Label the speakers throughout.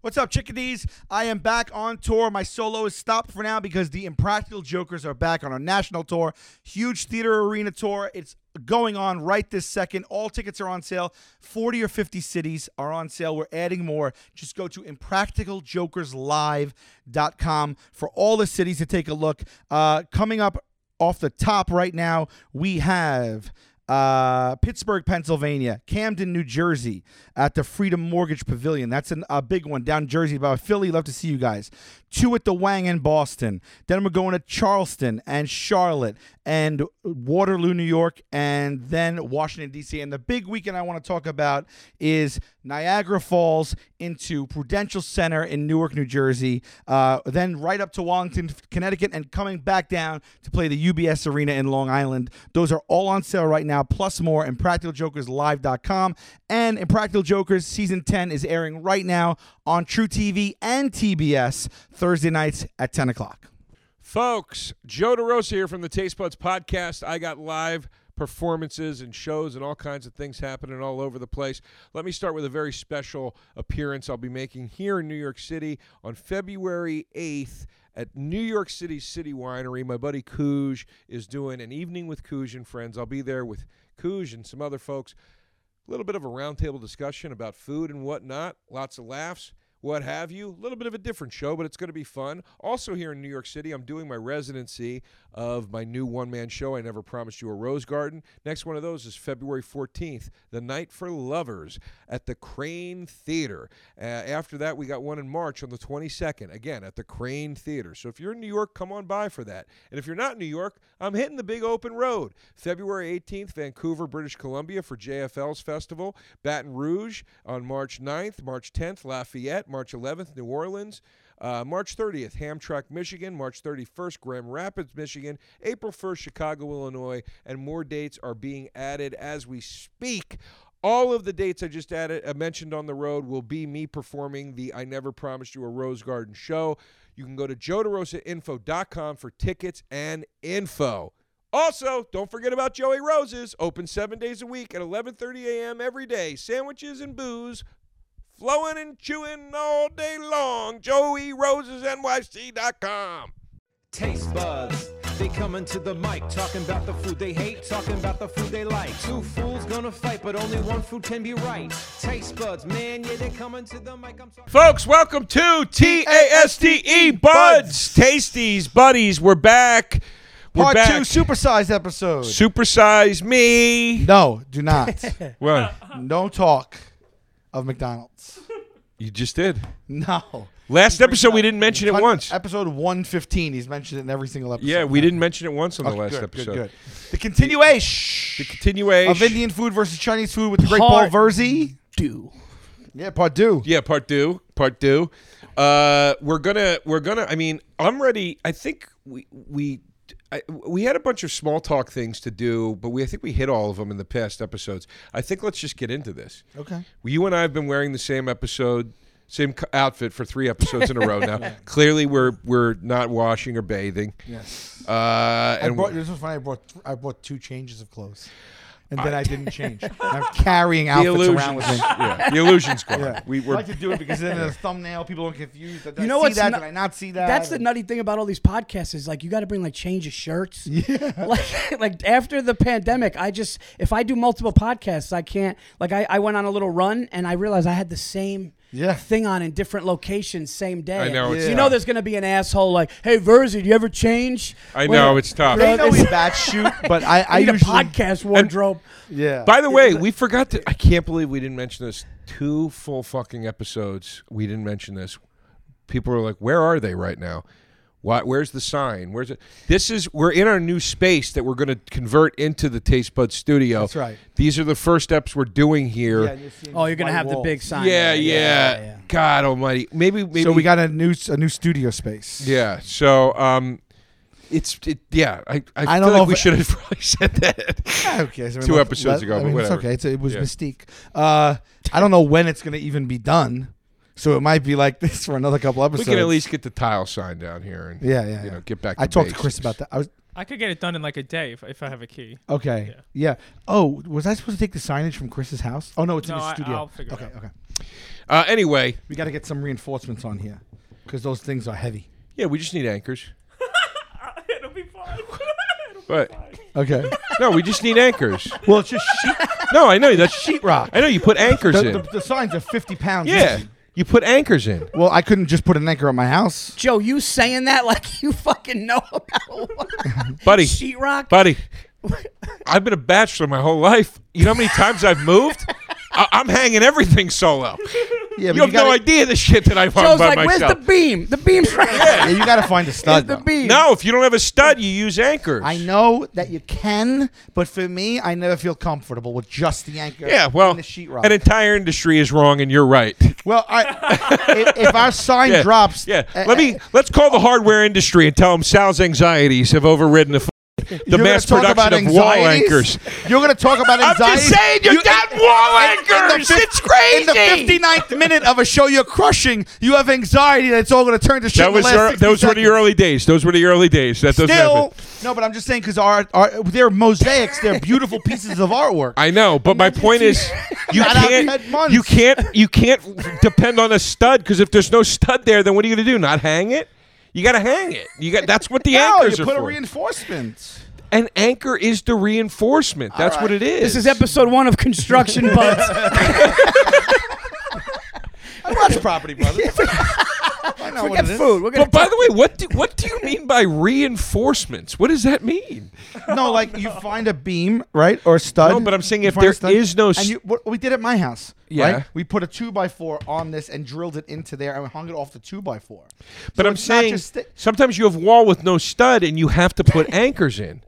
Speaker 1: What's up, chickadees? I am back on tour. My solo is stopped for now because the Impractical Jokers are back on a national tour, huge theater arena tour. It's going on right this second. All tickets are on sale. 40 or 50 cities are on sale. We're adding more. Just go to impracticaljokerslive.com for all the cities to take a look. Uh, coming up off the top right now, we have uh, Pittsburgh, Pennsylvania, Camden, New Jersey, at the Freedom Mortgage Pavilion. That's an, a big one down in Jersey. About Philly, love to see you guys. Two at the Wang in Boston. Then we're going to Charleston and Charlotte and Waterloo, New York, and then Washington D.C. And the big weekend I want to talk about is Niagara Falls into Prudential Center in Newark, New Jersey. Uh, then right up to Wallington, Connecticut, and coming back down to play the UBS Arena in Long Island. Those are all on sale right now now, plus more, and practicaljokerslive.com. And Impractical Jokers season 10 is airing right now on True TV and TBS Thursday nights at 10 o'clock.
Speaker 2: Folks, Joe DeRosa here from the Taste Buds Podcast. I got live performances and shows and all kinds of things happening all over the place. Let me start with a very special appearance I'll be making here in New York City on February 8th at New York City City Winery. My buddy Cooge is doing an evening with Cooge and friends. I'll be there with Cooge and some other folks. A little bit of a roundtable discussion about food and whatnot, lots of laughs what have you. A little bit of a different show, but it's going to be fun. Also, here in New York City, I'm doing my residency of my new one man show, I Never Promised You a Rose Garden. Next one of those is February 14th, The Night for Lovers at the Crane Theater. Uh, after that, we got one in March on the 22nd, again at the Crane Theater. So if you're in New York, come on by for that. And if you're not in New York, I'm hitting the big open road. February 18th, Vancouver, British Columbia for JFL's festival. Baton Rouge on March 9th, March 10th, Lafayette. March 11th, New Orleans. Uh, March 30th, Hamtramck, Michigan. March 31st, Grand Rapids, Michigan. April 1st, Chicago, Illinois. And more dates are being added as we speak. All of the dates I just added, I mentioned on the road will be me performing the I Never Promised You a Rose Garden show. You can go to joderosainfo.com for tickets and info. Also, don't forget about Joey Roses, open seven days a week at 11.30 a.m. every day. Sandwiches and booze flowing and chewing all day long. JoeyRosesNYC.com.
Speaker 3: Taste buds, they coming to the mic, talking about the food they hate, talking about the food they like. Two fools gonna fight, but only one food can be right. Taste buds, man, yeah, they coming to the mic. I'm talking.
Speaker 2: Folks, welcome to T A S T E Buds. Tasties, buddies, we're back. We're
Speaker 1: Part
Speaker 2: back.
Speaker 1: two supersized episode.
Speaker 2: Supersize me.
Speaker 1: no, do not.
Speaker 2: Well,
Speaker 1: no talk of McDonald's.
Speaker 2: you just did.
Speaker 1: No.
Speaker 2: Last episode, we didn't mention it
Speaker 1: One-
Speaker 2: once.
Speaker 1: Episode 115. He's mentioned it in every single episode.
Speaker 2: Yeah, we didn't mention it once on the
Speaker 1: Okay,
Speaker 2: last
Speaker 1: good,
Speaker 2: episode.
Speaker 1: Good, good. The continuation
Speaker 2: The continuation.
Speaker 1: of Indian food versus Chinese food with the great Paul
Speaker 4: Part
Speaker 1: Verzi.
Speaker 4: do.
Speaker 1: Yeah, part two.
Speaker 2: Yeah, part two, part two. Uh, we're gonna, we're gonna. I mean, I'm ready. I think we we I, we had a bunch of small talk things to do, but we I think we hit all of them in the past episodes. I think let's just get into this.
Speaker 1: Okay.
Speaker 2: You and I have been wearing the same episode, same co- outfit for three episodes in a row now. Clearly, we're we're not washing or bathing.
Speaker 1: Yes.
Speaker 2: Uh,
Speaker 1: I
Speaker 2: and
Speaker 1: bought, this was funny. I bought I bought two changes of clothes, and then I, didn't change. And I'm carrying
Speaker 2: the
Speaker 1: outfits
Speaker 2: illusions,
Speaker 1: around with me.
Speaker 2: yeah, the illusions gone.
Speaker 1: Yeah.
Speaker 2: We
Speaker 1: I
Speaker 2: were
Speaker 1: like to do it because then the thumbnail people don't confused. Did
Speaker 4: You
Speaker 1: I
Speaker 4: know
Speaker 1: see
Speaker 4: what's
Speaker 1: that?
Speaker 4: not-
Speaker 1: Did I not see that?
Speaker 4: That's the
Speaker 1: And-
Speaker 4: nutty thing about all these podcasts is like you got to bring like change of shirts. Yeah. Like like after the pandemic, I just if I do multiple podcasts, I can't. Like I, I went on a little run and I realized I had the same
Speaker 1: Yeah.
Speaker 4: thing on in different locations same day.
Speaker 2: I know, it's
Speaker 4: you
Speaker 1: Yeah.
Speaker 4: know there's gonna be an asshole like, hey Verzi, do you ever change?
Speaker 2: I know,
Speaker 4: Wait,
Speaker 2: it's tough.
Speaker 1: They
Speaker 4: Bro,
Speaker 1: know
Speaker 4: it's-
Speaker 1: we batshit, but I I
Speaker 4: I need
Speaker 1: usually
Speaker 4: a podcast wardrobe.
Speaker 1: yeah.
Speaker 2: By the way, we forgot to. I can't believe we didn't mention this. Two full fucking episodes. We didn't mention this. People are like, "Where are they right now? Why, where's the sign? Where's it?" This is we're in our new space that we're going to convert into the Taste Bud Studio.
Speaker 1: That's right.
Speaker 2: These are the first steps we're doing here.
Speaker 1: Yeah,
Speaker 2: Yeah,
Speaker 1: you're seeing
Speaker 4: oh, you're
Speaker 1: this
Speaker 4: gonna
Speaker 1: white
Speaker 4: have
Speaker 1: wall.
Speaker 4: the big sign.
Speaker 2: yeah.
Speaker 4: there.
Speaker 2: God Almighty. Maybe. Maybe.
Speaker 1: So we got a new a new studio space.
Speaker 2: Yeah. So um, it's it, yeah. I I,
Speaker 1: I don't
Speaker 2: feel
Speaker 1: know
Speaker 2: like
Speaker 1: if
Speaker 2: we
Speaker 1: it-
Speaker 2: should have probably said that.
Speaker 1: Okay, so I mean,
Speaker 2: Two
Speaker 1: let-
Speaker 2: episodes
Speaker 1: let-
Speaker 2: ago,
Speaker 1: I
Speaker 2: but
Speaker 1: mean,
Speaker 2: whatever.
Speaker 1: It's okay. It's, it was
Speaker 2: Yeah.
Speaker 1: mystique. Uh, I don't know when it's going to even be done, so it might be like this for another couple
Speaker 2: we
Speaker 1: episodes.
Speaker 2: can at least get the tile sign down here and
Speaker 1: yeah, yeah,
Speaker 2: you
Speaker 1: yeah.
Speaker 2: know get back.
Speaker 1: I talked to Chris
Speaker 2: basics.
Speaker 1: about that. I was
Speaker 5: I could get it done in like a day if, if I have a key.
Speaker 1: okay. Yeah. Oh, was I supposed to take the signage from Chris's house? Oh no, it's in
Speaker 5: No,
Speaker 1: the
Speaker 5: I-
Speaker 1: studio.
Speaker 5: I'll figure it
Speaker 1: okay,
Speaker 5: out.
Speaker 1: okay.
Speaker 2: Uh, anyway,
Speaker 1: We got to get some reinforcements on here because those things are heavy.
Speaker 2: yeah, we just need anchors.
Speaker 5: It'll be fine. It'll be
Speaker 2: But
Speaker 5: fine.
Speaker 1: Okay.
Speaker 2: no, we just need anchors.
Speaker 1: well, it's just sheet.
Speaker 2: No, I know that's sheetrock.
Speaker 1: Sheetrock.
Speaker 2: I know you put anchors
Speaker 1: The,
Speaker 2: in.
Speaker 1: the, the signs are 50 pounds.
Speaker 2: yeah,
Speaker 1: each.
Speaker 2: you put anchors in.
Speaker 1: Well, I couldn't just put an anchor on my house.
Speaker 4: Joe, you saying that like you fucking know about
Speaker 2: Buddy.
Speaker 4: sheetrock?
Speaker 2: buddy. I've been a bachelor my whole life. You know how many times I've moved? I- I'm hanging everything solo.
Speaker 1: Yeah, but
Speaker 2: You have
Speaker 1: gotta,
Speaker 2: no idea the shit that I've hung
Speaker 4: Joe's
Speaker 2: by
Speaker 4: like,
Speaker 2: myself.
Speaker 4: where's the beam? The beam's right
Speaker 1: Yeah, you got to find a
Speaker 4: Where's
Speaker 1: stud.
Speaker 4: the
Speaker 1: though.
Speaker 4: beam.
Speaker 2: no, if you don't have a stud, you use anchors.
Speaker 1: I know that you can, but for me, I never feel comfortable with just the anchor.
Speaker 2: Yeah, well,
Speaker 1: and the sheetrock.
Speaker 2: an entire industry is wrong, and you're right.
Speaker 1: well, I, if, if our sign
Speaker 2: Yeah,
Speaker 1: drops,
Speaker 2: Yeah,
Speaker 1: uh,
Speaker 2: let me let's call the hardware industry and tell them Sal's anxieties have overridden the, f- the
Speaker 1: You're
Speaker 2: mass
Speaker 1: gonna talk
Speaker 2: production
Speaker 1: about
Speaker 2: of wall
Speaker 1: anxieties?
Speaker 2: anchors.
Speaker 1: You're going to talk about
Speaker 2: I'm
Speaker 1: anxiety.
Speaker 2: just saying, you, got wall anchors. it's crazy.
Speaker 1: In the 59th minute of a show you're crushing, you have anxiety that it's all going to turn to shit.
Speaker 2: that
Speaker 1: in the
Speaker 2: was
Speaker 1: last
Speaker 2: your,
Speaker 1: 60
Speaker 2: those were the
Speaker 1: seconds.
Speaker 2: early days. Those were the early days. That doesn't happen.
Speaker 1: Still, no, but I'm just saying because our, our they're mosaics, they're beautiful pieces of artwork.
Speaker 2: I know, but my point is, you
Speaker 1: Not out
Speaker 2: can't,
Speaker 1: that month.
Speaker 2: you can't, you can't depend on a stud because if there's no stud there, then what are you gonna do? Not hang it? You gotta hang it. You got that's what the
Speaker 1: no,
Speaker 2: anchors
Speaker 1: you
Speaker 2: are
Speaker 1: put a
Speaker 2: for.
Speaker 1: reinforcement.
Speaker 2: An anchor is the reinforcement. That's what it is.
Speaker 4: This is episode one of Construction Buds.
Speaker 1: I watch Property Brothers. I know what
Speaker 4: Forget
Speaker 1: it is.
Speaker 4: food. We're gonna
Speaker 2: But by the way, what do what do you mean by reinforcements? What does that mean?
Speaker 1: No, like you find a beam, right, or a stud.
Speaker 2: No, but I'm saying
Speaker 1: You
Speaker 2: if
Speaker 1: find a
Speaker 2: there
Speaker 1: stud,
Speaker 2: is no
Speaker 1: and you, what we did at my house,
Speaker 2: Yeah.
Speaker 1: right? We put a two by four on this and drilled it into there and hung it off the two by four.
Speaker 2: But I'm
Speaker 1: it's not
Speaker 2: saying
Speaker 1: just th-
Speaker 2: sometimes you have wall with no stud and you have to put anchors in.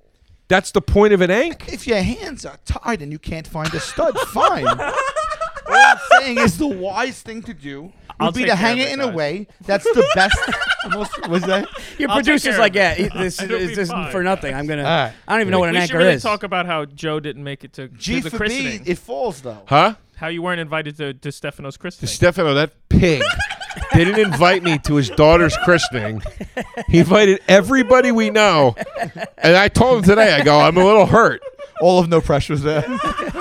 Speaker 2: That's the point of an anchor.
Speaker 1: If your hands are tied and you can't find a stud, fine. All I'm saying is the wise thing to do would
Speaker 5: I'll
Speaker 1: be
Speaker 5: take
Speaker 1: to
Speaker 5: care
Speaker 1: hang
Speaker 5: of
Speaker 1: it
Speaker 5: it,
Speaker 1: in a
Speaker 5: guys.
Speaker 1: way that's the best. the most, was that?
Speaker 4: Your
Speaker 5: I'll take
Speaker 4: producer's
Speaker 5: care
Speaker 4: like,
Speaker 5: of
Speaker 4: yeah,
Speaker 5: it.
Speaker 4: it- this
Speaker 5: It'll
Speaker 4: is
Speaker 5: be
Speaker 4: this isn't
Speaker 5: fine,
Speaker 4: for nothing. I'm gonna.
Speaker 1: right.
Speaker 4: I don't even know what an
Speaker 5: we should
Speaker 4: anchor
Speaker 5: really
Speaker 4: is.
Speaker 5: talk about how Joe didn't make it to, to
Speaker 1: G
Speaker 5: the
Speaker 1: for B,
Speaker 5: christening.
Speaker 1: it falls though.
Speaker 2: Huh?
Speaker 5: how you weren't invited to, to Stefano's christening.
Speaker 2: Stefano, that pig. they didn't invite me to his daughter's christening. He invited everybody we know. And I told him today, I go, I'm a little hurt.
Speaker 1: All of no pressures there.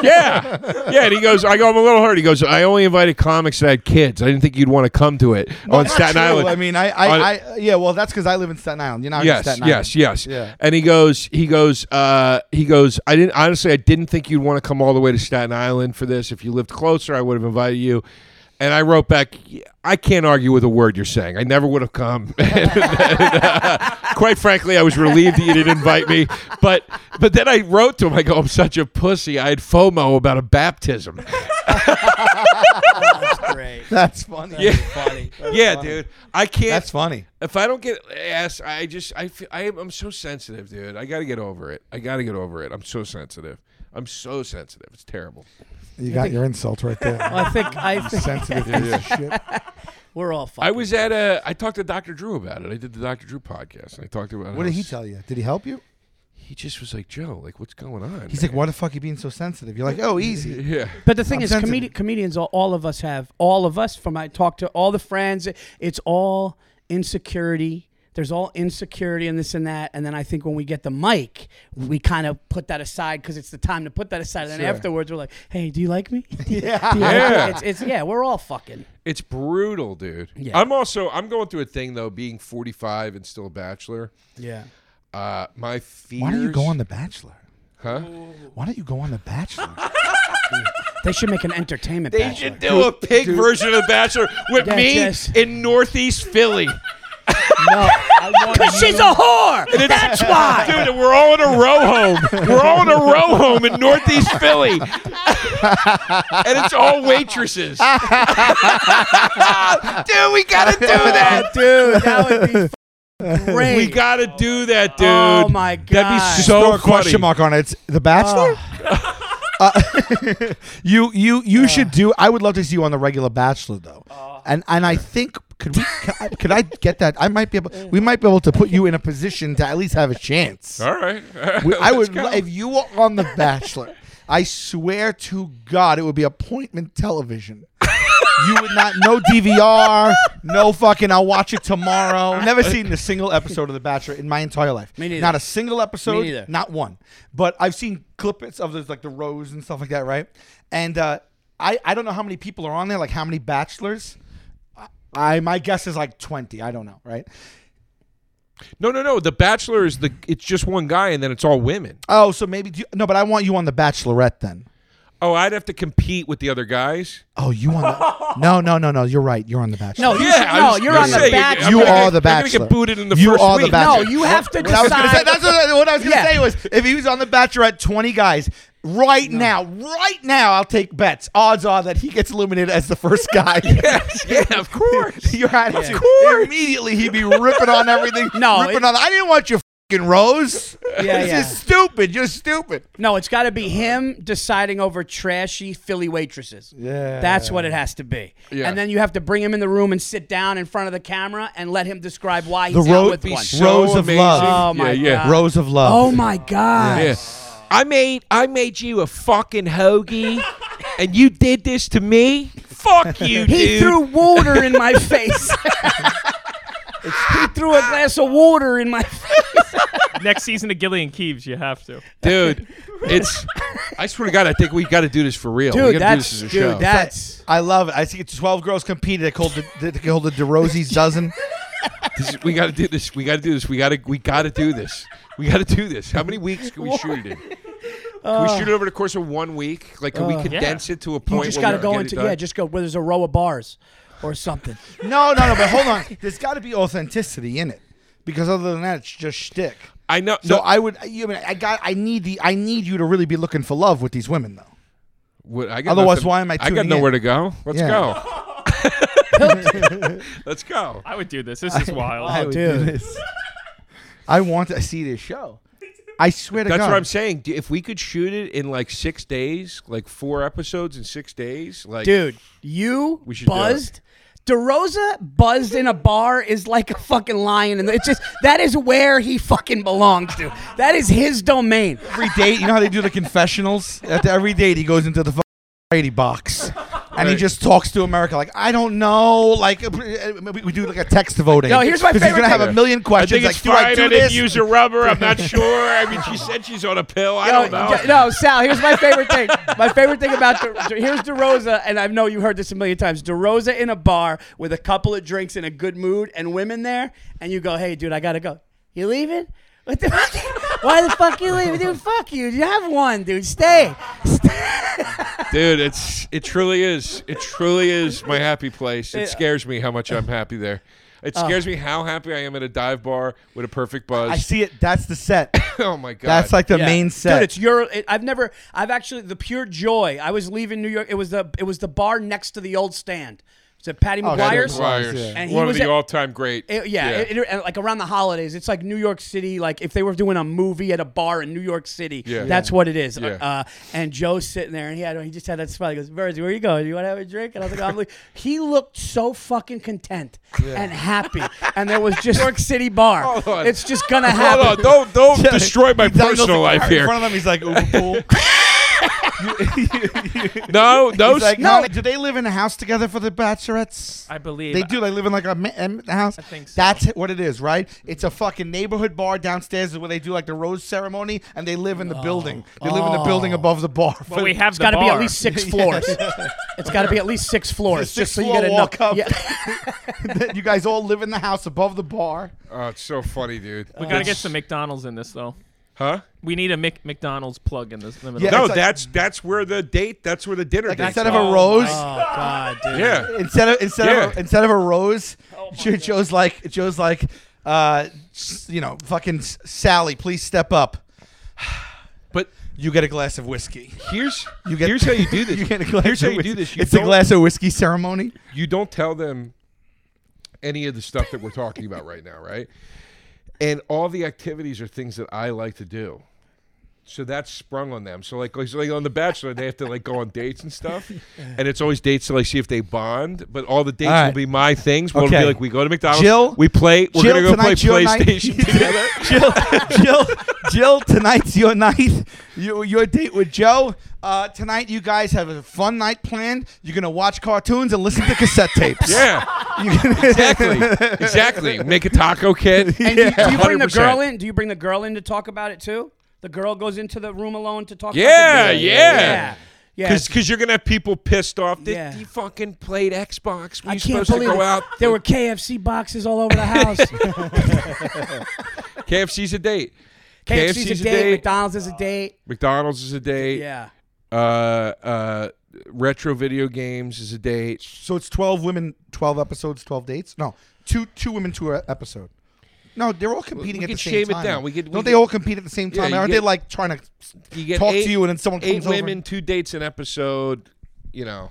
Speaker 2: Yeah. Yeah. And he goes, I go, I'm a little hurt. He goes, I only invited comics that had kids. I didn't think you'd want to come to it on
Speaker 1: Not
Speaker 2: Staten
Speaker 1: true.
Speaker 2: Island.
Speaker 1: I mean, I, I,
Speaker 2: On-
Speaker 1: I yeah. Well, that's because I live in Staten Island. You're not in
Speaker 2: yes,
Speaker 1: Staten Island.
Speaker 2: yes, yes.
Speaker 1: Yeah.
Speaker 2: And he goes, he goes, uh, he goes. I didn't honestly, I didn't think you'd want to come all the way to Staten Island for this. If you lived closer, I would have invited you. And I wrote back, I can't argue with a word you're saying. I never would have come. And, uh, quite frankly, I was relieved that you didn't invite me. But but then I wrote to him. I go, I'm such a pussy. I had FOMO about a baptism.
Speaker 4: Great.
Speaker 1: That's funny.
Speaker 2: Yeah.
Speaker 1: funny.
Speaker 2: yeah, dude. I can't.
Speaker 1: That's funny.
Speaker 2: if I don't get asked, I just I feel I am, I'm so sensitive, dude. I got to get over it. I got to get over it. I'm so sensitive. I'm so sensitive. It's terrible.
Speaker 1: You got your insult right there.
Speaker 4: I think I think
Speaker 1: Sensitive piece of shit.
Speaker 4: we're all fucking.
Speaker 2: I was at a. I talked to Dr. Drew about it. I did the Dr. Drew podcast, and I talked about.
Speaker 1: What did he tell you? Did he help you?
Speaker 2: He just was like, Joe, like, what's going on?
Speaker 1: He's like, why the fuck you being so sensitive? You're like, oh, easy.
Speaker 2: yeah.
Speaker 4: But the thing
Speaker 1: I'm
Speaker 4: is,
Speaker 1: sensitive.
Speaker 4: comedi- comedians, all, all of us have, all of us, from I talk to all the friends, it's all insecurity. There's all insecurity and this and that. And then I think when we get the mic, we kind of put that aside because it's the time to put that aside. And then
Speaker 1: Sure.
Speaker 4: afterwards, we're like, hey, do you like me?
Speaker 1: Yeah.
Speaker 4: Do you like me?
Speaker 2: Yeah.
Speaker 4: It's, it's, yeah, we're all fucking.
Speaker 2: It's brutal, dude.
Speaker 4: Yeah.
Speaker 2: I'm also I'm going through a thing though, being 45 and still a bachelor.
Speaker 4: Yeah.
Speaker 2: Uh, my fears.
Speaker 1: Why don't you go on The Bachelor?
Speaker 2: Huh?
Speaker 1: Why don't you go on The Bachelor?
Speaker 4: They should make an entertainment
Speaker 2: They
Speaker 4: bachelor.
Speaker 2: should do a pig version of The Bachelor with
Speaker 4: Yeah,
Speaker 2: me
Speaker 4: yes.
Speaker 2: in Northeast Philly.
Speaker 1: no.
Speaker 4: Because she's a whore. That's why.
Speaker 2: Dude, we're all in a row home. We're all in a row home in Northeast Philly. and it's all waitresses. Dude, we gotta do that.
Speaker 4: dude. That would be f- great.
Speaker 2: We gotta do that, dude.
Speaker 4: Oh my
Speaker 2: That'd
Speaker 4: God.
Speaker 2: be
Speaker 4: Just
Speaker 1: Throw
Speaker 2: so
Speaker 1: a question
Speaker 2: funny.
Speaker 1: mark on it. It's The Bachelor. Uh, you you you should do. I would love to see you on the regular Bachelor though, and and I think could we could I, could I get that? I might be able. We might be able to put you in a position to at least have a chance.
Speaker 2: All right.
Speaker 1: We- I
Speaker 2: Let's
Speaker 1: would
Speaker 2: go.
Speaker 1: lo- if you were on The Bachelor. I swear to God, it would be appointment television. you would not no DVR, no fucking. I'll watch it tomorrow. Never seen a single episode of The Bachelor in my entire life.
Speaker 4: Me neither.
Speaker 1: Not a single episode.
Speaker 4: Me neither.
Speaker 1: Not one. But I've seen clips of those like the rose and stuff like that, right? And uh, I, I don't know how many people are on there, like how many bachelors. I I- my guess is like twenty. I don't know, right?
Speaker 2: No, no, no. The Bachelor is the. It's just one guy, and then it's all women.
Speaker 1: Oh, so maybe do you, no, but I want you on the Bachelorette then.
Speaker 2: Oh, I'd have to compete with the other guys.
Speaker 1: Oh, you on the No, no, no, no. You're right. You're on the Bachelor.
Speaker 4: No, you
Speaker 2: Yeah, I
Speaker 4: should, no,
Speaker 2: was
Speaker 4: you're
Speaker 2: gonna
Speaker 4: on the
Speaker 2: say,
Speaker 4: back.
Speaker 2: I'm
Speaker 1: you are
Speaker 2: gonna get-
Speaker 1: the
Speaker 2: I'm gonna
Speaker 1: Bachelor.
Speaker 2: get booted in the
Speaker 1: you
Speaker 2: first
Speaker 1: are the
Speaker 2: week. No,
Speaker 1: Bachelor.
Speaker 4: you have to
Speaker 1: What I was gonna say,
Speaker 4: decide-
Speaker 1: that's what, I- what I was gonna
Speaker 4: Yeah.
Speaker 1: say was if he was on the Bachelorette, twenty guys. Right now, right now, I'll take bets. Odds are that he gets eliminated as the first guy.
Speaker 2: yeah, of course.
Speaker 1: Your attitude.
Speaker 2: Of course.
Speaker 1: Immediately he'd be ripping on everything.
Speaker 4: No,
Speaker 1: ripping
Speaker 4: it-
Speaker 1: on. I didn't want your fucking rose.
Speaker 4: Yeah,
Speaker 1: this
Speaker 4: yeah.
Speaker 1: is stupid. You're stupid.
Speaker 4: No, it's got to be him deciding over trashy Philly waitresses.
Speaker 1: Yeah.
Speaker 4: That's what it has to be.
Speaker 2: Yeah.
Speaker 4: And then you have to bring him in the room and sit down in front of the camera and let him describe why
Speaker 1: The
Speaker 4: he's
Speaker 1: road
Speaker 4: out with
Speaker 1: be
Speaker 4: one.
Speaker 1: so- Rose of
Speaker 2: amazing.
Speaker 1: Love.
Speaker 4: Oh, my
Speaker 2: yeah, yeah.
Speaker 4: God.
Speaker 1: Rose of love.
Speaker 4: Oh my God.
Speaker 2: Yeah. I made I made you a fucking hoagie, and you did this to me. Fuck you, dude.
Speaker 4: He threw water in my face. he threw a glass of water in my face.
Speaker 5: Next season of Gillian Keeves, you have to.
Speaker 2: dude. It's. I swear to God, I think we got to do this for real. we
Speaker 4: Dude,
Speaker 2: got to do this
Speaker 4: that's
Speaker 2: as a
Speaker 4: dude,
Speaker 2: show.
Speaker 4: that's
Speaker 1: I love it. I think it's 12 girls competed. They called the, they called the DeRozier's dozen.
Speaker 2: This- we got to do this. We got to do this. We got to. We got to do this. We got to do this. How many weeks can we shoot it in? Can we shoot it over the course of one week? Like, can
Speaker 1: Uh,
Speaker 2: we condense it to a point?
Speaker 4: you just
Speaker 2: where
Speaker 4: got to
Speaker 2: we
Speaker 4: go
Speaker 2: get it
Speaker 4: into
Speaker 2: done?
Speaker 4: yeah, just go where there's a row of bars or something.
Speaker 1: No, no, no. But hold on. There's got to be authenticity in it because other than that, it's just shtick.
Speaker 2: I know.
Speaker 1: So
Speaker 2: no,
Speaker 1: I would. You mean, I got. I need the. I need you to really be looking for love with these women, though.
Speaker 2: What- I got
Speaker 1: Otherwise,
Speaker 2: nothing-
Speaker 1: why am I
Speaker 2: I got
Speaker 1: tuning
Speaker 2: nowhere
Speaker 1: in?
Speaker 2: to go. Let's
Speaker 1: Yeah.
Speaker 2: go. Let's go.
Speaker 5: I would do this. This is
Speaker 2: Oh,
Speaker 5: wild.
Speaker 1: I would do
Speaker 4: dude.
Speaker 1: this. I want to see this show. I swear to
Speaker 2: That's
Speaker 1: God.
Speaker 2: what I'm saying. D- If we could shoot it in like six days, like four episodes in six days, like
Speaker 4: Dude, you
Speaker 2: We should do it.
Speaker 4: buzzed. DeRosa buzzed in a bar is like a fucking lion, and it's just that is where he fucking belongs to. That is his domain.
Speaker 1: every date, you know how they do the confessionals? After every date, he goes into the fucking variety box. And he
Speaker 2: Right.
Speaker 1: just talks to America like I don't know. Like uh, we, we do like a text voting.
Speaker 4: No, here's my
Speaker 1: 'Cause He's
Speaker 4: favorite
Speaker 1: gonna have
Speaker 4: thing.
Speaker 1: a million
Speaker 2: I
Speaker 1: questions.
Speaker 2: think
Speaker 1: like,
Speaker 2: it's
Speaker 1: do
Speaker 2: fine.
Speaker 1: I do
Speaker 2: didn't
Speaker 1: this?
Speaker 2: use a rubber. I'm not sure. I mean, she said she's on a pill. I don't know.
Speaker 4: Oh, yeah, No, Sal, here's my favorite thing. My favorite thing about De, De- here's DeRosa, and I know you heard this a million times. DeRosa in a bar with a couple of drinks in a good mood and women there, and you go, hey, dude, I gotta go. You leaving? What the fuck? Why the fuck you leaving? Dude, fuck you. You have one, dude. Stay.
Speaker 2: Dude, it's it truly is. It truly is my happy place. It scares me how much I'm happy there. It scares me how happy I am at a dive bar with a perfect buzz.
Speaker 1: I see it. That's the set.
Speaker 2: Oh my god.
Speaker 1: That's like the
Speaker 4: Yeah.
Speaker 1: main set.
Speaker 4: Dude, it's your. It, I've never. I've actually the pure joy. I was leaving New York. It was the. It was the bar next to the old stand. It's at Patty
Speaker 1: Oh,
Speaker 4: McGuire's.
Speaker 1: Patty McGuire's.
Speaker 2: Wires.
Speaker 1: Yeah.
Speaker 4: And he
Speaker 2: One of
Speaker 4: was
Speaker 2: the
Speaker 4: at-
Speaker 2: all-time great.
Speaker 4: It- yeah, it- it- and, like around the holidays, it's like New York City. Like if they were doing a movie at a bar in New York City,
Speaker 2: Yeah.
Speaker 4: that's what it is.
Speaker 2: Yeah.
Speaker 4: Uh, and Joe's sitting there, and he had he just had that smile. He goes, "Verzi, where you going? You want to have a drink?" And I was like, "I'm." Like, he looked so fucking content and happy, and there was just New York City bar.
Speaker 2: Hold on.
Speaker 4: It's just gonna happen.
Speaker 2: Hold on, don't don't destroy my
Speaker 1: He's done those-
Speaker 2: personal life
Speaker 1: In
Speaker 2: here.
Speaker 1: front of them, he's like Uber pool.
Speaker 2: No, no,
Speaker 1: He's like,
Speaker 2: no.
Speaker 1: no. Do they live in a house together for the bachelorettes?
Speaker 5: I believe
Speaker 1: They do. They live in like a ma- em- house. I
Speaker 5: think so.
Speaker 1: That's what it is, right? It's a fucking neighborhood bar downstairs where they do like the rose ceremony, and they live in the building. They live in the building above the bar.
Speaker 5: But we have
Speaker 4: It's
Speaker 5: the
Speaker 4: got to be at
Speaker 5: bar.
Speaker 4: least six floors. It's got to be at least six floors, just so you get
Speaker 1: Six-floor
Speaker 4: enough.
Speaker 1: walk up.
Speaker 4: Yeah.
Speaker 1: you guys all live in the house above the bar.
Speaker 2: Oh, it's so funny, dude.
Speaker 5: We gotta get some McDonald's in this though.
Speaker 2: Huh?
Speaker 5: We need a Mc- McDonald's plug in this. In the middle.
Speaker 1: Yeah,
Speaker 2: No,
Speaker 1: it's like-
Speaker 2: that's that's where the date. That's where the dinner.
Speaker 1: Like
Speaker 2: date.
Speaker 1: instead of a
Speaker 5: Oh,
Speaker 1: rose,
Speaker 4: Oh God, dude.
Speaker 2: yeah.
Speaker 1: instead of instead of
Speaker 2: Yeah.
Speaker 1: a, instead of a rose, Jo- Joe's like Joe's like, uh, s- you know, fucking S- Sally, please step up.
Speaker 2: But
Speaker 1: You get a glass of whiskey.
Speaker 2: here's
Speaker 1: You get
Speaker 2: here's how you do this.
Speaker 1: you get a glass
Speaker 2: here's
Speaker 1: of
Speaker 2: how you
Speaker 1: whiskey.
Speaker 2: do this. You
Speaker 1: it's a
Speaker 2: don't-
Speaker 1: glass of whiskey ceremony.
Speaker 2: you don't tell them any of the stuff that we're talking about right now, right? And all the activities are things that I like to do. So that's sprung on them. So like, like- so like on The Bachelor, they have to like go on dates and stuff, and it's always dates to like see if they bond. But all the dates
Speaker 1: All right.
Speaker 2: will be my things. We'll
Speaker 1: Okay.
Speaker 2: be like, we go to McDonald's,
Speaker 1: Jill-
Speaker 2: we play, we're
Speaker 1: Jill,
Speaker 2: gonna go play
Speaker 1: tonight's your night.
Speaker 2: PlayStation together.
Speaker 1: Jill, Jill, Jill, tonight's your night. Your, your date with Joe. Uh, tonight, you guys have a fun night planned. You're gonna watch cartoons and listen to cassette tapes.
Speaker 2: Yeah,
Speaker 1: You're gonna-
Speaker 2: exactly, exactly. Make a taco kit.
Speaker 4: And do you- do, you bring the
Speaker 2: 100%.
Speaker 4: girl in? Do you bring the girl in to talk about it too? The girl goes into the room alone to talk.
Speaker 2: Yeah,
Speaker 4: about the
Speaker 2: yeah.
Speaker 4: yeah. Yeah.
Speaker 2: Because you're gonna have people pissed off. They,
Speaker 4: Yeah.
Speaker 2: You fucking played Xbox. Were
Speaker 4: I
Speaker 2: you
Speaker 4: can't
Speaker 2: supposed to
Speaker 4: believe
Speaker 2: go
Speaker 4: it.
Speaker 2: out?
Speaker 4: There were KFC boxes all over the house.
Speaker 2: KFC's a date.
Speaker 4: KFC's a date. McDonald's is a date.
Speaker 2: McDonald's is a date.
Speaker 4: Yeah.
Speaker 2: Uh, uh, retro video games is a date.
Speaker 1: So it's twelve women, twelve episodes, twelve dates. No, two two women, two e- episode. No, they're all competing
Speaker 2: we
Speaker 1: at the
Speaker 2: could
Speaker 1: same
Speaker 2: shave it
Speaker 1: time.
Speaker 2: down. We could- we
Speaker 1: Don't they
Speaker 2: could-
Speaker 1: all compete at the same
Speaker 2: Yeah,
Speaker 1: time?
Speaker 2: you
Speaker 1: Aren't they
Speaker 2: get-
Speaker 1: like trying to
Speaker 2: You get
Speaker 1: talk
Speaker 2: eight,
Speaker 1: to you and then someone
Speaker 2: eight
Speaker 1: comes over?
Speaker 2: women, two dates an episode. You know,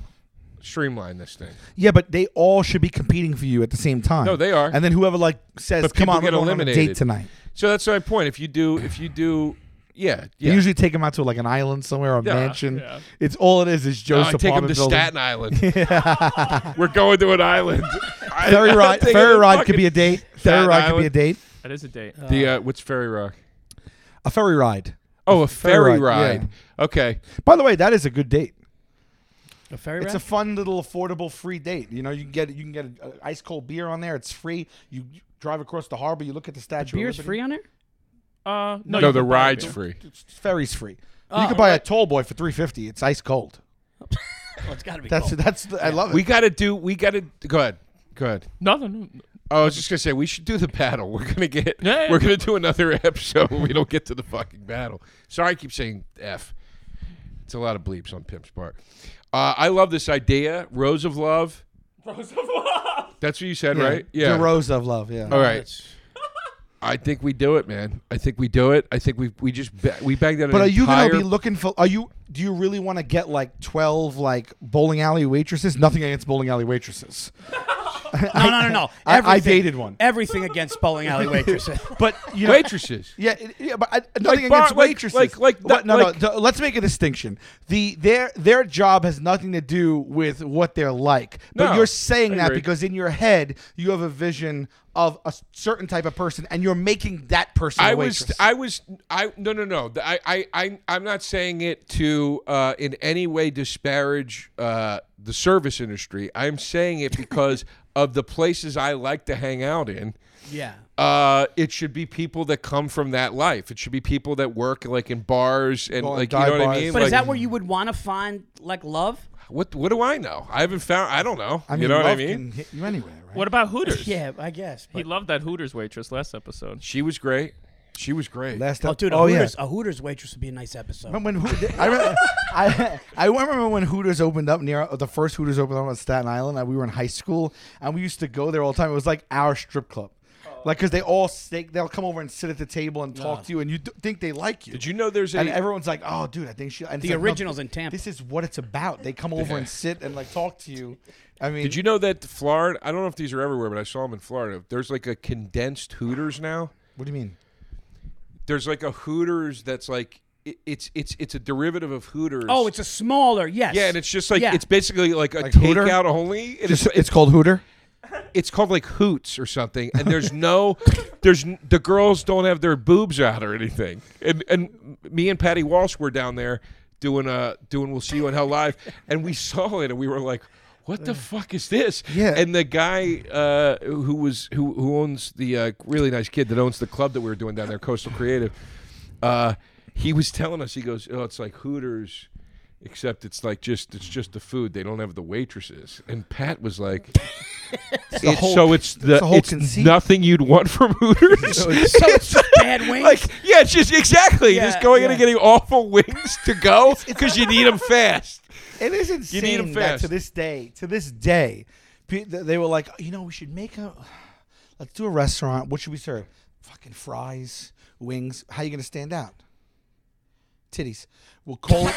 Speaker 2: streamline this thing.
Speaker 1: Yeah, but they all should be competing for you at the same time.
Speaker 2: No, they are.
Speaker 1: And then whoever like says,
Speaker 2: But
Speaker 1: "Come
Speaker 2: people
Speaker 1: on, we're
Speaker 2: get
Speaker 1: going on a
Speaker 2: eliminated.
Speaker 1: date tonight."
Speaker 2: So that's my point. If you do, if you do, yeah,
Speaker 1: They
Speaker 2: yeah.
Speaker 1: usually take them out to like an island somewhere, a
Speaker 2: Yeah,
Speaker 1: mansion.
Speaker 5: yeah.
Speaker 1: It's all it is is
Speaker 2: No,
Speaker 1: Joe's
Speaker 2: Uh, I take them
Speaker 1: apartment
Speaker 2: to
Speaker 1: building.
Speaker 2: Staten Island. We're going to an island. I-
Speaker 1: Ferry
Speaker 2: I'm
Speaker 1: ride,
Speaker 2: taking
Speaker 1: ferry
Speaker 2: the
Speaker 1: ride could
Speaker 2: fucking-
Speaker 1: be a date. Ferry
Speaker 2: Staten
Speaker 1: ride could be a
Speaker 2: Island.
Speaker 1: date.
Speaker 5: That is a date.
Speaker 2: The uh, what's Ferry Rock?
Speaker 1: A ferry ride.
Speaker 2: Oh, a ferry,
Speaker 1: ferry ride,
Speaker 2: ride. Okay.
Speaker 1: By the way, that is a good date.
Speaker 4: A ferry
Speaker 1: It's a fun little affordable free date. You know, you can get you can get an ice cold beer on there. It's free. You drive across the harbor. You look at the Statue.
Speaker 4: Beer's
Speaker 1: of Liberty.
Speaker 4: free on there?
Speaker 5: Uh, no,
Speaker 2: No,
Speaker 5: you
Speaker 2: the
Speaker 5: can buy
Speaker 2: ride's
Speaker 5: beer.
Speaker 2: free.
Speaker 1: It's- Ferry's free.
Speaker 4: Oh,
Speaker 1: you can buy
Speaker 4: alright.
Speaker 1: a toll boy for three fifty. It's ice cold.
Speaker 4: Well, Oh, it's got to be
Speaker 1: That's
Speaker 4: cold.
Speaker 1: that's the, I love it.
Speaker 2: Oh. We got to do. We got to go ahead. Go ahead. Oh,
Speaker 5: Nothing.
Speaker 2: I was just gonna say we should do the battle. We're gonna get.
Speaker 5: Yeah, yeah.
Speaker 2: We're gonna do another episode when we don't get to the fucking battle. Sorry, I keep saying f. It's a lot of bleeps on Pimp's part. Uh, I love this idea. Rose of Love.
Speaker 5: Rose of Love.
Speaker 2: That's what you said,
Speaker 1: Yeah.
Speaker 2: right? Oh,
Speaker 1: The rose of love. Yeah.
Speaker 2: All right.
Speaker 4: It's-
Speaker 2: I think we do it, man. I think we do it. I think we we just ba- we bagged out.
Speaker 1: But
Speaker 2: an
Speaker 1: are you
Speaker 2: entire,
Speaker 1: gonna be looking for? Are you? Do you really want to get like twelve like bowling alley waitresses? Nothing against bowling alley waitresses,
Speaker 4: No, no, no, no.
Speaker 1: I- I
Speaker 4: Everything-
Speaker 1: dated one.
Speaker 4: Everything against bowling alley waitresses.
Speaker 1: but you know,
Speaker 2: waitresses?
Speaker 1: Yeah, it- yeah, but I, nothing
Speaker 2: bar-
Speaker 1: against
Speaker 2: like-
Speaker 1: waitresses.
Speaker 2: like- like
Speaker 1: What-
Speaker 2: that-
Speaker 1: no,
Speaker 2: like-
Speaker 1: no, th- Let's make a distinction. The their their job has nothing to do with what they're like. But
Speaker 2: No,
Speaker 1: you're saying
Speaker 2: I
Speaker 1: that
Speaker 2: agree.
Speaker 1: because in your head you have a vision of a s- certain type of person, and you're making that person.
Speaker 2: I
Speaker 1: a
Speaker 2: was,
Speaker 1: waitress.
Speaker 2: I was, I no, no, no. The- I, I, I I'm not saying it to uh, in any way disparage uh, the service industry. I'm saying it because of the places I like to hang out in.
Speaker 4: yeah.
Speaker 2: Uh, it should be people that come from that life. It should be people that work like in bars and
Speaker 1: Well,
Speaker 2: like you
Speaker 1: dive
Speaker 2: know what I
Speaker 1: bars.
Speaker 2: mean.
Speaker 4: But
Speaker 2: like,
Speaker 4: is that where you would want to find like love?
Speaker 2: what what do I know? I haven't found. I don't know.
Speaker 1: I mean,
Speaker 2: you know what I
Speaker 1: love
Speaker 2: mean?
Speaker 1: Can hit you anywhere, right?
Speaker 5: What about Hooters?
Speaker 4: Yeah, I guess.
Speaker 5: He
Speaker 4: But,
Speaker 5: loved that Hooters waitress last episode.
Speaker 2: She was great. She was great.
Speaker 1: Last
Speaker 4: oh,
Speaker 1: up-
Speaker 4: dude, a,
Speaker 1: oh yeah.
Speaker 4: Hooters, a Hooters waitress would be a nice episode.
Speaker 1: Remember when Hoot- I, remember, I I remember when Hooters opened up near the first Hooters opened up on Staten Island. And we were in high school and we used to go there all the time. It was like our strip club, like because they all stake they'll come over and sit at the table and talk to you, and you d- think they like you.
Speaker 2: Did you know there's a
Speaker 1: And everyone's like, "Oh, dude, I think she." And it's
Speaker 4: The
Speaker 1: like, no,
Speaker 4: originals in Tampa.
Speaker 1: This is what it's about. They come over and sit and like talk to you. I mean,
Speaker 2: Did you know that Florida? I don't know if these are everywhere, but I saw them in Florida. There's like a condensed Hooters now.
Speaker 1: What do you mean?
Speaker 2: There's like a Hooters that's like it- it's it's it's a derivative of Hooters.
Speaker 4: Oh, it's a smaller, yes.
Speaker 2: yeah, and it's just like
Speaker 4: yeah.
Speaker 2: it's basically like a
Speaker 1: Like Hooter?
Speaker 2: takeout only. It is-
Speaker 1: Just, it's called Hooter.
Speaker 2: it's called like Hoots or something, and there's no there's n- the girls don't have their boobs out or anything. And and me and Patty Walsh were down there doing uh doing We'll See You in Hell live, and we saw it and we were like. What the fuck is this?
Speaker 1: Yeah.
Speaker 2: And the guy uh, who was who who owns the uh, really nice kid that owns the club that we were doing down there, Coastal Creative, uh, he was telling us he goes, "Oh, it's like Hooters, except it's like just it's just the food. They don't have the waitresses." And Pat was like,
Speaker 1: the
Speaker 2: it's-
Speaker 1: whole-
Speaker 2: so it's the,
Speaker 1: the whole
Speaker 2: it's
Speaker 1: conceit.
Speaker 2: nothing you'd want from Hooters.
Speaker 4: so it's just bad wings.
Speaker 2: like yeah, it's just exactly
Speaker 4: Yeah,
Speaker 2: just going in
Speaker 4: yeah.
Speaker 2: and getting awful wings to go because you need them fast.
Speaker 1: It is insane
Speaker 2: need 'em
Speaker 1: that
Speaker 2: fast.
Speaker 1: to this day, to this day, pe- th- they were like, you know, we should make a, let's do a restaurant. What should we serve? Fucking fries, wings. How you gonna stand out? Titties. We'll call it.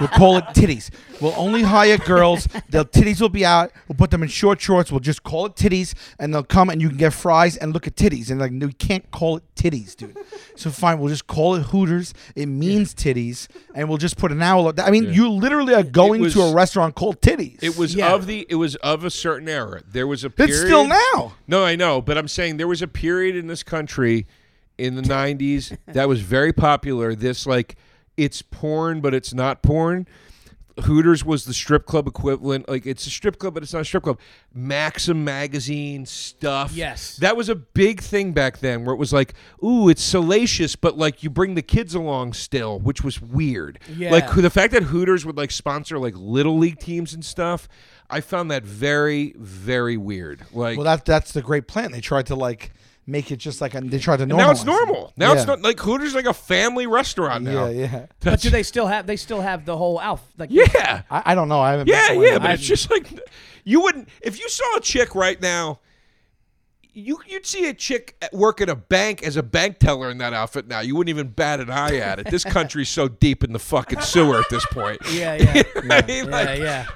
Speaker 1: we'll call it titties. We'll only hire girls. Their titties will be out. We'll put them in short shorts. We'll just call it titties, and they'll come and you can get fries and look at titties. And like, no, we can't call it titties, dude. so fine, we'll just call it Hooters. It means titties, and we'll just put an hour. I mean, you literally are going going
Speaker 2: was-
Speaker 1: to a restaurant called Titties.
Speaker 2: It was
Speaker 4: Yeah.
Speaker 2: of the it was of a certain era. There was a period.
Speaker 1: It's still now.
Speaker 2: No, I know, but I'm saying there was a period in this country in the 90s that was very popular. This like it's porn, but it's not porn. Hooters was the strip club equivalent. Like it's a strip club, but it's not a strip club. Maxim magazine stuff.
Speaker 4: Yes.
Speaker 2: that was a big thing back then, where it was like, ooh, it's salacious, but like you bring the kids along still, which was weird. like
Speaker 4: Yeah.
Speaker 2: who- the fact that Hooters would like sponsor like little league teams and stuff. I found that very, very weird. Like,
Speaker 1: Well, that that's the great plan. They tried to like make it just like a, they tried to normalize.
Speaker 2: now it's
Speaker 1: it.
Speaker 2: normal. Now
Speaker 1: Yeah.
Speaker 2: it's not like Hooters is like a family restaurant now.
Speaker 1: Yeah, yeah.
Speaker 4: But do they still have? They still have the whole Alf. Like,
Speaker 2: yeah.
Speaker 1: I, I don't know. I haven't.
Speaker 2: Yeah,
Speaker 1: been to one
Speaker 2: yeah,
Speaker 1: of
Speaker 2: but
Speaker 1: them.
Speaker 2: it's just like you wouldn't if you saw a chick right now. You you'd see a chick at work at a bank as a bank teller in that outfit now. You wouldn't even bat an eye at it. This country's so deep in the fucking sewer at this point.
Speaker 4: Yeah, yeah,
Speaker 2: You know what I mean?
Speaker 4: yeah,
Speaker 2: Like-
Speaker 4: yeah.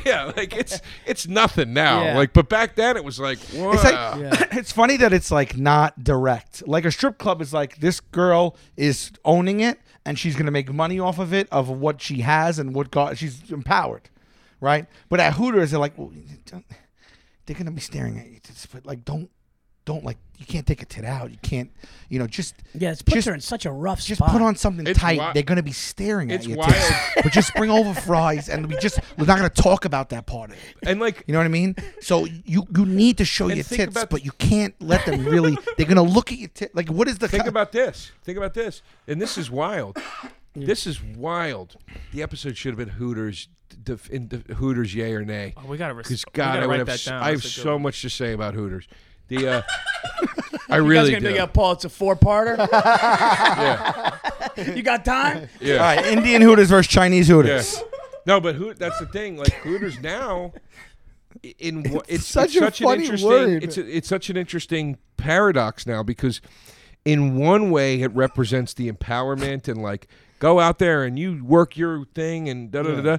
Speaker 2: yeah, like it's it's nothing now.
Speaker 4: Yeah.
Speaker 2: Like, but back then it was like, wow.
Speaker 1: It's like it's funny that it's like not direct. Like a strip club is like this girl is owning it and she's gonna make money off of it of what she has and what God she's empowered, right? But at Hooters they're like, well, don't- they're gonna be staring at you. Just, but like, don't, don't like you can't take a tit out. You can't, you know, just
Speaker 4: Yeah, it's puts
Speaker 1: just-
Speaker 4: her in such a rough
Speaker 1: just
Speaker 4: spot.
Speaker 1: put on something
Speaker 2: It's
Speaker 1: tight.
Speaker 2: wi-
Speaker 1: They're gonna be staring
Speaker 2: it's
Speaker 1: at you.
Speaker 2: wild.
Speaker 1: Tits. but just bring over fries, and we just we're not gonna talk about that part of it.
Speaker 2: and like
Speaker 1: You know what I mean? So you you need to show your
Speaker 2: think
Speaker 1: tits,
Speaker 2: about-
Speaker 1: but you can't let them really. They're gonna look at your tits. Like what is the?
Speaker 2: Think
Speaker 1: co-
Speaker 2: about this. Think about this. And this is wild. This is wild. The episode should have been Hooters, def, in def, Hooters, yay or nay.
Speaker 5: Oh, we gotta res-
Speaker 2: Because
Speaker 5: we
Speaker 2: God,
Speaker 5: gotta
Speaker 2: I would
Speaker 5: write
Speaker 2: have.
Speaker 5: that
Speaker 2: s-
Speaker 5: down.
Speaker 2: I have
Speaker 5: That's a good
Speaker 2: so
Speaker 5: one.
Speaker 2: much to say about Hooters. The uh, I
Speaker 4: You guys
Speaker 2: really
Speaker 4: gonna
Speaker 2: do.
Speaker 4: make a Paul? It's a four parter.
Speaker 2: yeah,
Speaker 4: you got time?
Speaker 2: yeah.
Speaker 1: All right, Indian Hooters versus Chinese Hooters.
Speaker 2: Yeah. No, but who? That's the thing. Like Hooters now, i- in wha- it's, it's
Speaker 1: such
Speaker 2: such,
Speaker 1: a
Speaker 2: an
Speaker 1: funny
Speaker 2: interesting.
Speaker 1: word.
Speaker 2: It's a, it's such an interesting paradox now because, in one way, it represents the empowerment and like go out there and you work your thing and da da da da.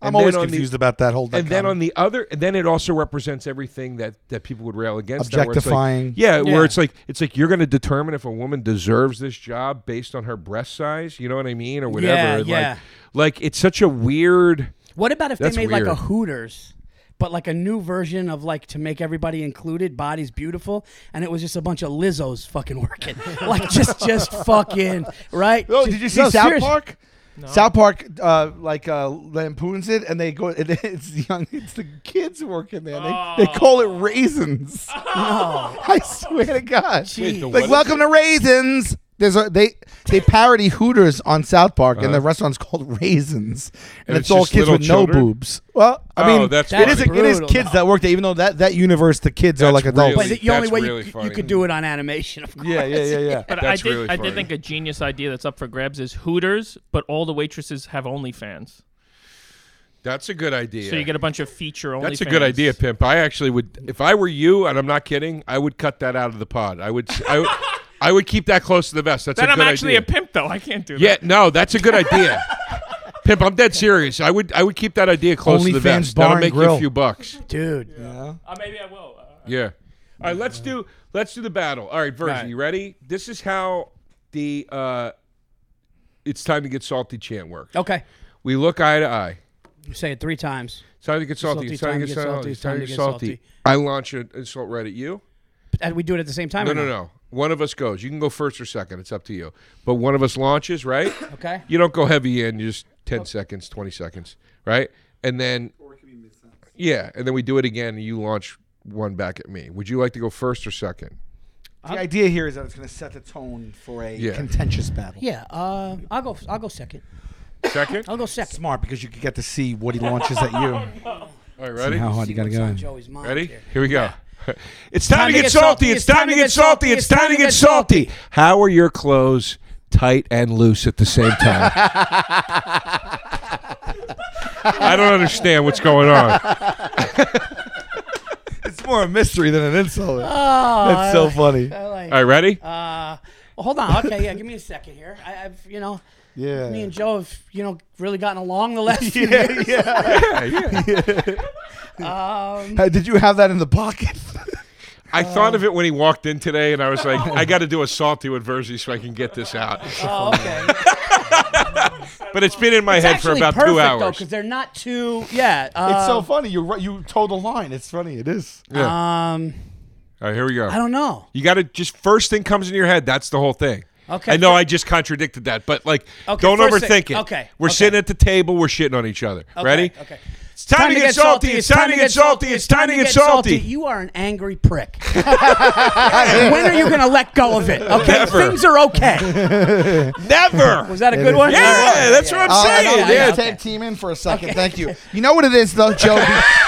Speaker 1: I'm
Speaker 2: And
Speaker 1: always
Speaker 2: then on the-
Speaker 1: confused about that whole.
Speaker 2: and then
Speaker 1: dichotomy.
Speaker 2: on the other, and then it also represents everything that that people would rail against. that, where it's like-
Speaker 1: Objectifying.
Speaker 2: yeah,
Speaker 4: Yeah.
Speaker 2: where it's like it's like you're going to determine if a woman deserves this job based on her breast size. You know what I mean, or whatever.
Speaker 4: Yeah,
Speaker 2: and
Speaker 4: yeah.
Speaker 2: Like, like it's such a weird.
Speaker 4: What about if
Speaker 2: That's
Speaker 4: they made like a
Speaker 2: weird.
Speaker 4: Hooters, but like a new version of like to make everybody included, bodies beautiful, and it was just a bunch of Lizzo's fucking working, like just just fucking right.
Speaker 1: Oh,
Speaker 4: Just-
Speaker 1: did you see
Speaker 4: no,
Speaker 1: South
Speaker 4: seriously.
Speaker 1: Park? South Park, uh, like uh, lampoons it, and they go. And it's young. It's the kids working there. They, they
Speaker 2: Oh.
Speaker 1: call it raisins. I swear to God.
Speaker 4: Jeez.
Speaker 2: the
Speaker 1: like
Speaker 2: what?
Speaker 1: welcome to raisins. There's a they they parody Hooters on South Park, and the restaurant's called Raisins, and,
Speaker 2: Uh-huh. And
Speaker 1: it's,
Speaker 2: it's
Speaker 1: all
Speaker 2: just
Speaker 1: kids
Speaker 2: little
Speaker 1: with no
Speaker 2: children?
Speaker 1: boobs. Well, I
Speaker 2: Oh,
Speaker 1: mean,
Speaker 2: that's
Speaker 1: it is
Speaker 4: funny.
Speaker 1: it is
Speaker 4: Brutal.
Speaker 1: kids that work there, even though that that universe the kids are
Speaker 2: That's
Speaker 1: like adults.
Speaker 4: But
Speaker 2: really-
Speaker 4: the only
Speaker 2: That's
Speaker 4: way
Speaker 2: really
Speaker 4: you, you
Speaker 2: funny.
Speaker 4: could do it on animation, of course.
Speaker 1: yeah, yeah, yeah, yeah.
Speaker 5: But I
Speaker 2: That's
Speaker 5: did,
Speaker 2: really
Speaker 5: I did
Speaker 2: funny.
Speaker 5: think a genius idea that's up for grabs is Hooters, but all the waitresses have OnlyFans.
Speaker 2: That's a good idea.
Speaker 5: So you get a bunch of feature OnlyFans.
Speaker 2: that's a good idea, Pimp. I actually would, if I were you, and I'm not kidding, I would cut that out of the pod. I would, I would, I would keep that close to the vest. That's
Speaker 5: Then
Speaker 2: a
Speaker 5: I'm
Speaker 2: good
Speaker 5: actually
Speaker 2: idea.
Speaker 5: a pimp, though. I can't do that.
Speaker 2: Yeah, no, that's a good idea. Pimp, I'm dead serious. I would, I would keep that idea close to the
Speaker 1: OnlyFans
Speaker 2: vest.
Speaker 1: bar
Speaker 2: That'll
Speaker 1: and
Speaker 2: make you
Speaker 1: grill.
Speaker 2: a few bucks.
Speaker 4: dude.
Speaker 5: Uh, maybe I will. Uh,
Speaker 2: Yeah. All right, let's do let's do the battle. All right, Virgie,
Speaker 4: All right.
Speaker 2: you ready? This is how the uh it's time to get salty chant works.
Speaker 4: Okay,
Speaker 2: We look eye to eye.
Speaker 4: you say it three times
Speaker 2: It's time to get salty.
Speaker 4: Salty,
Speaker 2: It's time, to get salty. It's time to get salty. I launch an insult right at you.
Speaker 4: and Uh, we do it at the same time.
Speaker 2: No,
Speaker 4: or
Speaker 2: no,
Speaker 4: not?
Speaker 2: no. One of us goes. You can go first or second. It's up to you. But one of us launches, right?
Speaker 4: Okay.
Speaker 2: You don't go heavy in. You just 10 seconds, 20 seconds, right? And then. Or it could be Yeah. And then we do it again and you launch one back at me. Would you like to go first or second?
Speaker 1: The idea here is that it's going to set the tone for a
Speaker 2: Yeah.
Speaker 1: contentious battle.
Speaker 4: Yeah, uh, I'll go. I'll go second.
Speaker 2: Second?
Speaker 4: I'll go second.
Speaker 1: Smart because you could get to see what he launches at you.
Speaker 2: All right, ready?
Speaker 1: How hard
Speaker 4: See
Speaker 1: you got to
Speaker 4: what's
Speaker 1: go
Speaker 4: on
Speaker 1: in.
Speaker 4: Joey's mind
Speaker 2: Ready?
Speaker 4: here.
Speaker 2: Here we go. It's time, to, get, salty. It's time to get salty. It's time to get salty. How are your clothes tight and loose at the same time? I don't understand what's going on.
Speaker 1: It's more a mystery than an insult.
Speaker 4: Oh,
Speaker 1: That's so funny.
Speaker 4: I like-
Speaker 2: All right, ready?
Speaker 4: Uh, well, hold on. Okay, yeah, give me a second here. I, I've, you know,
Speaker 1: Yeah.
Speaker 4: me and Joe have, you know, really gotten along the last few years.
Speaker 1: yeah, yeah. Uh, Did you have that in the pocket?
Speaker 2: I thought of it when he walked in today, and I was like, I got to do a salty with Verzi so I can get this out.
Speaker 4: Oh, okay. It's
Speaker 2: But Uh, it's been in my head for
Speaker 4: actually
Speaker 2: about
Speaker 4: perfect,
Speaker 2: two
Speaker 4: though,
Speaker 2: hours.
Speaker 4: because they're not too. Yeah. Uh,
Speaker 1: it's so funny. You ri- you told a line. It's funny. It is.
Speaker 2: Yeah.
Speaker 4: Um,
Speaker 2: All right, here we
Speaker 4: I
Speaker 2: go.
Speaker 4: don't know.
Speaker 2: You got to just first thing comes into your head. That's the whole thing.
Speaker 4: Okay.
Speaker 2: I know I just contradicted that, but like,
Speaker 4: Okay,
Speaker 2: don't
Speaker 4: first
Speaker 2: overthink
Speaker 4: thing.
Speaker 2: it.
Speaker 4: Okay,
Speaker 2: We're
Speaker 4: okay.
Speaker 2: sitting at the table. We're shitting on each other. Ready?
Speaker 4: Okay. It's
Speaker 2: time to get salty. It's time to get salty. It's time to get salty.
Speaker 4: You are an angry prick. when are you going to let go of it? Okay,
Speaker 2: Never.
Speaker 4: things are okay.
Speaker 2: Never.
Speaker 4: Was that a good one?
Speaker 2: yeah, that's what I'm
Speaker 4: Yeah.
Speaker 6: Uh, and
Speaker 2: saying.
Speaker 6: I'm
Speaker 2: yeah.
Speaker 6: gonna
Speaker 4: yeah.
Speaker 6: tag team in for a second.
Speaker 4: Okay.
Speaker 6: Thank you.
Speaker 1: You know what it is, though, Joe,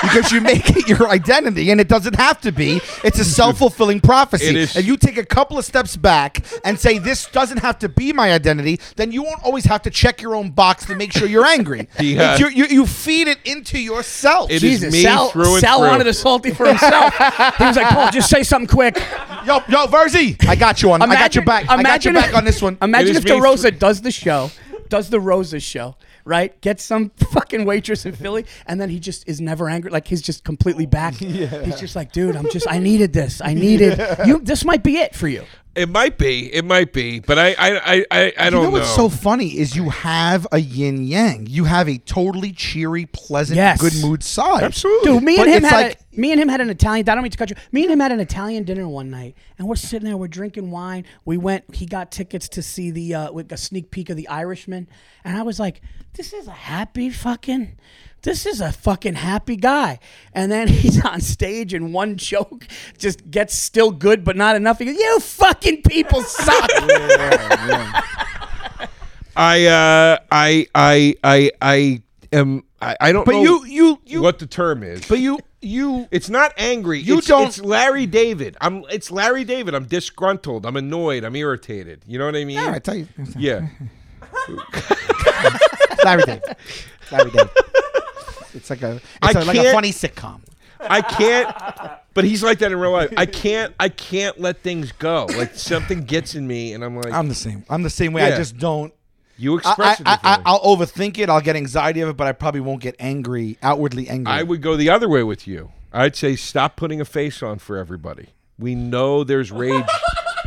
Speaker 1: because you make it your identity, and it doesn't have to be. It's a self fulfilling prophecy.
Speaker 2: It is.
Speaker 1: And you take a couple of steps back and say, This doesn't have to be my identity, then you won't always have to check your own box to make sure you're angry.
Speaker 2: Yeah.
Speaker 1: It's your- you, you feed it into yourself.
Speaker 2: It is
Speaker 4: Jesus,
Speaker 2: me
Speaker 4: Sal,
Speaker 2: through and
Speaker 4: Sal
Speaker 2: through.
Speaker 4: wanted a salty for himself. he was like, Paul, just say something quick.
Speaker 1: Yo, yo, Verzi, I got you on. I got your back. I got your
Speaker 4: imagine if-
Speaker 1: back on this one.
Speaker 2: It
Speaker 4: Imagine
Speaker 2: is
Speaker 4: if
Speaker 2: me
Speaker 4: DeRosa
Speaker 2: through-
Speaker 4: does the show, does the Rosa show, right? Gets some fucking waitress in Philly, and then he just is never angry. Like he's just completely back. He's just like, dude, I'm just, I needed this. I needed you. This might be it for you.
Speaker 2: It might be. It might be. But I, I, I, I, I don't
Speaker 1: you know, what's so funny is you have a yin yang. You have a totally cheery, pleasant,
Speaker 4: Yes.
Speaker 1: good mood side.
Speaker 2: Absolutely.
Speaker 4: Dude, me and
Speaker 1: But
Speaker 4: him
Speaker 1: it's
Speaker 4: had
Speaker 1: like-
Speaker 4: a, me and him had an Italian. I don't mean to cut you. Me and him had an Italian dinner one night, and we're sitting there, we're drinking wine. We went. He got tickets to see the uh, with a sneak peek of the Irishman, and I was like, "This is a happy fucking." This is a fucking happy guy. And then he's on stage and one joke just gets still good but not enough. He goes, You fucking people suck.
Speaker 2: I, uh, I, I, I, I am. I, I don't
Speaker 1: But
Speaker 2: know
Speaker 1: you, you, you.
Speaker 2: what the term is.
Speaker 1: But you, you.
Speaker 2: It's not angry.
Speaker 1: You
Speaker 2: it's,
Speaker 1: don't-
Speaker 2: It's Larry David. I'm. It's Larry David. I'm disgruntled. I'm annoyed. I'm irritated. You know what I mean?
Speaker 1: All right, tell you.
Speaker 2: Yeah.
Speaker 1: Larry David. Larry David. It's like a,
Speaker 2: I
Speaker 1: it's a, like a
Speaker 2: can't-
Speaker 1: funny sitcom.
Speaker 2: I can't. But he's like that in real life. I can't. I can't let things go. Like something gets in me, and I'm like,
Speaker 1: I'm the same. I'm the same way. I
Speaker 2: Yeah.
Speaker 1: just don't.
Speaker 2: you
Speaker 1: Um, I, I,
Speaker 2: express it.
Speaker 1: I,
Speaker 2: to
Speaker 1: I,
Speaker 2: me.
Speaker 1: I'll overthink it. I'll get anxiety of it, but I probably won't get angry, outwardly angry.
Speaker 2: I would go the other way with you. I'd say stop putting a face on for everybody. We know there's rage.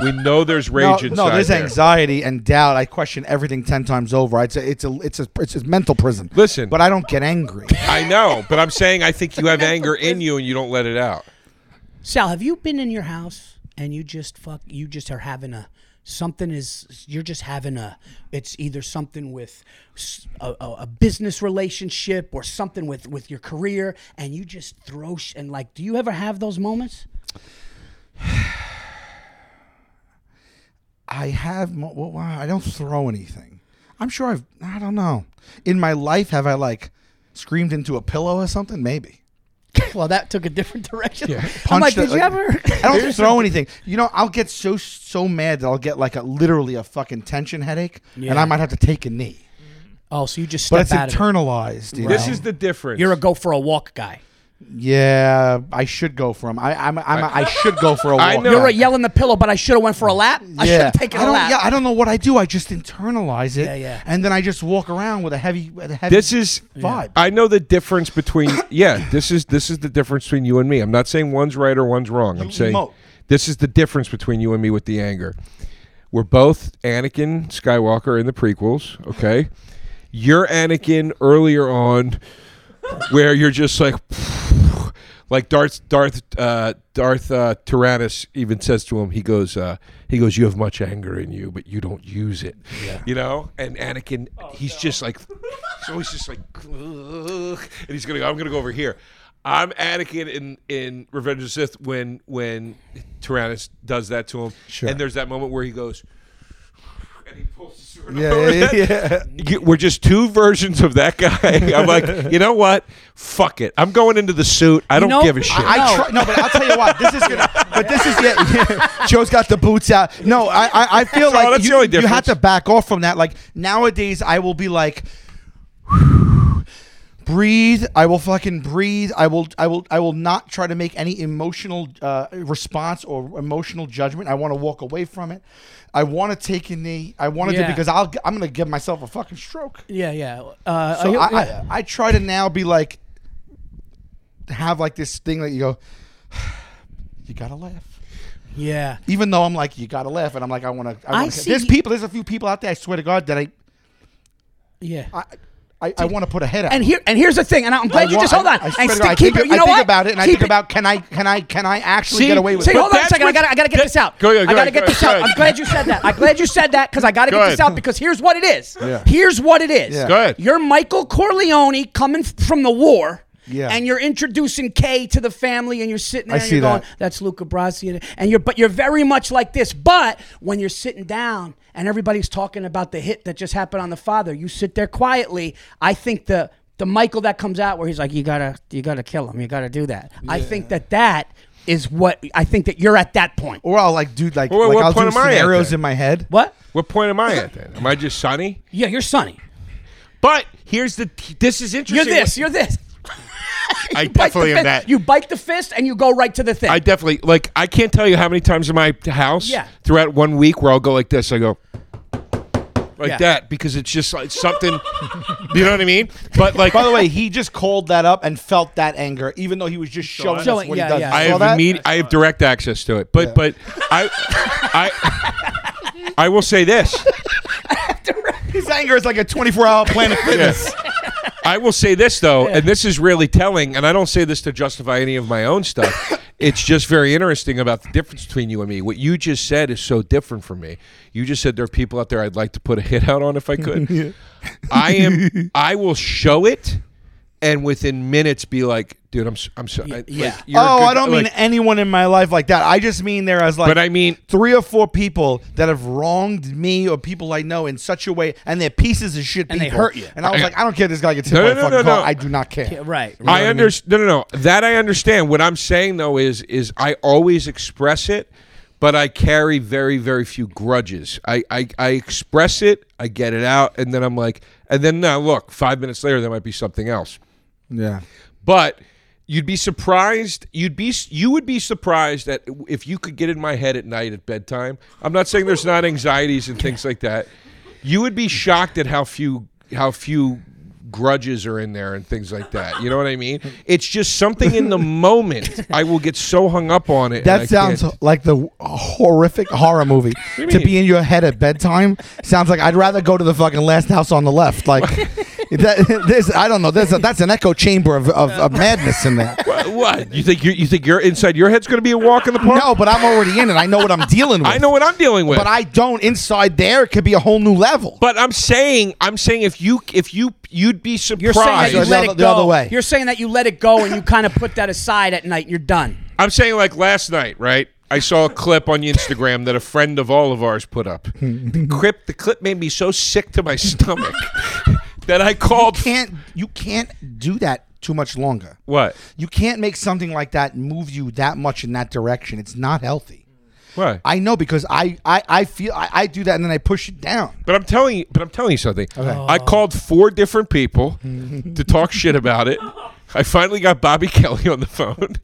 Speaker 2: we know there's
Speaker 1: no,
Speaker 2: rage inside.
Speaker 1: no, there's
Speaker 2: there.
Speaker 1: anxiety and doubt. I question everything ten times over. It's a, it's a, it's a, it's a mental prison.
Speaker 2: Listen.
Speaker 1: but I don't get angry.
Speaker 2: I know, but I'm saying I think you have anger in you and you don't let it out.
Speaker 4: Sal, have you been in your house and you just fuck you just are having a something is you're just having a it's either something with s- a, a- a business relationship or something with with your career and you just throw sh- and like do you ever have those moments?
Speaker 1: I have. Mo- well, wow, I don't throw anything. I'm sure I've. I don't know. In my life, have I like screamed into a pillow or something? Maybe.
Speaker 4: well, that took a different direction. I'm
Speaker 1: Punch
Speaker 4: like,
Speaker 1: the-
Speaker 4: did you ever?
Speaker 1: I don't throw anything. You know, I'll get so so mad that I'll get like a literally a fucking tension headache, and I might have to take a knee.
Speaker 4: oh, so you just
Speaker 1: But
Speaker 4: step
Speaker 1: it's
Speaker 4: out of it.
Speaker 1: internalized. you
Speaker 2: This
Speaker 1: know?
Speaker 2: is the difference.
Speaker 4: You're a go for a walk guy.
Speaker 1: yeah. I should go for him. I I'm, I'm, I should go for a walk.
Speaker 2: I know.
Speaker 4: You're
Speaker 2: Yeah.
Speaker 4: right, yelling the pillow, but I should have went for a lap. I should
Speaker 1: Yeah.
Speaker 4: have taken
Speaker 1: I
Speaker 4: a
Speaker 1: don't,
Speaker 4: lap.
Speaker 1: yeah, I don't know what I do. I just internalize it,
Speaker 4: Yeah, yeah.
Speaker 1: and then I just walk around with a heavy, with a heavy
Speaker 2: this is
Speaker 1: vibe.
Speaker 2: I know the difference between yeah, this is this is the difference between you and me. I'm not saying one's right or one's wrong. I'm saying
Speaker 1: emote.
Speaker 2: this is the difference between you and me with the anger. We're both Anakin Skywalker in the prequels, okay? You're Anakin earlier on where you're just like like Darth Darth uh, Darth uh, Tyrannus even says to him, he goes, uh, he goes, you have much anger in you, but you don't use it, you know. And Anakin, he's just like, he's always just like, "Ugh," and he's gonna go, I'm gonna go over here. I'm Anakin in in Revenge of the Sith when when Tyrannus does that to him,
Speaker 1: Sure.
Speaker 2: and there's that moment where he goes. And he pulls the sword
Speaker 1: Yeah,
Speaker 2: over
Speaker 1: yeah,
Speaker 2: that.
Speaker 1: yeah.
Speaker 2: You- we're just two versions of that guy. I'm like, you know what? Fuck it. I'm going into the suit. I don't
Speaker 4: know,
Speaker 2: give a shit.
Speaker 1: I try, no, but I'll tell you what. This is gonna. But this is yeah, yeah. Joe's got the boots out. No, I I, I feel
Speaker 2: all,
Speaker 1: like
Speaker 2: that's
Speaker 1: you,
Speaker 2: the only
Speaker 1: you have
Speaker 2: difference.
Speaker 1: to back off from that. Like nowadays, I will be like. Breathe. I will fucking breathe. I will. I will. I will not try to make any emotional uh, response or emotional judgment. I want to walk away from it. I want to take a knee. I want to
Speaker 4: Yeah.
Speaker 1: do because I'll. I'm gonna give myself a fucking stroke.
Speaker 4: yeah, yeah. Uh,
Speaker 1: So
Speaker 4: you-
Speaker 1: I,
Speaker 4: yeah.
Speaker 1: I, I try to now be like, have like this thing that you go, you gotta laugh.
Speaker 4: yeah.
Speaker 1: Even though I'm like, you gotta laugh, and I'm like, I want to. I,
Speaker 4: I
Speaker 1: wanna,
Speaker 4: see-
Speaker 1: There's people. There's a few people out there. I swear to God that I,
Speaker 4: Yeah.
Speaker 1: I, I, I want to put a head out.
Speaker 4: And here and here's the thing, and I'm glad you
Speaker 1: want-
Speaker 4: just hold on.
Speaker 1: I, I, swear
Speaker 4: and
Speaker 1: to
Speaker 4: stick,
Speaker 1: God, I
Speaker 4: keep
Speaker 1: think,
Speaker 4: it. You know
Speaker 1: I think
Speaker 4: what?
Speaker 1: about it, and I
Speaker 4: Keep
Speaker 1: think about can I can I can I actually
Speaker 4: See,
Speaker 1: get away with
Speaker 4: see,
Speaker 1: it?
Speaker 4: hold on a
Speaker 2: that's
Speaker 4: second. I
Speaker 2: what-
Speaker 4: gotta, I gotta get
Speaker 2: that-
Speaker 4: this out.
Speaker 2: Go ahead, go
Speaker 4: I gotta
Speaker 2: ahead,
Speaker 4: get
Speaker 2: go
Speaker 4: this
Speaker 2: ahead,
Speaker 4: out.
Speaker 2: go
Speaker 4: I'm glad you said that. I'm glad you said that because I gotta
Speaker 2: Go
Speaker 4: get this
Speaker 2: ahead.
Speaker 4: out because here's what it is.
Speaker 1: Yeah.
Speaker 4: Here's what it is.
Speaker 1: Yeah.
Speaker 2: Go ahead.
Speaker 4: You're Michael Corleone coming f- from the war.
Speaker 1: Yeah.
Speaker 4: And you're introducing Kay to the family, and you're sitting there
Speaker 1: I
Speaker 4: and
Speaker 1: see
Speaker 4: you're going,
Speaker 1: that.
Speaker 4: "That's Luca Brasi," and- and you're, but you're very much like this. But when you're sitting down and everybody's talking about the hit that just happened on the father, you sit there quietly. I think the the Michael that comes out where he's like, "You gotta, you gotta kill him. You gotta do that." I think that that is what I think that you're at that point.
Speaker 1: Or I'll like do like,
Speaker 2: Well, what-
Speaker 1: like
Speaker 2: what
Speaker 1: I'll do
Speaker 2: point am I at
Speaker 1: scenarios
Speaker 2: then?
Speaker 1: in my head.
Speaker 4: What?
Speaker 2: What point am I at then? Am I just sunny?
Speaker 4: Yeah, you're Sonny.
Speaker 2: But here's the. This is
Speaker 4: You're
Speaker 2: interesting.
Speaker 4: this. You're this. You
Speaker 2: I
Speaker 4: bite the
Speaker 2: definitely am
Speaker 4: fist-
Speaker 2: that.
Speaker 4: You bite the fist and you go right to the thing.
Speaker 2: I definitely like. I can't tell you how many times in my house
Speaker 4: Yeah.
Speaker 2: throughout one week where I'll go like this. I go like
Speaker 4: Yeah.
Speaker 2: that because it's just like something. you know what I mean? But like,
Speaker 1: By the way, he just called that up and felt that anger, even though he was just showing, us
Speaker 4: Showing-
Speaker 1: what
Speaker 4: yeah,
Speaker 1: he does.
Speaker 4: yeah.
Speaker 1: You
Speaker 2: I
Speaker 1: saw
Speaker 2: have
Speaker 1: that?
Speaker 2: immediate. I have direct access to it. But but I I I will say this.
Speaker 1: His anger is like a 24-hour Planet Fitness.
Speaker 2: I will say this though, and this is really telling, and I don't say this to justify any of my own stuff. it's just very interesting about the difference between you and me. What you just said is so different from me. You just said there are people out there I'd like to put a hit out on if I could. I am. I will show it, and within minutes be like, dude, I'm s- I'm sorry. Like,
Speaker 4: yeah.
Speaker 2: you're a
Speaker 1: oh,
Speaker 2: good-
Speaker 1: I don't mean
Speaker 2: like-
Speaker 1: anyone in my life like that. I just mean there as like,
Speaker 2: But I mean-
Speaker 1: three or four people that have wronged me or people I know in such a way, and they're pieces of shit.
Speaker 4: And they
Speaker 1: people.
Speaker 4: hurt you.
Speaker 1: And I was like, I don't care. if This guy gets hit
Speaker 2: No,
Speaker 1: by a
Speaker 2: no, no,
Speaker 1: fucking
Speaker 2: no,
Speaker 1: car.
Speaker 2: no.
Speaker 1: I do not care.
Speaker 4: right.
Speaker 2: I understand. No, no, no. That I understand. What I'm saying though is, is I always express it, but I carry very, very few grudges. I, I, I express it, I get it out, and then I'm like, and then now look, five minutes later there might be something else.
Speaker 1: Yeah.
Speaker 2: But you'd be surprised. You'd be, you would be surprised at if you could get in my head at night at bedtime. I'm not saying there's not anxieties and things like that. You would be shocked at how few, how few grudges are in there and things like that. You know what I mean? It's just something in the moment. I will get so hung up on it. and I
Speaker 1: That sounds
Speaker 2: can't-
Speaker 1: like the horrific horror movie. to be in your head at bedtime sounds like I'd rather go to the fucking last house on the left. Like, that, there's, I don't know. There's a, that's an echo chamber of, of, of madness in there.
Speaker 2: What- what you think? You, you think you're inside your head's going to be a walk in the park?
Speaker 1: No, but I'm already in it. I know what I'm dealing with.
Speaker 2: I know what I'm dealing with.
Speaker 1: But I don't. Inside there, it could be a whole new level.
Speaker 2: But I'm saying, I'm saying if you, if you, you'd be surprised.
Speaker 4: You're saying that you
Speaker 1: Surprise.
Speaker 4: let
Speaker 1: The
Speaker 4: it
Speaker 1: other- the
Speaker 4: go.
Speaker 1: other way.
Speaker 4: You're saying that you let it go and you kind of put that aside at night. You're done.
Speaker 2: I'm saying like last night, right? I saw a clip on Instagram that a friend of all of ours put up. The clip, the clip made me so sick to my stomach that I called.
Speaker 1: can't you can't do that too much longer.
Speaker 2: What?
Speaker 1: You can't make something like that move you that much in that direction. It's not healthy.
Speaker 2: What?
Speaker 1: I know because I I, I feel I, I do that and then I push it down.
Speaker 2: But I'm telling you, but I'm telling you something.
Speaker 1: Oh.
Speaker 2: I called four different people to talk shit about it. I finally got Bobby Kelly on the phone.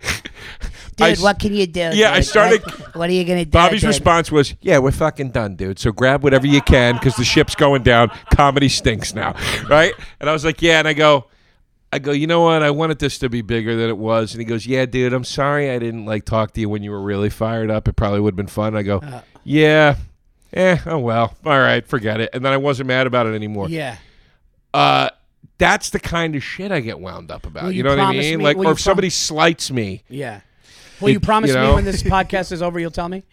Speaker 2: Dude,
Speaker 6: can you do?
Speaker 2: Yeah, I
Speaker 6: dude?
Speaker 2: started-
Speaker 6: What, what are you gonna do?
Speaker 2: Bobby's
Speaker 6: dude?
Speaker 2: response was, "Yeah, we're fucking done, dude. So grab whatever you can because the ship's going down. Comedy stinks now, right?" And I was like, "Yeah," and I go, "I go, you know what? I wanted this to be bigger than it was." And he goes, "Yeah, dude, I'm sorry I didn't like talk to you when you were really fired up. It probably would have been fun." I go,
Speaker 4: Uh.
Speaker 2: "Yeah, eh, oh well, all right, forget it." And then I wasn't mad about it anymore.
Speaker 4: Yeah.
Speaker 2: Uh, that's the kind of shit I get wound up about.
Speaker 4: Will
Speaker 2: you,
Speaker 4: you
Speaker 2: know what I
Speaker 4: promise
Speaker 2: mean?
Speaker 4: me-
Speaker 2: Like,
Speaker 4: will
Speaker 2: or
Speaker 4: you
Speaker 2: if somebody slights me.
Speaker 4: Yeah. Will
Speaker 2: It-
Speaker 4: you promise
Speaker 2: you
Speaker 4: me
Speaker 2: know?
Speaker 4: when this podcast is over, you'll tell me?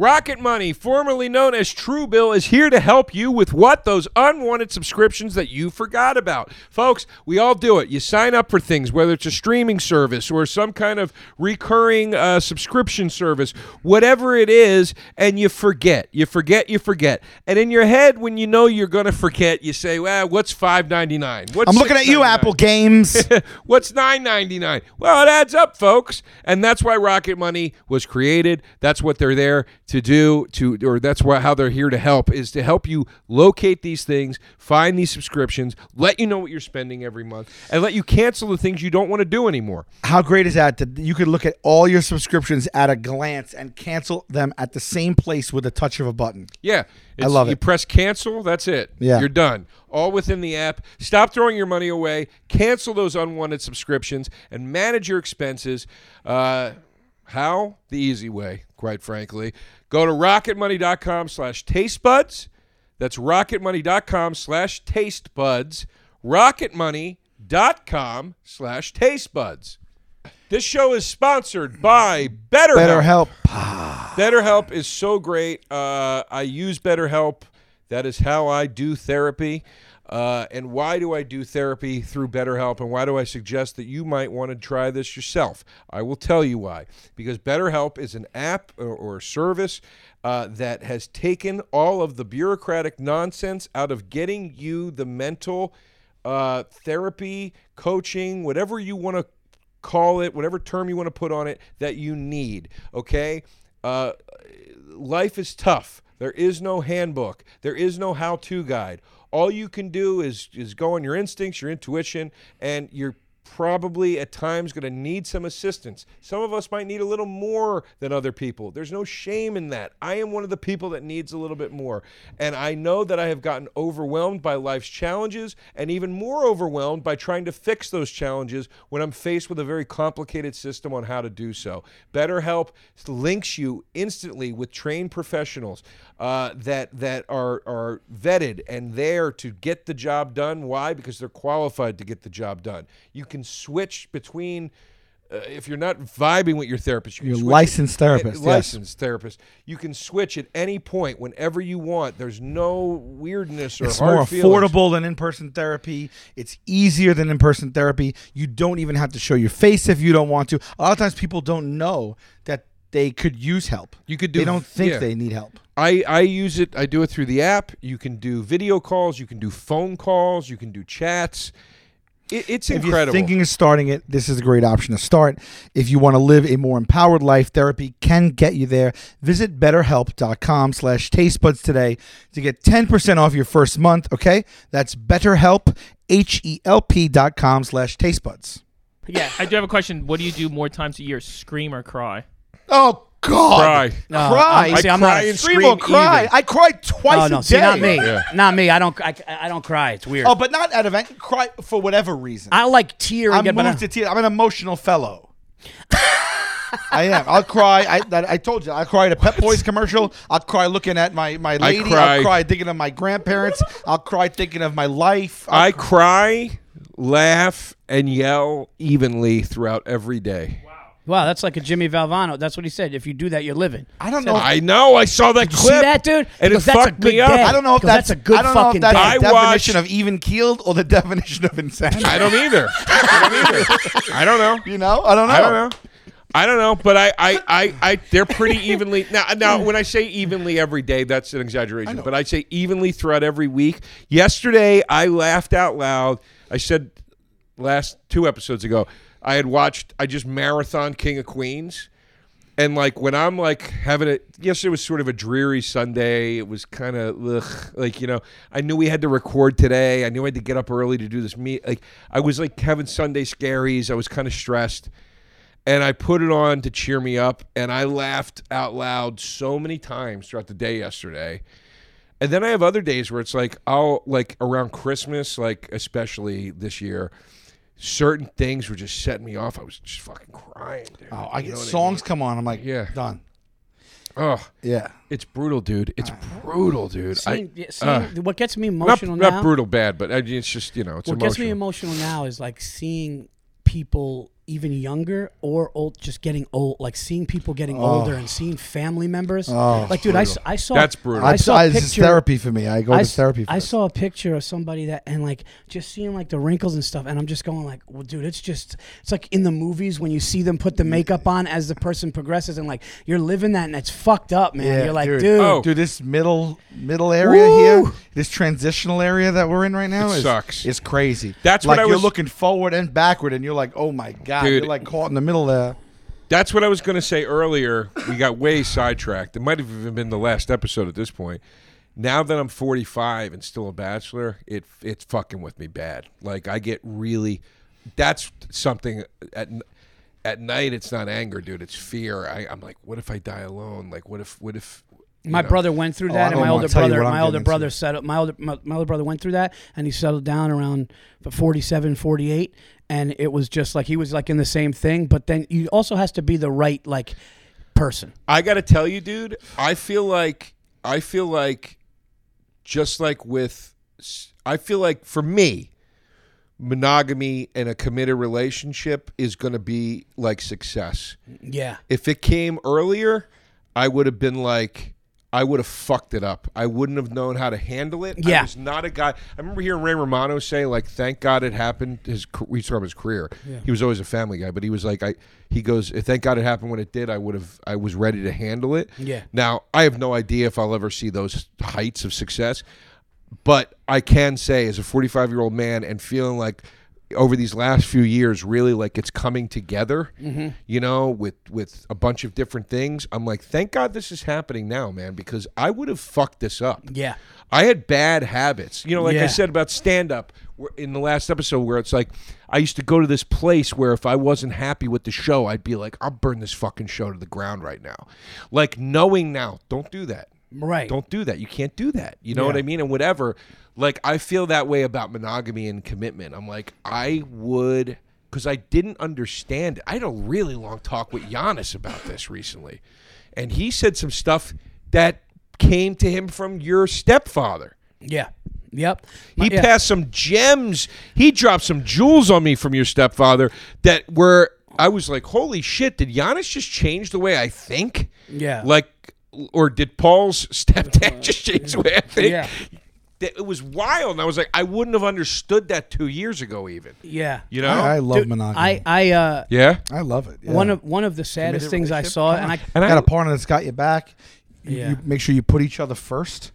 Speaker 2: Rocket Money, formerly known as Truebill, is here to help you with what? Those unwanted subscriptions that you forgot about. Folks, we all do it. You sign up for things, whether it's a streaming service or some kind of recurring uh, subscription service, whatever it is, and you forget. You forget, you forget. And in your head, when you know you're going to forget, you say, well, what's five ninety nine?
Speaker 1: I'm looking at you, Apple Games.
Speaker 2: What's nine ninety nine? Well, it adds up, folks, and that's why Rocket Money was created. That's what they're there to do. To or that's why how they're here to help is to help you locate these things, find these subscriptions, let you know what you're spending every month, and let you cancel the things you don't want to do anymore.
Speaker 1: How great is that? That you could look at all your subscriptions at a glance and cancel them at the same place with a touch of a button.
Speaker 2: Yeah. it's-
Speaker 1: love
Speaker 2: You
Speaker 1: it.
Speaker 2: press cancel, that's it.
Speaker 1: Yeah.
Speaker 2: You're done. All within the app. Stop throwing your money away. Cancel those unwanted subscriptions and manage your expenses. Uh, how? The easy way, quite frankly. Go to rocketmoney.com slash tastebuds. That's rocketmoney.com slash tastebuds. rocketmoney.com slash tastebuds. This show is sponsored by BetterHelp.
Speaker 1: Better help.
Speaker 2: BetterHelp is so great. Uh, I use BetterHelp. That is how I do therapy. Uh, and why do I do therapy through BetterHelp? And why do I suggest that you might want to try this yourself? I will tell you why. Because BetterHelp is an app or, or a service uh, that has taken all of the bureaucratic nonsense out of getting you the mental uh, therapy, coaching, whatever you want to call it, whatever term you want to put on it, that you need. Okay? Uh, life is tough. There is no handbook. There is no how-to guide. All you can do is is go on your instincts, your intuition, and you're probably at times going to need some assistance. Some of us might need a little more than other people. There's no shame in that. I am one of the people that needs a little bit more. And I know that I have gotten overwhelmed by life's challenges and even more overwhelmed by trying to fix those challenges when I'm faced with a very complicated system on how to do so. BetterHelp links you instantly with trained professionals uh, that that are are vetted and there to get the job done. Why? Because they're qualified to get the job done. You can switch between. Uh, if you're not vibing with your therapist, you can
Speaker 1: Your
Speaker 2: switch it-
Speaker 1: licensed therapist,
Speaker 2: eh,
Speaker 1: yes.
Speaker 2: licensed therapist. You can switch at any point, whenever you want. There's no weirdness or
Speaker 1: It's
Speaker 2: hard
Speaker 1: more
Speaker 2: feelings.
Speaker 1: affordable than in-person therapy. It's easier than in-person therapy. You don't even have to show your face if you don't want to. A lot of times people don't know that they could use help.
Speaker 2: You could do-
Speaker 1: They don't think
Speaker 2: yeah.
Speaker 1: they need help.
Speaker 2: I, I use it. I do it through the app. You can do video calls. You can do phone calls. You can do chats. It, it's
Speaker 1: If
Speaker 2: incredible.
Speaker 1: you're thinking of starting it, this is a great option to start. If you want to live a more empowered life, therapy can get you there. Visit betterhelp.com slash tastebuds today to get 10% off your first month, okay? That's betterhelp, H-E-L-P dot com slash tastebuds.
Speaker 5: Yeah, I do have a question. What do you do more times a year, scream or cry?
Speaker 1: Oh, God.
Speaker 2: Cry.
Speaker 4: No,
Speaker 1: Cry.
Speaker 4: I'm- see,
Speaker 2: I
Speaker 4: I'm
Speaker 2: cry
Speaker 4: not.
Speaker 2: and
Speaker 1: Scream
Speaker 2: scream
Speaker 1: or cry.
Speaker 2: even.
Speaker 1: I cried twice
Speaker 4: Oh
Speaker 1: a
Speaker 4: no,
Speaker 1: day.
Speaker 4: see, not me.
Speaker 2: Yeah.
Speaker 4: Not me. I don't. I, I don't cry. It's weird.
Speaker 1: Oh, but not out of anger. Cry for whatever reason.
Speaker 4: I like tear.
Speaker 1: I'm
Speaker 4: and get, but I-
Speaker 1: moved to tears. I'm an emotional fellow. I am. I'll cry. I that, I told you. I cry at a Pep Boys commercial. I'll cry looking at my my lady.
Speaker 2: cry-
Speaker 1: I'll cry thinking of my grandparents. I'll cry thinking of my life. I'll
Speaker 2: I cry, laugh, and yell evenly throughout every day.
Speaker 4: Wow, that's like a Jimmy Valvano. That's what he said. If you do that, you're living.
Speaker 1: I don't know. if-
Speaker 2: I know. I saw that
Speaker 4: You
Speaker 2: clip.
Speaker 4: see that, dude?
Speaker 2: And it
Speaker 4: Because that's a
Speaker 2: fucked me
Speaker 4: good
Speaker 2: up.
Speaker 4: day.
Speaker 1: I don't know if
Speaker 4: Because that's
Speaker 1: that's,
Speaker 4: a good
Speaker 1: I don't know
Speaker 4: fucking
Speaker 1: if that's
Speaker 4: day.
Speaker 1: the
Speaker 2: I
Speaker 1: definition
Speaker 2: watched-
Speaker 1: of even keeled or the definition of insanity.
Speaker 2: I don't either. I don't either. I don't know.
Speaker 1: you know. I don't know.
Speaker 2: I don't know. I don't know, but I, I, I, I they're pretty evenly now. Now, when I say evenly every day, that's an exaggeration, but I say evenly throughout every week. Yesterday, I laughed out loud. I said last two episodes ago, I had watched. I just marathon King of Queens, and like when I'm like having a yesterday was sort of a dreary Sunday. It was kind of ugh, like you know I knew we had to record today. I knew I had to get up early to do this meet. Like I was like having Sunday scaries. I was kind of stressed and I put it on to cheer me up, and I laughed out loud so many times throughout the day yesterday. And then I have other days where it's like I'll like around Christmas, like especially this year, certain things were just setting me off. I was just fucking crying. Dude.
Speaker 1: Oh, I
Speaker 2: You
Speaker 1: get
Speaker 2: know what
Speaker 1: songs come on. I'm like,
Speaker 2: Yeah.
Speaker 1: done.
Speaker 2: I mean? Ugh,
Speaker 1: Yeah.
Speaker 2: it's brutal, dude. It's brutal, dude. I-
Speaker 4: Seeing- yeah, seeing-
Speaker 2: uh,
Speaker 4: what gets me
Speaker 2: not,
Speaker 4: emotional now.
Speaker 2: not brutal bad, but I, it's just you know it's
Speaker 4: what
Speaker 2: emotional.
Speaker 4: gets me emotional now is like seeing people even younger or old, just getting old. Like seeing people getting
Speaker 1: Oh.
Speaker 4: older and seeing family members. like, dude, I, s- I saw.
Speaker 2: That's brutal.
Speaker 4: I
Speaker 1: I,
Speaker 4: saw a
Speaker 1: this is
Speaker 4: picture.
Speaker 1: therapy for me. I go
Speaker 4: I,
Speaker 1: to
Speaker 4: s-
Speaker 1: therapy. For
Speaker 4: I
Speaker 1: this.
Speaker 4: saw a picture of somebody that and like just seeing like the wrinkles and stuff and I'm just going like well dude it's just it's like in the movies when you see them put the makeup on as the person progresses and like you're living that and it's fucked up man
Speaker 1: Yeah,
Speaker 4: you're like
Speaker 1: dude.
Speaker 4: dude,
Speaker 2: Oh.
Speaker 1: Dude, this middle middle area here,
Speaker 4: Woo!
Speaker 1: this transitional area that we're in right now,
Speaker 2: It
Speaker 1: is
Speaker 2: sucks.
Speaker 1: It's crazy.
Speaker 2: That's
Speaker 1: like
Speaker 2: what I
Speaker 1: you're
Speaker 2: was-
Speaker 1: looking forward and backward, and you're like, oh my god,
Speaker 2: Dude.
Speaker 1: you're like caught in the middle there.
Speaker 2: That's what I was going to say earlier. We got way sidetracked. It might have even been the last episode at this point. Now that I'm 45 and still a bachelor, it it's fucking with me bad. Like I get really. That's something at n- at night. It's not anger, dude. It's fear. I, I'm like, what if I die alone? Like, what if? What if? you
Speaker 4: my
Speaker 2: know?
Speaker 4: brother went through that,
Speaker 1: Oh, I
Speaker 4: and my
Speaker 1: don't wanna
Speaker 4: older
Speaker 1: tell you
Speaker 4: brother,
Speaker 1: what I'm
Speaker 4: my older
Speaker 1: getting
Speaker 4: brother
Speaker 1: into.
Speaker 4: settled. My older, my, my older brother went through that, and he settled down around 47, 48, and it was just like he was like in the same thing. But then you also has to be the right like person.
Speaker 2: I gotta tell you, dude. I feel like I feel like just like with I feel like for me, monogamy and a committed relationship is going to be like success.
Speaker 4: Yeah.
Speaker 2: If it came earlier, I would have been like, I would have fucked it up. I wouldn't have known how to handle it. I
Speaker 4: Yeah.
Speaker 2: was not a guy. I remember hearing Ray Romano say, like, thank God it happened. His ca- we talking about his career. He was always a family guy, but he was like, I. He goes, thank God it happened when it did. I would have. I was ready to handle it.
Speaker 4: Yeah.
Speaker 2: Now I have no idea if I'll ever see those heights of success, but I can say, as a 45 year old man, and feeling like over these last few years, really like it's coming together,
Speaker 4: Mm-hmm.
Speaker 2: you know, with with a bunch of different things. I'm like, thank God this is happening now, man, because I would have fucked this up.
Speaker 4: Yeah.
Speaker 2: I had bad habits. You know, like I
Speaker 4: Yeah.
Speaker 2: said about stand up in the last episode, where it's like I used to go to this place where if I wasn't happy with the show, I'd be like, I'll burn this fucking show to the ground right now. Like knowing now, don't do that.
Speaker 4: Right.
Speaker 2: Don't do that. You can't do that. You know what I mean? And whatever. Like I feel that way about monogamy and commitment. I'm like, I would because I didn't understand it. I had a really long talk with Giannis about this recently. And he said some stuff that came to him from your stepfather.
Speaker 4: Yeah. Yep.
Speaker 2: He
Speaker 4: yeah.
Speaker 2: passed some gems. He dropped some jewels on me from your stepfather that were I was like, holy shit, did Giannis just change the way I think?
Speaker 4: Yeah.
Speaker 2: Like or did Paul's stepdad just change the way I think?
Speaker 4: Yeah.
Speaker 2: That- It was wild. And I was like, I wouldn't have understood that two years ago even.
Speaker 4: Yeah.
Speaker 2: You know?
Speaker 1: I, I love
Speaker 4: Dude,
Speaker 1: monogamy.
Speaker 4: I I uh
Speaker 2: yeah.
Speaker 1: I love it. yeah.
Speaker 4: one of one of the saddest things I saw, and I
Speaker 2: And I-
Speaker 1: got a partner that's got your back. You,
Speaker 4: Yeah.
Speaker 1: you make sure you put each other first.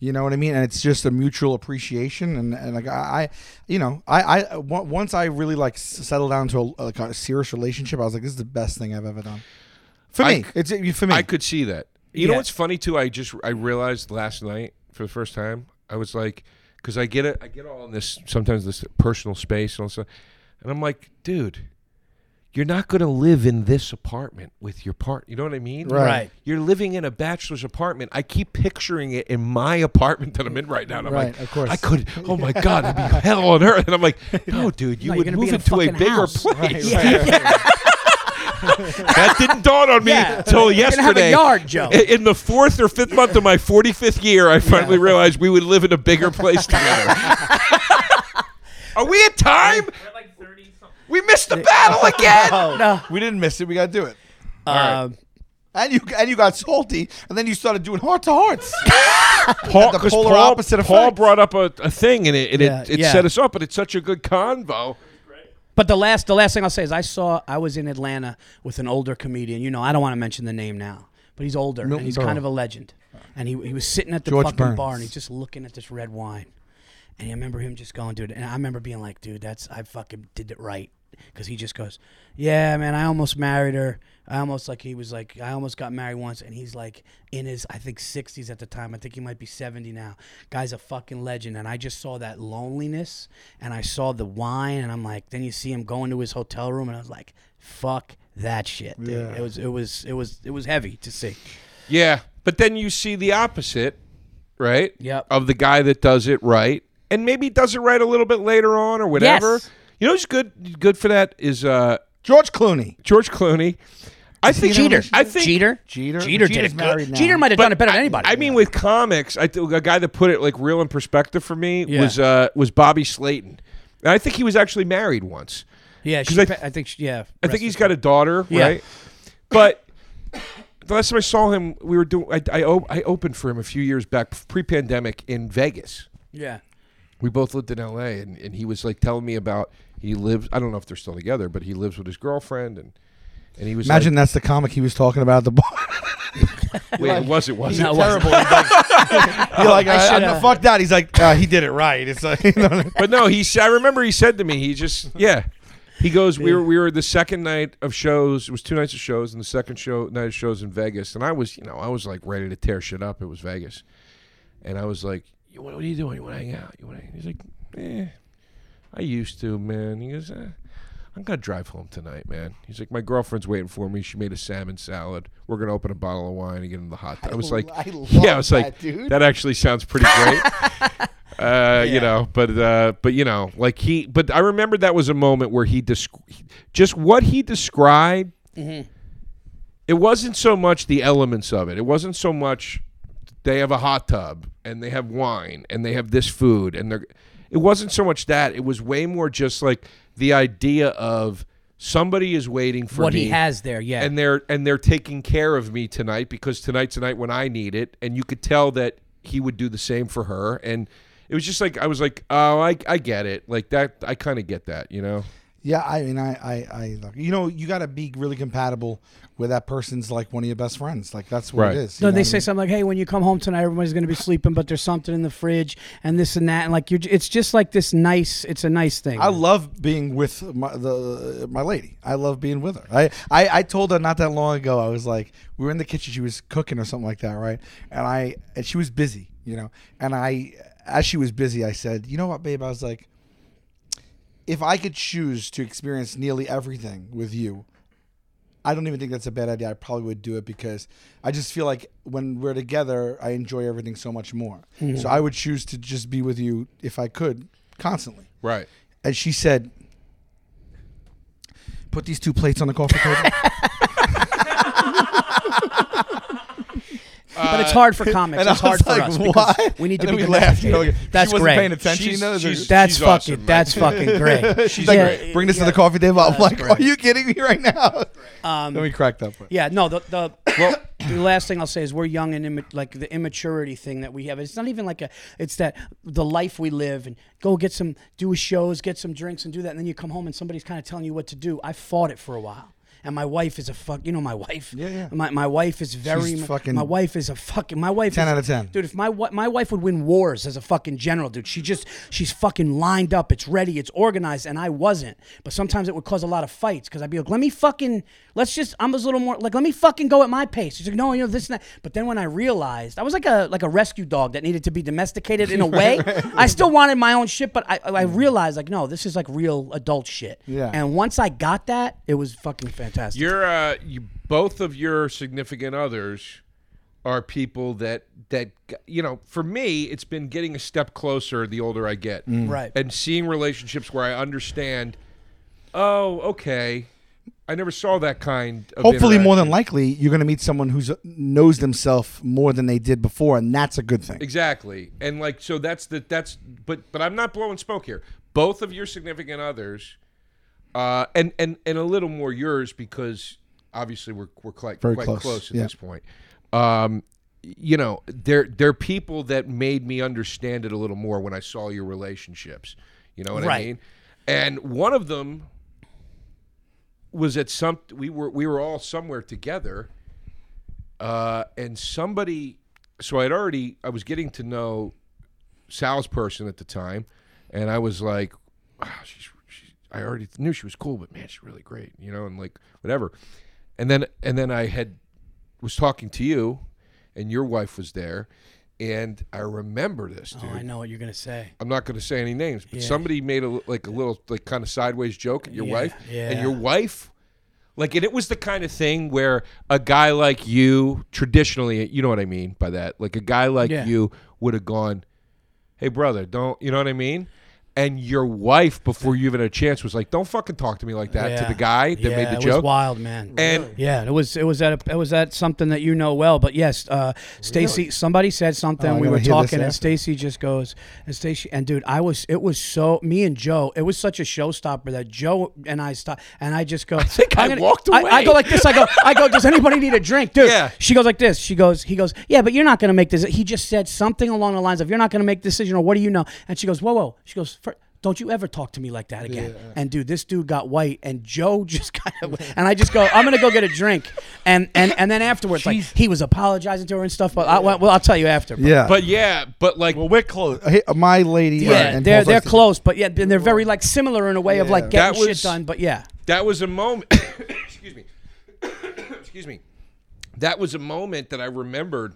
Speaker 1: You know what I mean? And it's just a mutual appreciation. And, and like I, I, you know, I, I on- once I really like s- settled down to a, like a serious relationship, I was like, this is the best thing I've ever done. For
Speaker 2: I-
Speaker 1: me, it's it- for me.
Speaker 2: I could see that. You know
Speaker 4: Yeah.
Speaker 2: what's funny too? I just I realized last night for the first time I was like, because I get it, I get all in this sometimes this personal space and all stuff, and I'm like, dude, you're not gonna live in this apartment with your partner. You know what I mean?
Speaker 1: Right.
Speaker 4: Right.
Speaker 2: You're living in a bachelor's apartment. I keep picturing it in my apartment that I'm in right now. And I'm
Speaker 1: Right,
Speaker 2: like,
Speaker 1: of course.
Speaker 2: I could. Oh my God, it'd be hell on earth. And I'm like, no, dude, you
Speaker 4: No, you're
Speaker 2: would
Speaker 4: gonna be
Speaker 2: move
Speaker 4: in a
Speaker 2: into a
Speaker 4: fucking
Speaker 2: bigger
Speaker 4: house.
Speaker 2: place.
Speaker 4: Yeah.
Speaker 2: That didn't dawn on me
Speaker 4: Yeah.
Speaker 2: until
Speaker 4: You're gonna
Speaker 2: yesterday.
Speaker 4: have a yard, Joe.
Speaker 2: I- In the fourth or fifth month of my 45th year, I finally realized we would live in a bigger place together. Are we at time?
Speaker 5: like 30 something.
Speaker 2: We missed the battle again.
Speaker 1: Oh,
Speaker 4: No.
Speaker 1: we didn't miss it. We got to do it.
Speaker 4: uh,
Speaker 1: And you and you got salty, and then you started doing heart to hearts.
Speaker 2: Paul,
Speaker 1: the
Speaker 2: 'cause
Speaker 1: polar
Speaker 2: Paul-
Speaker 1: opposite of
Speaker 2: Paul
Speaker 1: facts.
Speaker 2: brought up a, a thing and it, and
Speaker 4: Yeah,
Speaker 2: it, it
Speaker 4: yeah.
Speaker 2: set us up, but it's such a good convo.
Speaker 4: But the last the last thing I'll say is I saw I was in Atlanta with an older comedian. You know, I don't want to mention the name now, but he's older and
Speaker 1: Milton
Speaker 4: he's
Speaker 1: Berle.
Speaker 4: kind of a legend. And he, he was sitting at the
Speaker 1: George
Speaker 4: fucking
Speaker 1: Burns.
Speaker 4: bar and he's just looking at this red wine. And I remember him just going, dude. And I remember being like, dude, that's I fucking did it right. Because he just goes, yeah, man, I almost married her. I almost like he was like, I almost got married once. And he's like in his, I think, 60s at the time. I think he might be 70 now. Guy's a fucking legend. And I just saw that loneliness and I saw the wine. And I'm like, then you see him going to his hotel room. And I was like, fuck that shit. Dude.
Speaker 1: Yeah.
Speaker 4: It was, it was, it was, it was heavy to see.
Speaker 2: Yeah, but then you see the opposite, right?
Speaker 4: Yep.
Speaker 2: Of the guy that does it right, and maybe does it right a little bit later on or whatever.
Speaker 4: Yes.
Speaker 2: You know who's good good for that is uh,
Speaker 1: George Clooney,
Speaker 2: George Clooney. I think
Speaker 1: Cheater.
Speaker 2: I think
Speaker 4: Jeter.
Speaker 1: Jeter.
Speaker 4: Jeter did
Speaker 1: Jeter's
Speaker 4: it
Speaker 1: married
Speaker 4: good.
Speaker 1: now.
Speaker 4: Jeter might have
Speaker 2: but
Speaker 4: done it better
Speaker 2: I-
Speaker 4: than anybody.
Speaker 2: I mean, with comics, I think a guy that put it like real in perspective for me
Speaker 4: Yeah.
Speaker 2: was uh, was Bobby Slayton. And I think he was actually married once.
Speaker 4: yeah, she,
Speaker 2: I
Speaker 4: I,
Speaker 2: th-
Speaker 4: think, she, yeah.
Speaker 2: I think he's got a daughter,
Speaker 4: Yeah.
Speaker 2: right? But the last time I saw him, we were doing. I I, op- I opened for him a few years back, pre-pandemic, in Vegas.
Speaker 4: Yeah.
Speaker 2: we both lived in LA and, and he was like telling me about he lives I don't know if they're still together, but he lives with his girlfriend and and he was
Speaker 1: imagine that's the comic he was talking about at the bar.
Speaker 2: like, wait, it was it was
Speaker 4: No,
Speaker 2: it?
Speaker 4: it wasn't.
Speaker 1: You're like, I, I,
Speaker 4: should, uh,
Speaker 1: fuck that. He's like, uh, he did it right. It's like, you know what I mean?
Speaker 2: But no, he s- I remember he said to me, he just yeah. He goes, We were we were the second night of shows, it was two nights of shows, and the second show night of shows in Vegas. And I was, you know, I was like ready to tear shit up. It was Vegas. And I was like, "You- what, what are you doing? You wanna hang out? You wanna hang-" He's like, Eh, I used to, man. He goes, eh, I'm gonna drive home tonight, man. He's like, My girlfriend's waiting for me. She made a salmon salad. We're gonna open a bottle of wine and get in the hot tub. I was like
Speaker 1: I love
Speaker 2: Yeah, I was like
Speaker 1: that, dude.
Speaker 2: that actually sounds pretty great. Uh, you know, but uh, but you know, like he, but I remember that was a moment where he desc- he- just what he described. It wasn't so much the elements of it. It wasn't so much they have a hot tub and they have wine and they have this food and they're. it wasn't so much that. It was way more just like the idea of somebody is waiting for
Speaker 4: what
Speaker 2: me
Speaker 4: he has there, yeah.
Speaker 2: and they're and they're taking care of me tonight because tonight's a night when I need it, and you could tell that he would do the same for her, and it was just like I was like, oh, I, I get it, like that, I kind of get that, you know.
Speaker 1: Yeah, I mean, I, I, I, look, you know, you got to be really compatible with that person's like one of your best friends. Like that's what
Speaker 2: Right.
Speaker 1: it is. you
Speaker 4: no,
Speaker 1: know
Speaker 4: they
Speaker 1: what I
Speaker 4: say
Speaker 1: mean?
Speaker 4: something like, "Hey, when you come home tonight, everybody's going to be sleeping, but there's something in the fridge and this and that." And like, you're, j- it's just like this nice. It's a nice thing.
Speaker 1: I love being with my the my lady. I love being with her. I, I I told her not that long ago. I was like, we were in the kitchen. She was cooking or something like that, right? And I and she was busy, you know. And I, as she was busy, I said, you know what, babe? I was like, if I could choose to experience nearly everything with you, I don't even think that's a bad idea. I probably would do it because I just feel like when we're together, I enjoy everything so much more. So I would choose to just be with you if I could constantly
Speaker 2: Right.
Speaker 1: and she said, "Put these two plates on the coffee table."
Speaker 4: but
Speaker 2: Uh,
Speaker 4: it's hard for comics.
Speaker 1: and I
Speaker 4: it's
Speaker 1: was
Speaker 4: hard for
Speaker 1: like,
Speaker 4: us. because
Speaker 1: "Why?"
Speaker 4: We need to
Speaker 1: and
Speaker 4: be
Speaker 1: then we laughed. You know,
Speaker 4: domesticated.
Speaker 1: like,
Speaker 4: That's
Speaker 1: she wasn't
Speaker 4: great.
Speaker 1: paying attention.
Speaker 2: She's-
Speaker 1: you know,
Speaker 2: she's-
Speaker 4: That's
Speaker 2: She's awesome,
Speaker 4: fucking.
Speaker 2: man.
Speaker 4: that's fucking great.
Speaker 1: she's
Speaker 4: Yeah,
Speaker 1: like, "Bring this to the coffee table." I'm like, "Are you kidding me right now?" Um, then we cracked up.
Speaker 4: Yeah, no. The the, the last thing I'll say is we're young and imma- like the immaturity thing that we have. It's not even like a. It's that the life we live and go get some do shows, get some drinks, and do that, and then you come home and somebody's kind of telling you what to do. I fought it for a while. And my wife is a fuck. You know my wife.
Speaker 1: Yeah, yeah.
Speaker 4: My, my wife is very.
Speaker 1: She's
Speaker 4: my,
Speaker 1: fucking-
Speaker 4: my wife is a fucking. My wife.
Speaker 1: 10
Speaker 4: is-
Speaker 1: out of 10.
Speaker 4: dude. If my wi- my wife would win wars as a fucking general, dude. She just she's fucking lined up. It's ready. It's organized, and I wasn't. But sometimes it would cause a lot of fights because I'd be like, let me fucking let's just I'm a little more like let me fucking go at my pace. She's like, no, you know this and that. But then when I realized I was like a like a rescue dog that needed to be domesticated in a way, I still wanted my own shit. But I I realized like no, this is like real adult shit.
Speaker 1: Yeah.
Speaker 4: And once I got that, it was fucking fantastic.
Speaker 2: You're uh, you both of your significant others are people that that you know. For me, it's been getting a step closer the older I get,
Speaker 1: Mm.
Speaker 4: Right.
Speaker 2: And seeing relationships where I understand. Oh, okay. I never saw that kind. of
Speaker 1: Hopefully, more than
Speaker 2: interaction.
Speaker 1: likely, you're going to meet someone who knows themselves more than they did before, and that's a good thing.
Speaker 2: Exactly. And like so that's the that's but but I'm not blowing smoke here. Both of your significant others uh and and and a little more yours because obviously we're we're quite
Speaker 1: Very
Speaker 2: quite
Speaker 1: close,
Speaker 2: close, at
Speaker 1: yeah.
Speaker 2: this point. Um you know, they're they're people that made me understand it a little more when I saw your relationships. You know what
Speaker 4: Right.
Speaker 2: I mean? And one of them was at some we were we were all somewhere together uh, and somebody so i'd already i was getting to know sal's person at the time and i was like wow she's, she's i already knew she was cool but man she's really great you know and like whatever and then and then i had was talking to you and your wife was there and i remember this dude
Speaker 4: Oh, I know what you're gonna say.
Speaker 2: I'm not going to say any names, but somebody made a like a little like kind of sideways joke at your
Speaker 4: Yeah,
Speaker 2: wife, and
Speaker 4: yeah.
Speaker 2: your wife, like, and it was the kind of thing where a guy like you, traditionally, you know what I mean by that, like a guy like
Speaker 4: Yeah.
Speaker 2: you would have gone, "Hey, brother, don't," you know what I mean? And your wife, before you even had a chance, was like, "Don't fucking talk to me like that." To
Speaker 4: Yeah.
Speaker 2: the guy that
Speaker 4: yeah,
Speaker 2: made the
Speaker 4: it
Speaker 2: joke,
Speaker 4: was wild, man.
Speaker 2: and
Speaker 4: Yeah, it was it was at a, it was at something that you know well. But yes, uh, Stacy, somebody said something.
Speaker 1: Oh, I
Speaker 4: we
Speaker 1: gotta
Speaker 4: were
Speaker 1: hear this
Speaker 4: talking, and
Speaker 1: after.
Speaker 4: Stacy just goes, and Stacy, and dude, I was it was so me and Joe. It was such a showstopper that Joe and I stopped, and I just go. I think
Speaker 5: I walked away.
Speaker 4: I, go like this. I go. I go. Does anybody need a drink, dude?
Speaker 2: Yeah.
Speaker 4: She goes like this. She goes. He goes. Yeah, but you're not gonna make this. He just said something along the lines of, "You're not gonna make the decision," or "What do you know?" And she goes, "Whoa, whoa." She goes. "Fir- don't you ever talk to me like that again. And dude, this dude got white, and Joe just kind of, and I just go, I'm gonna go get a drink, and and and then afterwards, like he was apologizing to her and stuff. But I, well, well, I'll tell you after. But,
Speaker 1: Yeah,
Speaker 2: but yeah, but like,
Speaker 1: well, we're close. Hey, my lady, uh,
Speaker 4: yeah,
Speaker 1: and- and
Speaker 4: they're
Speaker 1: Paul's
Speaker 4: they're
Speaker 1: like-
Speaker 4: close, but yeah, and they're very like similar in a way of like
Speaker 1: Yeah.
Speaker 4: getting
Speaker 2: That was-
Speaker 4: shit done. But yeah,
Speaker 2: that was a moment excuse me excuse me that was a moment that i remembered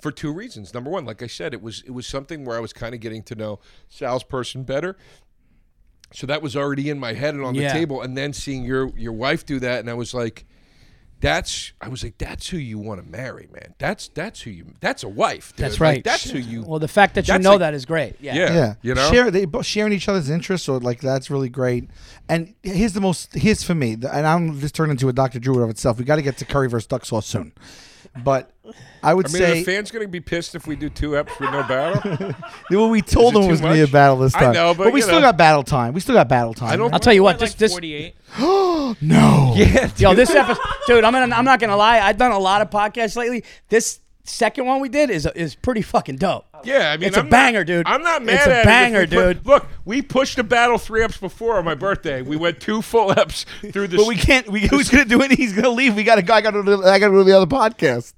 Speaker 2: for two reasons number one like i said it was it was something where i was kind of getting to know sal's person better so that was already in my head and on
Speaker 4: Yeah.
Speaker 2: the table and then seeing your your wife do that and i was like that's i was like that's who you want to marry man that's that's who you that's a wife dude.
Speaker 4: that's
Speaker 2: Like,
Speaker 4: right.
Speaker 2: that's who you
Speaker 4: Well, the fact that you
Speaker 2: that's
Speaker 4: know
Speaker 2: like-
Speaker 4: that is great. Yeah.
Speaker 2: yeah,
Speaker 1: Yeah,
Speaker 2: you know
Speaker 1: share they bo- sharing each other's interests, or like that's really great. And here's the most here's for me, the- and I'm this turned into a Dr. Drew of itself. We got to get to curry versus duck sauce soon. But I would
Speaker 2: I mean,
Speaker 1: say
Speaker 2: are the fans going to be pissed if we do two eps with no battle?
Speaker 1: well, we told
Speaker 2: Is it
Speaker 1: them it was
Speaker 2: too
Speaker 1: going to be a
Speaker 2: much?
Speaker 1: battle this
Speaker 2: I
Speaker 1: time.
Speaker 2: know, but
Speaker 1: we
Speaker 2: you
Speaker 1: still
Speaker 2: know.
Speaker 1: got battle time. We still got battle time.
Speaker 2: don't-
Speaker 4: I'll tell you what,
Speaker 5: Probably
Speaker 4: this
Speaker 5: like
Speaker 4: this
Speaker 5: 48.
Speaker 1: no.
Speaker 2: yeah,
Speaker 4: yo this episode, dude. I'm gonna, I'm not gonna lie. I've done a lot of podcasts lately. This second one we did is is pretty fucking dope.
Speaker 2: Yeah, I mean,
Speaker 4: It's a
Speaker 2: I'm not-
Speaker 4: banger, dude.
Speaker 2: I'm not mad
Speaker 4: It's a
Speaker 2: at it if
Speaker 4: banger,
Speaker 2: we put-
Speaker 4: dude.
Speaker 2: Look, we pushed the battle three ups before on my birthday. We went two full ups through this.
Speaker 1: But we can't. We, who's going to do it? He's going to leave. We got to go. I got to. I got to go to the other podcast.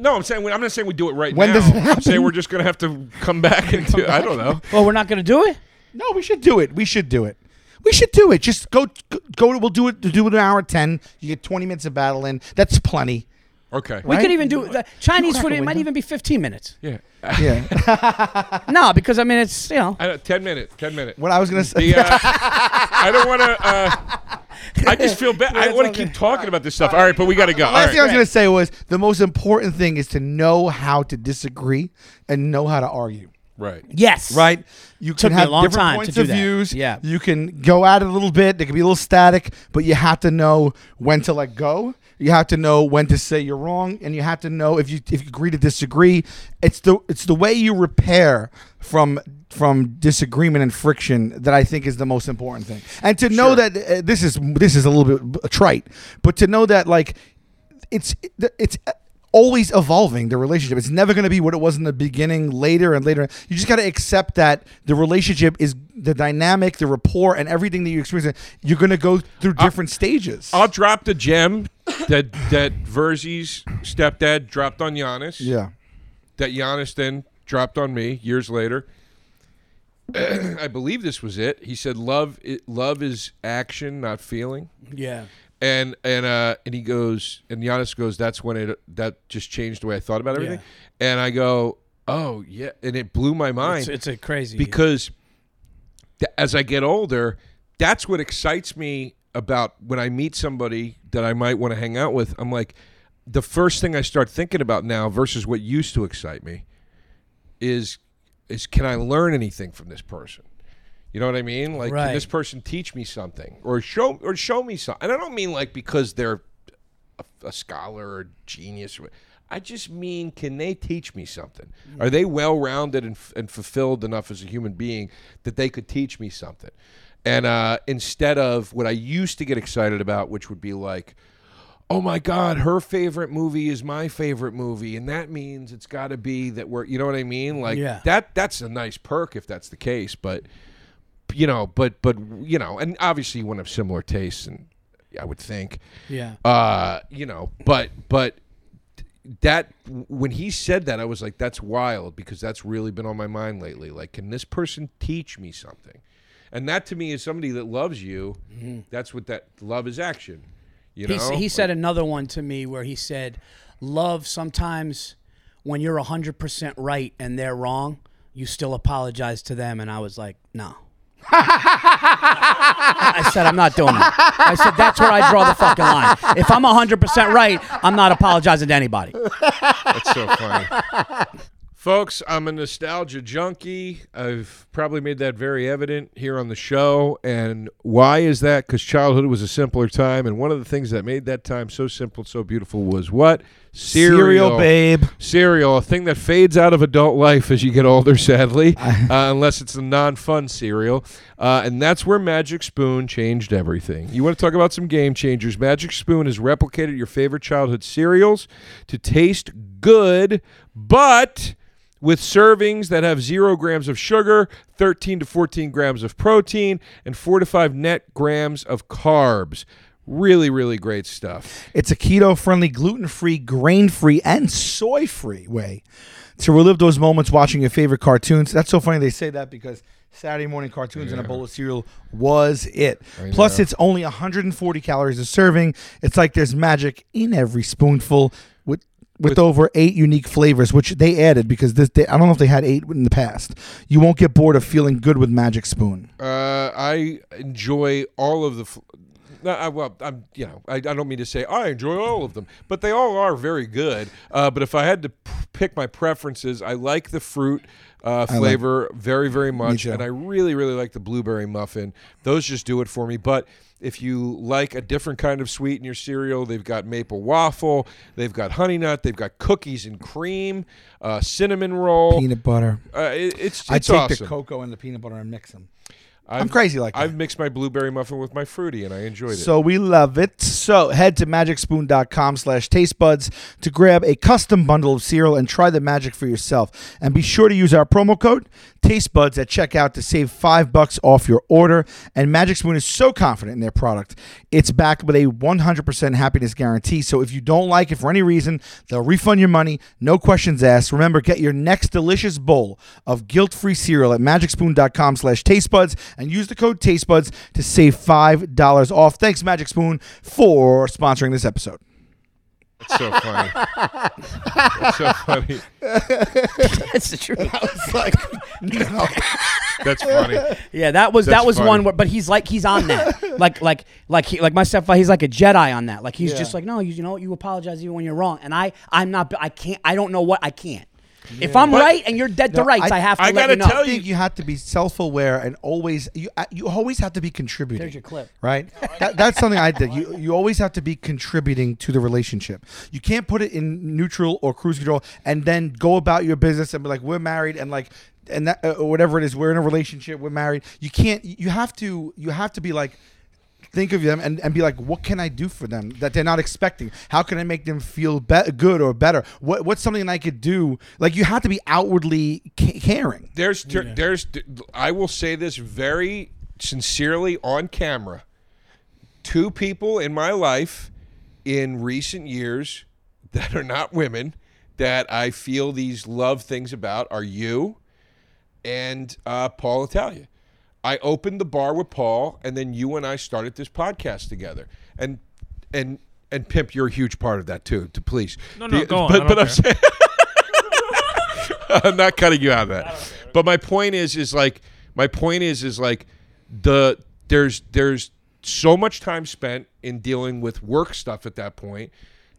Speaker 2: no, I'm saying we- I'm not saying we do it right
Speaker 1: When
Speaker 2: now.
Speaker 1: does it
Speaker 2: I'm saying
Speaker 1: happen?
Speaker 2: we're just gonna have to come back and do. I don't know.
Speaker 4: Well, we're not gonna do it.
Speaker 1: No, we should do it. We should do it. We should do it. Just go. Go. We'll do it. Do it an hour ten. You get twenty minutes of battle in. That's plenty.
Speaker 2: Okay.
Speaker 4: We
Speaker 1: Right?
Speaker 4: could even do the Chinese
Speaker 1: crack
Speaker 4: food.
Speaker 1: a
Speaker 4: It might
Speaker 1: window.
Speaker 4: even be 15 minutes.
Speaker 2: Yeah.
Speaker 1: Yeah.
Speaker 4: No, because I mean it's you know
Speaker 2: I don't, ten minute. Ten minute.
Speaker 1: what I was going to say.
Speaker 2: The, uh, I don't want to. Uh, I just feel bad. I want to keep talking about this stuff. All right, but we got to go. All
Speaker 1: Last thing I
Speaker 2: right.
Speaker 1: was going to say was the most important thing is to know how to disagree and know how to argue.
Speaker 2: Right.
Speaker 4: yes
Speaker 1: Right? You
Speaker 4: Took
Speaker 1: can
Speaker 4: me a
Speaker 1: have
Speaker 4: long
Speaker 1: different
Speaker 4: time to
Speaker 1: points
Speaker 4: do
Speaker 1: of
Speaker 4: that.
Speaker 1: views.
Speaker 4: Yeah.
Speaker 1: You can go at it a little bit. It can be a little static, but you have to know when to let go. You have to know when to say you're wrong, and you have to know if you if you agree to disagree. It's the it's the way you repair from from disagreement and friction that I think is the most important thing. And to know that uh, this is this is a little bit trite, but to know that like it's it's always evolving the relationship it's never going to be what it was in the beginning later and later you just got to accept that the relationship is the dynamic the rapport and everything that you experience you're going to go through different stages
Speaker 2: I'll drop the gem that that Verzi's stepdad dropped on Giannis.
Speaker 1: yeah
Speaker 2: that Giannis then dropped on me years later. I believe this was it. He said, "Love, i love is action, not feeling."
Speaker 4: yeah
Speaker 2: And and uh, and he goes, and Giannis goes, "That's when it that just changed the way I thought about everything." And I go, "Oh yeah," and it blew my mind
Speaker 4: it's, it's a crazy
Speaker 2: because th- as I get older, that's what excites me about when I meet somebody that I might want to hang out with. I'm like, the first thing I start thinking about now versus what used to excite me is is can I learn anything from this person? You know what I mean? Like,
Speaker 4: Right.
Speaker 2: can this person teach me something or show or show me something? And I don't mean like because they're a, a scholar or genius. or- I just mean, can they teach me something? Are they well rounded and, f- and fulfilled enough as a human being that they could teach me something? And uh, instead of what I used to get excited about, which would be like, oh my God, her favorite movie is my favorite movie. And that means it's got to be that we're, you know what I mean? Like,
Speaker 4: Yeah.
Speaker 2: that that's a nice perk if that's the case. But, you know, but, but, you know, and obviously you want to have similar tastes, and I would think
Speaker 4: yeah
Speaker 2: uh you know but but that when he said that i was like that's wild because that's really been on my mind lately like can this person teach me something and that to me is somebody that loves you that's what that love is action you know
Speaker 4: Mm-hmm. He s- He, said another one to me where he said, "Love sometimes when you're hundred percent right and they're wrong, you still apologize to them." And I was like, "No." I said, "I'm not doing that." I said, "That's where I draw the fucking line. If I'm hundred percent right, I'm not apologizing to anybody."
Speaker 2: That's so funny. Folks, I'm a nostalgia junkie. I've probably made that very evident here on the show. And why is that? Because childhood was a simpler time. And one of the things that made that time so simple, so beautiful was what?
Speaker 1: serial babe
Speaker 2: Cereal, a thing that fades out of adult life as you get older, sadly, uh, unless it's a non fun cereal. Uh, and that's where Magic Spoon changed everything. You want to talk about some game changers? Magic Spoon has replicated your favorite childhood cereals to taste good, but with servings that have zero grams of sugar, 13 to 14 grams of protein, and four to five net grams of carbs. Really, really great stuff.
Speaker 1: It's a keto friendly, gluten free, grain free, and soy free way to relive those moments watching your favorite cartoons. That's so funny they say that because Saturday morning cartoons and a bowl of cereal was it. Plus, it's only 140 calories a serving. It's like there's magic in every spoonful with. With, over eight unique flavors, which they added because this they, I don't know if they had eight in the past. You won't get bored of feeling good with Magic Spoon.
Speaker 2: Uh, I enjoy all of the. Fl- no, I, well, I'm you know I, I don't mean to say I enjoy all of them, but they all are very good. Uh, but if I had to p- pick my preferences. I like the fruit uh, flavor very, very much,
Speaker 1: too.
Speaker 2: and I really, really like the blueberry muffin. Those just do it for me. But if you like a different kind of sweet in your cereal, they've got maple waffle, they've got honey nut, they've got cookies and cream, uh, cinnamon roll.
Speaker 1: peanut butter.
Speaker 2: Uh, it, it's
Speaker 1: I
Speaker 2: it's
Speaker 1: take
Speaker 2: awesome.
Speaker 1: the cocoa and the peanut butter and mix them.
Speaker 2: I've-
Speaker 1: I'm crazy like that.
Speaker 2: I've mixed my blueberry muffin with my fruity, and I enjoyed it.
Speaker 1: So we love it. So head to magicspoon.com slash tastebuds to grab a custom bundle of cereal and try the magic for yourself. And be sure to use our promo code tastebuds at checkout to save five bucks off your order. And Magic Spoon is so confident in their product. It's backed with a 100% happiness guarantee. So if you don't like it for any reason, they'll refund your money. No questions asked. Remember, get your next delicious bowl of guilt-free cereal at magicspoon.com slash tastebuds and use the code tastebuds to save $5 off. Thanks, Magic Spoon, for sponsoring this episode.
Speaker 2: It's so funny. it's so funny.
Speaker 4: That's the truth.
Speaker 1: It's like, no.
Speaker 2: That's funny.
Speaker 4: Yeah, that was
Speaker 2: That's
Speaker 4: that was
Speaker 2: funny.
Speaker 4: one where, but he's like he's on that, like like like he like my stepfather, he's like a Jedi on that. Like he's just like, no, you, you know, you apologize even when you're wrong, and I I'm not, I can't, I don't know what I can't. If I'm right and you're dead to rights,
Speaker 1: I-
Speaker 4: I, have to
Speaker 2: I
Speaker 4: let
Speaker 2: gotta
Speaker 4: you know.
Speaker 2: tell
Speaker 1: I think you have to be self-aware and always you uh, you always have to be contributing.
Speaker 4: There's your clip.
Speaker 1: right? That, that's something I did. You you always have to be contributing to the relationship. You can't put it in neutral or cruise control and then go about your business and be like, we're married and like and that uh, whatever it is, we're in a relationship, we're married. You can't. You have to. You have to be like. Think of them and, and be like, what can I do for them that they're not expecting? How can I make them feel be- good or better? What what's something I could do? Like you have to be outwardly ca- caring.
Speaker 2: There's ter- there's I will say this very sincerely on camera. Two people in my life in recent years that are not women that I feel these love things about are you and uh, Paul Italia. I opened the bar with Paul, and then you and I started this podcast together. And and and pimp, you're a huge part of that too. To please,
Speaker 5: No, no,
Speaker 2: The-
Speaker 5: go on.
Speaker 2: But
Speaker 5: I
Speaker 2: but
Speaker 5: don't
Speaker 2: I'm saying. I'm not cutting you out of that. But my point is, is like my point is, is like the there's there's so much time spent in dealing with work stuff at that point.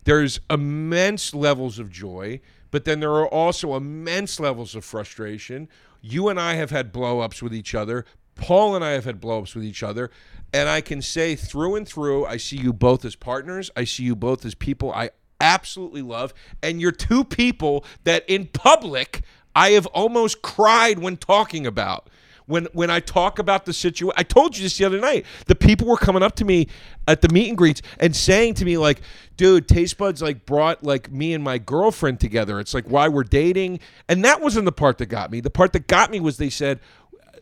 Speaker 2: There's immense levels of joy, but then there are also immense levels of frustration. You and I have had blow ups with each other. Paul and I have had blow ups with each other. And I can say through and through, I see you both as partners. I see you both as people I absolutely love, and you're two people that in public I have almost cried when talking about. When when I talk about the situation, I told you this the other night. The people were coming up to me at the meet and greets and saying to me like, "Dude, Taste Buds like brought like me and my girlfriend together. It's like why we're dating." And that wasn't the part that got me. The part that got me was they said,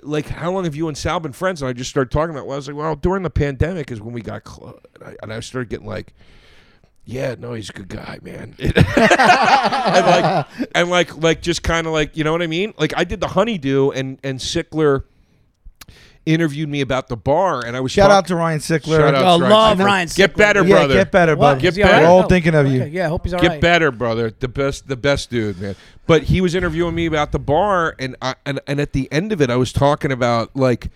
Speaker 2: like how long have you and Sal been friends? And I just started talking about. Well, I was like, well, during the pandemic is when we got close, and I, and I started getting like, yeah, no, he's a good guy, man. and like, and like, like, just kind of like, you know what I mean? Like, I did the honeydew, and and Sickler interviewed me about the bar, and I was
Speaker 1: Shout
Speaker 2: talk-
Speaker 1: out to Ryan Sickler.
Speaker 2: Shout out
Speaker 4: Oh,
Speaker 2: to
Speaker 4: love
Speaker 2: Sickler.
Speaker 4: Ryan
Speaker 2: Get
Speaker 4: Sickler.
Speaker 2: better,
Speaker 1: yeah,
Speaker 2: brother.
Speaker 1: get better,
Speaker 4: What?
Speaker 1: brother.
Speaker 4: Is he
Speaker 1: We're
Speaker 4: alright?
Speaker 1: all
Speaker 4: Oh,
Speaker 1: thinking of you.
Speaker 4: okay, yeah, I hope he's all
Speaker 2: Get
Speaker 4: right.
Speaker 2: better, brother. The best, the best dude, man. But he was interviewing me about the bar, and I, and and at the end of it, I was talking about like,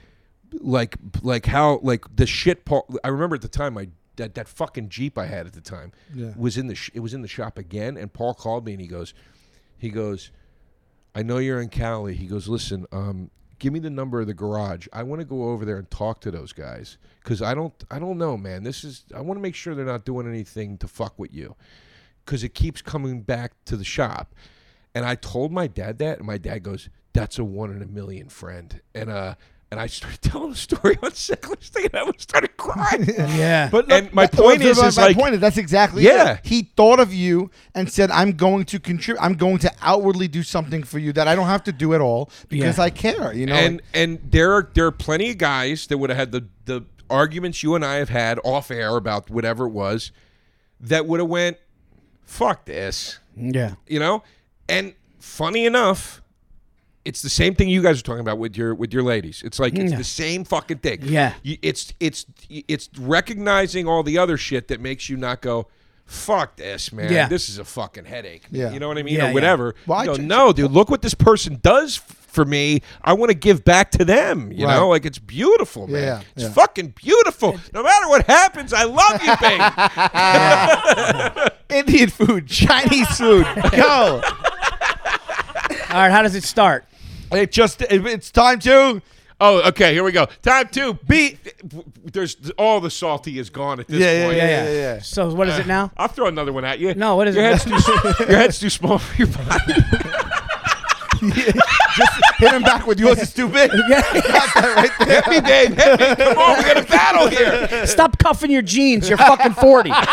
Speaker 2: like, like how like the shit. Paul, I remember at the time, I that that fucking jeep I had at the time
Speaker 1: Yeah.
Speaker 2: was in the sh- it was in the shop again, and Paul called me and he goes, he goes, I know you're in Cali. He goes, listen, um, give me the number of the garage. I want to go over there and talk to those guys because I don't, I don't know, man. This is, I want to make sure they're not doing anything to fuck with you because it keeps coming back to the shop. And I told my dad that, and my dad goes, "That's a one in a million friend." And uh, and I started telling the story on Sickler's thing, and I started crying.
Speaker 4: Yeah.
Speaker 2: But and my point is, is
Speaker 1: my
Speaker 2: like,
Speaker 1: point is that's exactly
Speaker 2: Yeah.
Speaker 1: it. He thought of you and said, "I'm going to contribute. I'm going to outwardly do something for you that I don't have to do at all because
Speaker 4: Yeah.
Speaker 1: I care." You know,
Speaker 2: and
Speaker 1: like,
Speaker 2: and there are there are plenty of guys that would have had the the arguments you and I have had off air about whatever it was that would have went fuck this
Speaker 4: yeah.
Speaker 2: you know and funny enough it's the same thing you guys are talking about with your with your ladies it's like it's
Speaker 4: Yeah.
Speaker 2: the same fucking thing
Speaker 4: Yeah.
Speaker 2: You- it's it's it's recognizing all the other shit that makes you not go fuck this man
Speaker 4: Yeah.
Speaker 2: this is a fucking headache
Speaker 1: Yeah.
Speaker 2: you know what i mean
Speaker 4: Yeah,
Speaker 2: or
Speaker 4: yeah.
Speaker 2: whatever
Speaker 1: Well, I
Speaker 2: you go,
Speaker 1: ju-
Speaker 2: no dude look what this person does f- for me i want to give back to them you
Speaker 1: Right.
Speaker 2: know like it's beautiful man
Speaker 1: Yeah,
Speaker 2: it's
Speaker 1: yeah.
Speaker 2: fucking beautiful no matter what happens i love you babe
Speaker 1: Indian food, Chinese food, go.
Speaker 4: All right, how does it start?
Speaker 1: It just it, it's time to
Speaker 2: Oh, okay. Here we go. Time two. Beat. There's all the salty is gone at this
Speaker 1: Yeah, yeah,
Speaker 2: point.
Speaker 1: yeah, yeah, yeah.
Speaker 4: So what is it now?
Speaker 2: I'll throw another one at you.
Speaker 4: No, what is
Speaker 2: your
Speaker 4: it?
Speaker 2: Head's too, s- your head's too small for your body.
Speaker 1: just hit him back with yours is too big.
Speaker 2: Hit me, Dave. Hit me. Come on, we got a battle here.
Speaker 4: Stop cuffing your jeans. You're fucking 40.
Speaker 2: 40, 45.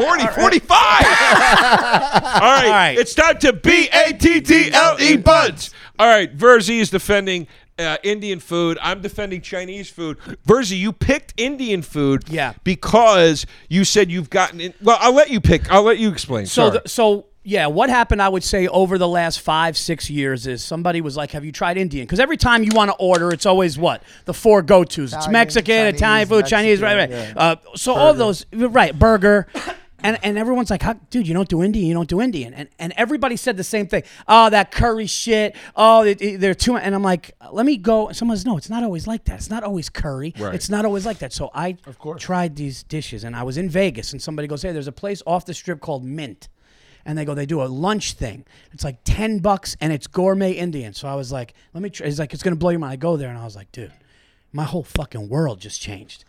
Speaker 2: all, right.
Speaker 4: right.
Speaker 2: It's time to B A T T L E buds. All right. Verzi is defending. Uh, Indian food. I'm defending Chinese food. Verzi, you picked Indian food,
Speaker 4: Yeah.
Speaker 2: because you said you've gotten. In- well, I'll let you pick. I'll let you explain.
Speaker 4: So,
Speaker 2: Sorry.
Speaker 4: the, so yeah, what happened? I would say over the last five, six years is somebody was like, "Have you tried Indian?" Because every time you want to order, it's always what the four go tos: it's
Speaker 1: Italian,
Speaker 4: Mexican,
Speaker 1: Chinese,
Speaker 4: Italian food, Chinese, right, right.
Speaker 1: Mexican,
Speaker 4: Uh, so all those, right, burger. And, and everyone's like, How, dude, you don't do Indian, you don't do Indian, and and everybody said the same thing. Oh, that curry shit. Oh, it, it- they're too. And I'm like, let me go. And Someone's no, it's not always like that. It's not always curry.
Speaker 2: Right.
Speaker 4: It's not always like that. So I tried these dishes, and I was in Vegas, and somebody goes, hey, there's a place off the strip called Mint and they go they do a lunch thing it's like 10 bucks and it's gourmet indian so i was like let me try he's like it's gonna blow your mind i go there and i was like dude my whole fucking world just changed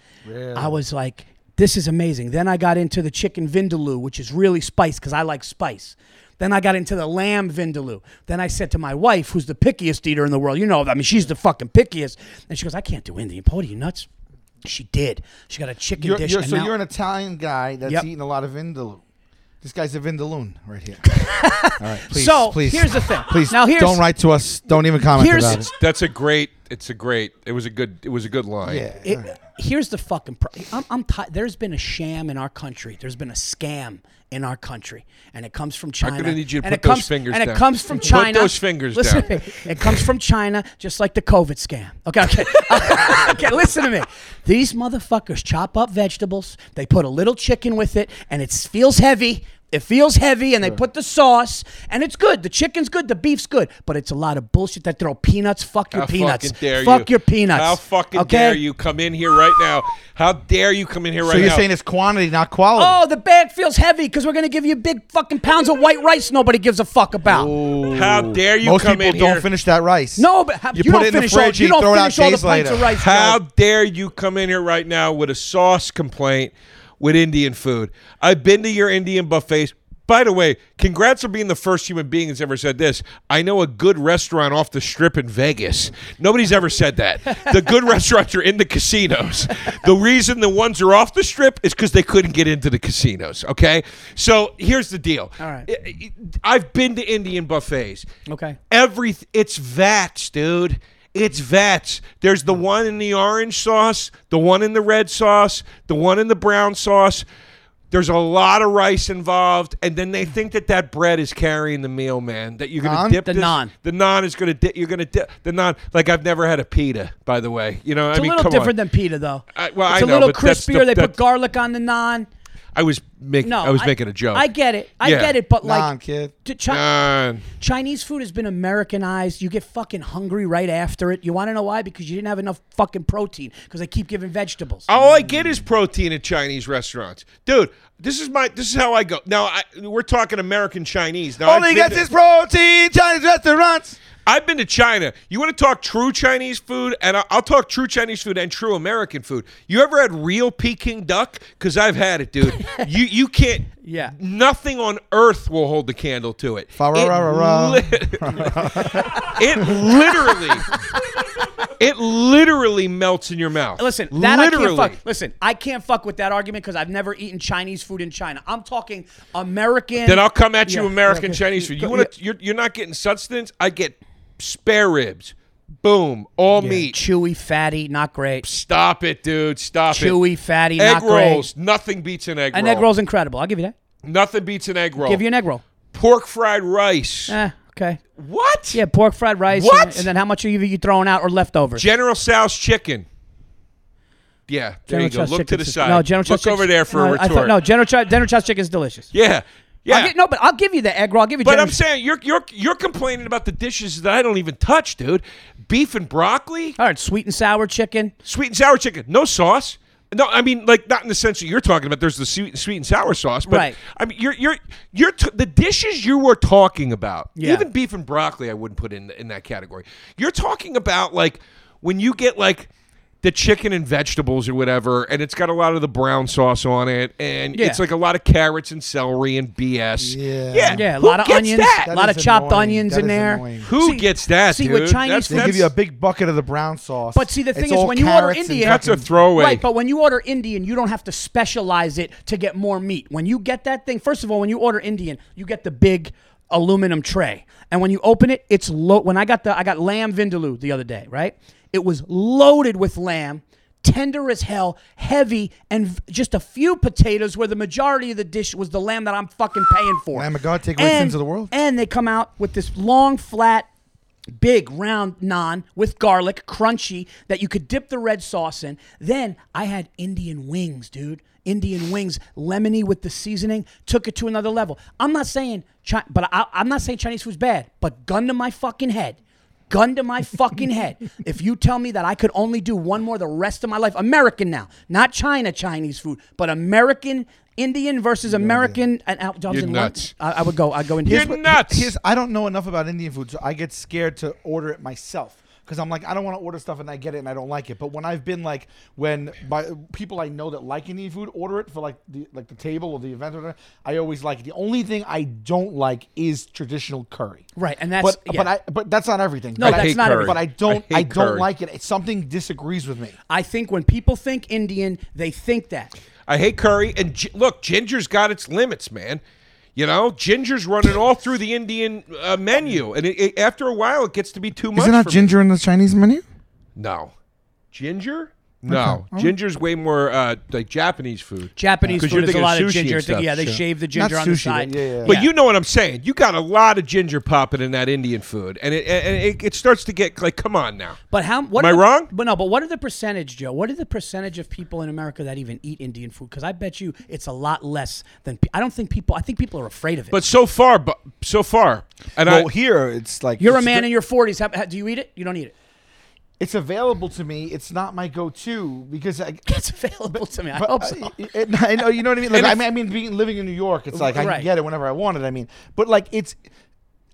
Speaker 4: i was like this is amazing then i got into the chicken vindaloo which is really spiced because i like spice then I got into the lamb vindaloo. Then I said to my wife, who's the pickiest eater in the world, you know, I mean, she's the fucking pickiest. And she goes, I can't do Indian. Paul, are you nuts? She did. She got a chicken
Speaker 1: You're,
Speaker 4: dish.
Speaker 1: you're,
Speaker 4: and
Speaker 1: so
Speaker 4: now-
Speaker 1: you're an Italian guy that's
Speaker 4: Yep.
Speaker 1: eating a lot of vindaloo. This guy's a vindaloon right here. All right, please,
Speaker 4: So,
Speaker 1: please,
Speaker 4: here's the thing.
Speaker 1: Please,
Speaker 4: Now, here's-
Speaker 1: don't write to us. Don't even comment
Speaker 4: Here's-
Speaker 1: about it.
Speaker 2: That's a great. It's a great. It was a good. It was a good line.
Speaker 1: Yeah.
Speaker 4: It, Here's the fucking problem. I'm, I'm ti There's been a sham in our country. There's been a scam in our country, and it comes from China.
Speaker 2: gonna need you to put
Speaker 4: and it
Speaker 2: those
Speaker 4: comes,
Speaker 2: fingers
Speaker 4: And
Speaker 2: down.
Speaker 4: it comes from
Speaker 2: Put
Speaker 4: China.
Speaker 2: those fingers
Speaker 4: listen
Speaker 2: down.
Speaker 4: To me. It comes from China, just like the COVID scam. Okay, okay, okay. Listen to me. These motherfuckers chop up vegetables. They put a little chicken with it, and it feels heavy. It feels heavy, and they put the sauce, and it's good. The chicken's good, the beef's good, but it's a lot of bullshit that throw peanuts. Fuck your
Speaker 2: How
Speaker 4: peanuts.
Speaker 2: fucking dare
Speaker 4: Fuck
Speaker 2: you.
Speaker 4: your peanuts.
Speaker 2: How fucking
Speaker 4: okay?
Speaker 2: dare you come in here right now? How dare you come in here right
Speaker 1: So you're
Speaker 2: now?
Speaker 1: saying it's quantity, not quality.
Speaker 4: Oh, the bag feels heavy because we're gonna give you big fucking pounds of white rice nobody gives a fuck about.
Speaker 2: how dare you
Speaker 1: Most
Speaker 2: come
Speaker 1: people
Speaker 2: in
Speaker 1: don't
Speaker 2: here?
Speaker 1: finish that rice.
Speaker 4: No, but ha-
Speaker 1: You
Speaker 4: you,
Speaker 1: put
Speaker 4: don't
Speaker 1: it in the
Speaker 4: finish
Speaker 1: fridge,
Speaker 4: all. You,
Speaker 1: you
Speaker 4: don't
Speaker 1: throw it out
Speaker 4: finish all the
Speaker 1: days
Speaker 4: plates
Speaker 1: later.
Speaker 4: of rice.
Speaker 2: How
Speaker 4: Joe.
Speaker 2: dare you come in here right now with a sauce complaint with Indian food? I've been to your Indian buffets. By the way, congrats for being the first human being that's ever said this. I know a good restaurant off the strip in Vegas. Nobody's ever said that. The good restaurants are in the casinos. The reason the ones are off the strip is because they couldn't get into the casinos. Okay, so here's the deal.
Speaker 4: All right.
Speaker 2: I- I- I've been to Indian buffets.
Speaker 4: Okay.
Speaker 2: Every it's vats, dude. It's vats. There's the one in the orange sauce, the one in the red sauce, the one in the brown sauce. There's a lot of rice involved, and then they think that that bread is carrying the meal, man. That you're gonna
Speaker 1: Naan?
Speaker 2: dip
Speaker 4: The
Speaker 2: this-
Speaker 4: naan.
Speaker 2: The naan is gonna dip. You're gonna dip the naan. Like I've never had a pita, by the way. You know,
Speaker 4: It's
Speaker 2: I mean,
Speaker 4: a little
Speaker 2: come
Speaker 4: different
Speaker 2: on.
Speaker 4: than pita, though.
Speaker 2: I- well,
Speaker 4: it's
Speaker 2: I
Speaker 4: a
Speaker 2: know,
Speaker 4: little
Speaker 2: but that's the-
Speaker 4: crispier. they put
Speaker 2: that's-
Speaker 4: garlic on the naan.
Speaker 2: I was making.
Speaker 4: No,
Speaker 2: I was making a joke.
Speaker 4: I get it. I
Speaker 2: Yeah.
Speaker 4: get it. But
Speaker 1: Nah,
Speaker 4: like,
Speaker 1: kid.
Speaker 4: to Chi-
Speaker 2: Naan.
Speaker 4: Chinese food has been Americanized. You get fucking hungry right after it. You want to know why? Because you didn't have enough fucking protein. Because they keep giving vegetables.
Speaker 2: All I get is protein at Chinese restaurants, dude. This is my. This is how I go. Now I, we're talking American Chinese.
Speaker 4: Oh,
Speaker 2: Now
Speaker 1: Only
Speaker 2: I've
Speaker 1: gets
Speaker 2: been, to,
Speaker 1: his protein Chinese restaurants.
Speaker 2: I've been to China. You want to talk true Chinese food, and I, I'll talk true Chinese food and true American food. You ever had real Peking duck? Because I've had it, dude. you you can't.
Speaker 4: Yeah.
Speaker 2: Nothing on earth will hold the candle to it.
Speaker 1: Fa-ra-ra-ra-ra.
Speaker 2: It li- it literally. It literally melts in your mouth.
Speaker 4: Listen, that
Speaker 2: literally.
Speaker 4: I can't fuck. Listen, I can't fuck with that argument because I've never eaten Chinese food in China. I'm talking American.
Speaker 2: Then I'll come at you,
Speaker 4: Yeah,
Speaker 2: American
Speaker 4: okay.
Speaker 2: Chinese food. You
Speaker 4: Yeah.
Speaker 2: want to? You're, you're not getting substance. I get spare ribs. Boom, all meat.
Speaker 4: chewy, fatty, not great.
Speaker 2: Stop it, dude. Stop
Speaker 4: Chewy, fatty,
Speaker 2: it. Egg
Speaker 4: not great.
Speaker 2: rolls. Nothing beats an egg
Speaker 4: An
Speaker 2: roll. Oh.
Speaker 4: egg roll's incredible. I'll give you that.
Speaker 2: Nothing beats an egg roll.
Speaker 4: Give you an egg roll.
Speaker 2: Pork fried rice.
Speaker 4: Eh, okay.
Speaker 2: what?
Speaker 4: Yeah, pork fried rice.
Speaker 2: What?
Speaker 4: And, and then how much are you, you throwing out or leftovers?
Speaker 2: General Tso's chicken. Yeah, there
Speaker 4: General
Speaker 2: you go.
Speaker 4: Tso's
Speaker 2: Look to
Speaker 4: chicken
Speaker 2: the
Speaker 4: is-
Speaker 2: side.
Speaker 4: No, General Tso's
Speaker 2: Look
Speaker 4: chicken-
Speaker 2: over there for
Speaker 4: no,
Speaker 2: a
Speaker 4: I
Speaker 2: retort.
Speaker 4: thought- no, General Tso's General Tso's chicken is delicious.
Speaker 2: Yeah, yeah.
Speaker 4: I'll get- no, but I'll give you the egg roll. I'll give you.
Speaker 2: But
Speaker 4: General-
Speaker 2: I'm saying you're you're you're complaining about the dishes that I don't even touch, dude. Beef and broccoli.
Speaker 4: all right, sweet and sour chicken.
Speaker 2: sweet and sour chicken, no sauce. No, I mean like not in the sense that you're talking about. There's the sweet, sweet and sour sauce, but
Speaker 4: Right.
Speaker 2: I mean you're you're you're t- the dishes you were talking about.
Speaker 4: Yeah.
Speaker 2: Even beef and broccoli, I wouldn't put in in that category. You're talking about like when you get like the chicken and vegetables or whatever, and it's got a lot of the brown sauce on it, and
Speaker 4: Yeah.
Speaker 2: it's like a lot of carrots and celery and BS.
Speaker 1: Yeah.
Speaker 2: yeah,
Speaker 4: Yeah, a
Speaker 2: who
Speaker 4: lot of
Speaker 2: gets
Speaker 4: onions,
Speaker 2: that?
Speaker 4: a
Speaker 1: That
Speaker 4: lot
Speaker 1: is
Speaker 4: of chopped
Speaker 1: annoying.
Speaker 4: onions
Speaker 1: That
Speaker 4: in
Speaker 1: is
Speaker 4: there.
Speaker 1: annoying.
Speaker 2: Who
Speaker 4: See-
Speaker 2: gets that,
Speaker 4: see,
Speaker 2: dude?
Speaker 4: with
Speaker 2: That's-
Speaker 4: Chinese
Speaker 1: They give you a big bucket of the brown sauce.
Speaker 4: But see, the thing
Speaker 1: It's
Speaker 4: is,
Speaker 1: all
Speaker 4: when you order
Speaker 1: carrots and
Speaker 4: Indian,
Speaker 2: That's a
Speaker 1: fucking-
Speaker 2: throwaway.
Speaker 4: Right, but when you order Indian, you don't have to specialize it to get more meat. When you get that thing, first of all, when you order Indian, you get the big aluminum tray, and when you open it, it's low. When I got the, I got lamb vindaloo the other day, right? It was loaded with lamb, tender as hell, heavy, and v- just a few potatoes. Where the majority of the dish was the lamb that I'm fucking paying for.
Speaker 1: Lamb of God, take away
Speaker 4: And-
Speaker 1: sins of the world.
Speaker 4: And they come out with this long, flat big round naan with garlic, crunchy, that you could dip the red sauce in. Then I had Indian wings, dude. Indian wings, lemony with the seasoning, took it to another level. I'm not saying, Chi- but I, I'm not saying Chinese food's bad. But gun to my fucking head, gun to my fucking head. If you tell me that I could only do one more the rest of my life, American now, not China Chinese food, but American Indian versus American. And out, I was
Speaker 2: You're
Speaker 4: in
Speaker 2: nuts.
Speaker 4: Lon- I, I would go. I'd go into
Speaker 2: You're nuts.
Speaker 1: Here's, I don't know enough about Indian food, so I get scared to order it myself. Because I'm like, I don't want to order stuff and I get it and I don't like it. But when I've been like, when by people I know that like Indian food order it for like the like the table or the event or whatever, I always like it. The only thing I don't like is traditional curry.
Speaker 4: Right, and that's-
Speaker 1: but
Speaker 4: yeah.
Speaker 1: but I but that's not everything.
Speaker 4: No,
Speaker 1: but
Speaker 4: that's
Speaker 1: I,
Speaker 4: hate not everything.
Speaker 1: But I don't
Speaker 2: I
Speaker 1: I,
Speaker 2: hate
Speaker 1: don't
Speaker 2: curry.
Speaker 1: like it. It's something disagrees with me.
Speaker 4: I think when people think Indian, they think that.
Speaker 2: I hate curry. And gi- look, ginger's got its limits, man. You know, ginger's running all through the Indian uh, menu, and it, it- after a while, it gets to be too much. for me.
Speaker 1: in the Chinese menu?
Speaker 2: No, ginger. No,
Speaker 1: Oh.
Speaker 2: ginger's way more uh, like Japanese food.
Speaker 4: Japanese
Speaker 2: Uh, 'Cause
Speaker 4: food
Speaker 2: you're
Speaker 4: is a
Speaker 2: thinking
Speaker 4: lot of
Speaker 2: sushi and
Speaker 4: ginger.
Speaker 2: stuff,
Speaker 4: yeah, they
Speaker 2: sure.
Speaker 4: shave the ginger
Speaker 1: Not
Speaker 4: on the
Speaker 1: sushi,
Speaker 4: side.
Speaker 1: but yeah, yeah, yeah.
Speaker 2: But you know what I'm saying. You got a lot of ginger popping in that Indian food, and it and it, it starts to get like, come on now.
Speaker 4: But how? What
Speaker 2: Am I
Speaker 4: are the-
Speaker 2: wrong?
Speaker 4: But no. But what are the percentage, Joe? What are the percentage of people in America that even eat Indian food? Because I bet you it's a lot less than. pe- I don't think people. I think people are afraid of it.
Speaker 2: But so far, bu- so far, and I,
Speaker 1: Well, here it's like
Speaker 4: you're a
Speaker 1: it's
Speaker 4: man
Speaker 1: the-
Speaker 4: in your 40s. How, how- do you eat it? You don't eat it.
Speaker 1: It's available to me. It's not my go-to because I,
Speaker 4: It's available to me. I
Speaker 1: But,
Speaker 4: hope
Speaker 1: uh,
Speaker 4: so.
Speaker 1: y- y- no, I know, you know what I mean. Like,
Speaker 2: And
Speaker 1: I
Speaker 2: if-
Speaker 1: mean, I mean, being living in New York, it's like I
Speaker 4: Right.
Speaker 1: can get it whenever I want it. I mean, but like it's,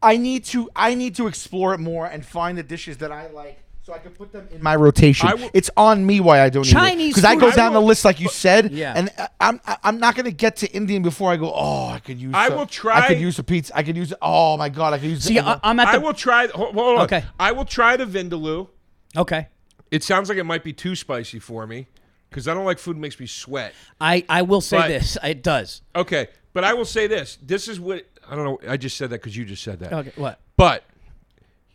Speaker 1: I need to, I need to explore it more and find the dishes that I like. So I can put them in my rotation.
Speaker 2: I will-
Speaker 1: it's on me why I don't
Speaker 4: Chinese
Speaker 1: because I
Speaker 4: food-
Speaker 1: go
Speaker 4: I
Speaker 1: down
Speaker 2: will-
Speaker 1: the list like you said,
Speaker 4: Yeah.
Speaker 1: and I- I'm I- I'm not gonna get to Indian before I go. Oh, I could use.
Speaker 2: I
Speaker 1: a-
Speaker 2: will try-
Speaker 1: I could use a pizza. I could use. Oh my god, I could use.
Speaker 4: See, I, I'm at the.
Speaker 2: I will try. Hold, hold on.
Speaker 4: Okay.
Speaker 2: I will try the vindaloo.
Speaker 4: okay.
Speaker 2: It sounds like it might be too spicy for me because I don't like food that makes me sweat.
Speaker 4: I, I will say
Speaker 2: But-
Speaker 4: this. It does.
Speaker 2: Okay, but I will say this. This is what I don't know. I just said that because you just said that.
Speaker 4: Okay. What?
Speaker 2: But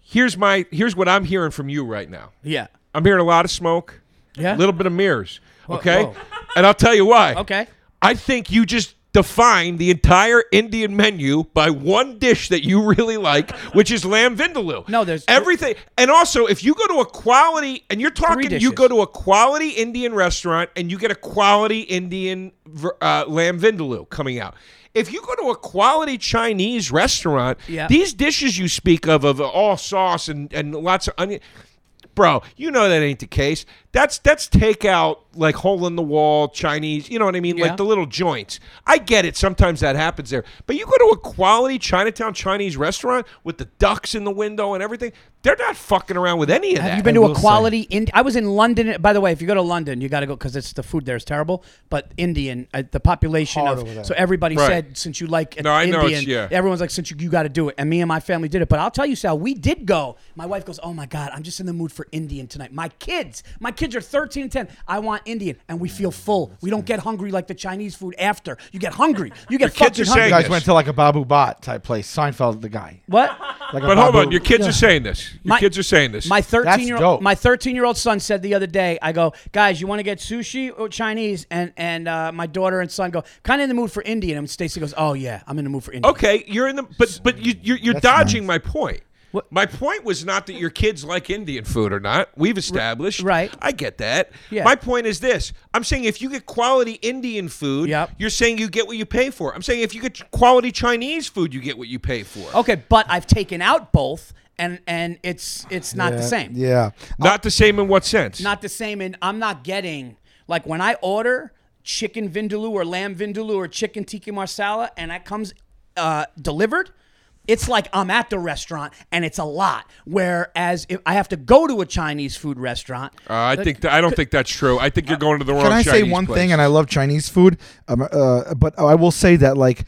Speaker 2: here's my here's what I'm hearing from you right now.
Speaker 4: Yeah.
Speaker 2: I'm hearing a lot of smoke.
Speaker 4: Yeah.
Speaker 2: A little bit of mirrors. Okay.
Speaker 4: whoa.
Speaker 2: And I'll tell you why.
Speaker 4: Okay.
Speaker 2: I think you just define the entire Indian menu by one dish that you really like, which is lamb vindaloo.
Speaker 4: No, there's-
Speaker 2: everything. And also, if you go to a quality, and you're talking,
Speaker 4: Three
Speaker 2: you
Speaker 4: dishes.
Speaker 2: go to a quality Indian restaurant and you get a quality Indian ver- uh, lamb vindaloo coming out. If you go to a quality Chinese restaurant,
Speaker 4: Yeah.
Speaker 2: these dishes you speak of of all sauce and, and lots of onion bro, you know that ain't the case. That's that's takeout, like hole in the wall Chinese. You know what I mean?
Speaker 4: Yeah.
Speaker 2: Like the little joints. I get it. Sometimes that happens there. But you go to a quality Chinatown Chinese restaurant with the ducks in the window and everything. They're not fucking around with any of that.
Speaker 4: Have you been
Speaker 1: I
Speaker 4: to a
Speaker 1: will say.
Speaker 4: quality? Ind- I was in London. By the way, if you go to London, you got to go because it's the food there is terrible. But Indian, uh, the population
Speaker 1: Hard
Speaker 4: of
Speaker 1: over there.
Speaker 4: so everybody
Speaker 2: Right.
Speaker 4: said since you like
Speaker 2: No, I know
Speaker 4: Indian,
Speaker 2: it's- yeah.
Speaker 4: everyone's like since you, you got to do it. And me and my family did it. But I'll tell you, Sal, we did go. My wife goes, "Oh my God, I'm just in the mood for Indian tonight." My kids, my kids are 13 and 10. I want Indian, and we feel full. We don't get hungry like the Chinese food after. You get hungry. You get
Speaker 2: kids
Speaker 4: fucking
Speaker 2: are
Speaker 4: hungry.
Speaker 1: you
Speaker 2: saying
Speaker 1: guys
Speaker 2: this.
Speaker 1: went to like a Babu Bot type place. Seinfeld, the guy.
Speaker 4: what?
Speaker 1: Like a
Speaker 2: but hold
Speaker 1: Babu-
Speaker 2: on, your kids are saying this. Your
Speaker 4: My-
Speaker 2: kids are saying this.
Speaker 4: My thirteen year old
Speaker 1: dope.
Speaker 4: my thirteen year old son said the other day, I go, guys, you want to get sushi or Chinese? And and uh, my daughter and son go, kind of in the mood for Indian. And Stacy goes, oh yeah, I'm in the mood for Indian.
Speaker 2: okay, you're in the but but you you're, you're dodging my point. My point was not that your kids like Indian food or not. We've established.
Speaker 4: right.
Speaker 2: I get that.
Speaker 4: Yeah.
Speaker 2: My point is this. I'm saying if you get quality Indian food,
Speaker 4: Yep.
Speaker 2: you're saying you get what you pay for. I'm saying if you get quality Chinese food, you get what you pay for.
Speaker 4: Okay, but I've taken out both, and and it's it's not
Speaker 1: Yeah,
Speaker 4: the same.
Speaker 1: Yeah.
Speaker 2: Not the same in what sense?
Speaker 4: Not the same, and I'm not getting. Like when I order chicken vindaloo or lamb vindaloo or chicken tiki marsala and that comes uh, delivered, it's like I'm at the restaurant and it's a lot. Whereas if I have to go to a Chinese food restaurant,
Speaker 2: Uh, I think th- I don't think that's true. I
Speaker 4: Uh,
Speaker 2: think you're going to the wrong.
Speaker 1: Can I say
Speaker 2: Chinese
Speaker 1: one
Speaker 2: place.
Speaker 1: thing? And I love Chinese food, um, uh, but I will say that like,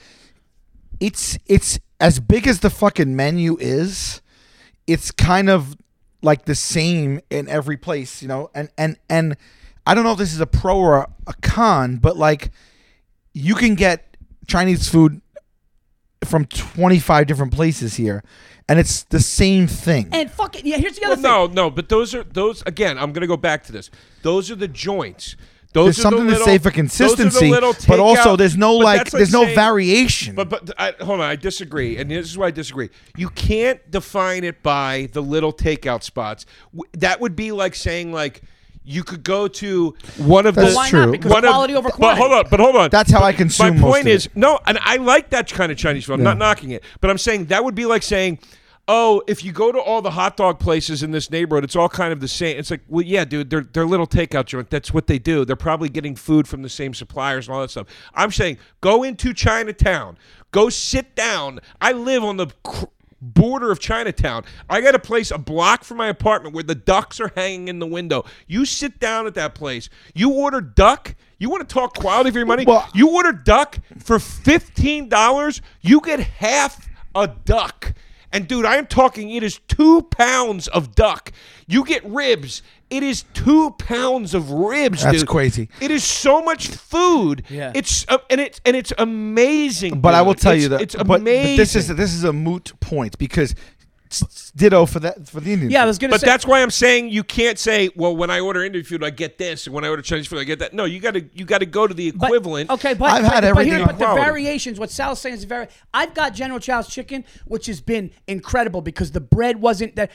Speaker 1: it's it's as big as the fucking menu is. It's kind of like the same in every place, you know. And and and I don't know if this is a pro or a, a con, but like, you can get Chinese food from twenty five different places here, and it's the same thing.
Speaker 4: and fuck it, yeah. Here's the other
Speaker 2: Well,
Speaker 4: thing.
Speaker 2: no, no, but those are those again. I'm going to go back to this. Those are the joints. Those
Speaker 1: there's
Speaker 2: are
Speaker 1: something
Speaker 2: the little,
Speaker 1: to say for
Speaker 2: those are the
Speaker 1: consistency,
Speaker 2: little
Speaker 1: but also
Speaker 2: takeout-
Speaker 1: there's no
Speaker 2: but
Speaker 1: like
Speaker 2: that's
Speaker 1: there's no
Speaker 2: saying-
Speaker 1: variation.
Speaker 2: But but I, hold on, I disagree, and this is why I disagree. You can't define it by the little takeout spots. W- That would be like saying like you could go to one of
Speaker 1: That's
Speaker 2: the
Speaker 1: Why not? true. Because
Speaker 2: one of-
Speaker 4: quality over
Speaker 2: But hold on, but hold on.
Speaker 1: That's how
Speaker 2: But
Speaker 1: I consume
Speaker 2: My
Speaker 1: most
Speaker 2: point
Speaker 1: of
Speaker 2: is
Speaker 1: it.
Speaker 2: no, and I like that kind of Chinese food. I'm not knocking it, but I'm saying that would be like saying. Oh, if you go to all the hot dog places in this neighborhood, it's all kind of the same. It's like, well, yeah, dude, they're, they're little takeout joint. That's what they do. They're probably getting food from the same suppliers and all that stuff. I'm saying go into Chinatown, go sit down. I live on the cr- border of Chinatown. I got a place a block from my apartment where the ducks are hanging in the window. You sit down at that place. You order duck. You want to talk quality for your money?
Speaker 1: Well-
Speaker 2: you order duck for fifteen dollars. You get half a duck. And dude, I am talking. It is two pounds of duck. You get ribs. It is two pounds of ribs.
Speaker 1: That's
Speaker 2: dude.
Speaker 1: crazy.
Speaker 2: It is so much food.
Speaker 4: Yeah.
Speaker 2: It's uh, and it's and it's amazing.
Speaker 1: But I
Speaker 2: dude.
Speaker 1: will tell
Speaker 2: It's-
Speaker 1: you that
Speaker 2: it's
Speaker 1: but- but,
Speaker 2: amazing.
Speaker 1: this is this is a moot point because s- s- ditto for that for the Indian.
Speaker 4: Yeah, I
Speaker 1: food.
Speaker 4: was gonna
Speaker 2: But
Speaker 4: say.
Speaker 2: that's why I'm saying you can't say, well, when I order Indian food, I get this, and when I order Chinese food, I get that. No, you got to you got to go to the
Speaker 4: But-
Speaker 2: equivalent.
Speaker 4: okay, but
Speaker 1: I've had
Speaker 4: but, but here-
Speaker 1: everything
Speaker 4: But the
Speaker 2: equality.
Speaker 4: variations, what Sal's saying is very. I've got General Chow's chicken, which has been incredible because the bread wasn't that.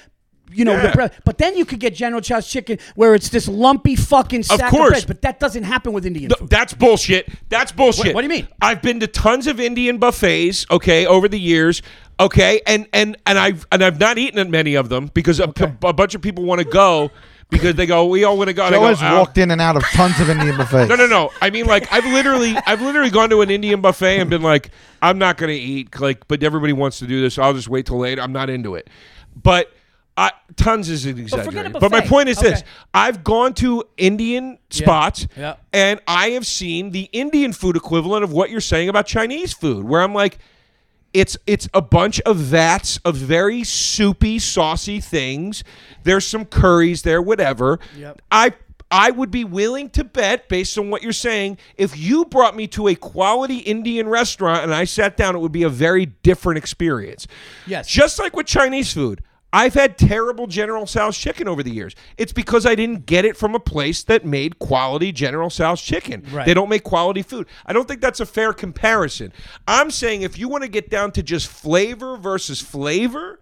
Speaker 4: You know,
Speaker 2: Yeah.
Speaker 4: the bread. But then you could get General Chow's chicken where it's this lumpy fucking sack of,
Speaker 2: course.
Speaker 4: bread. But that doesn't happen with Indian
Speaker 2: Th-
Speaker 4: food.
Speaker 2: That's bullshit. That's bullshit.
Speaker 4: What- what do you mean?
Speaker 2: I've been to tons of Indian buffets, okay, over the years, okay, and and and I've and I've not eaten at many of them because a, a bunch of people want to go because they go, we all want to go. and I
Speaker 1: Joe
Speaker 2: go,
Speaker 1: has
Speaker 2: "Ah."
Speaker 1: walked in and out of tons of Indian buffets.
Speaker 2: No, no, no. I mean, like I've literally, I've literally gone to an Indian buffet and been like, I'm not gonna eat, like, but everybody wants to do this. I'll just wait till later. I'm not into it. But I, tons is an
Speaker 4: forget a
Speaker 2: exaggeration. But, my
Speaker 4: buffet.
Speaker 2: point is this:
Speaker 4: Okay.
Speaker 2: I've gone to Indian spots,
Speaker 4: Yeah.
Speaker 2: and I have seen the Indian food equivalent of what you're saying about Chinese food, where I'm like. It's it's a bunch of vats of very soupy, saucy things. There's some curries there, whatever.
Speaker 4: Yep.
Speaker 2: I I would be willing to bet, based on what you're saying, if you brought me to a quality Indian restaurant and I sat down, it would be a very different experience.
Speaker 4: Yes.
Speaker 2: Just like with Chinese food. I've had terrible General Tso's chicken over the years. It's because I didn't get it from a place that made quality General Tso's chicken.
Speaker 4: Right.
Speaker 2: They don't make quality food. I don't think that's a fair comparison. I'm saying if you want to get down to just flavor versus flavor,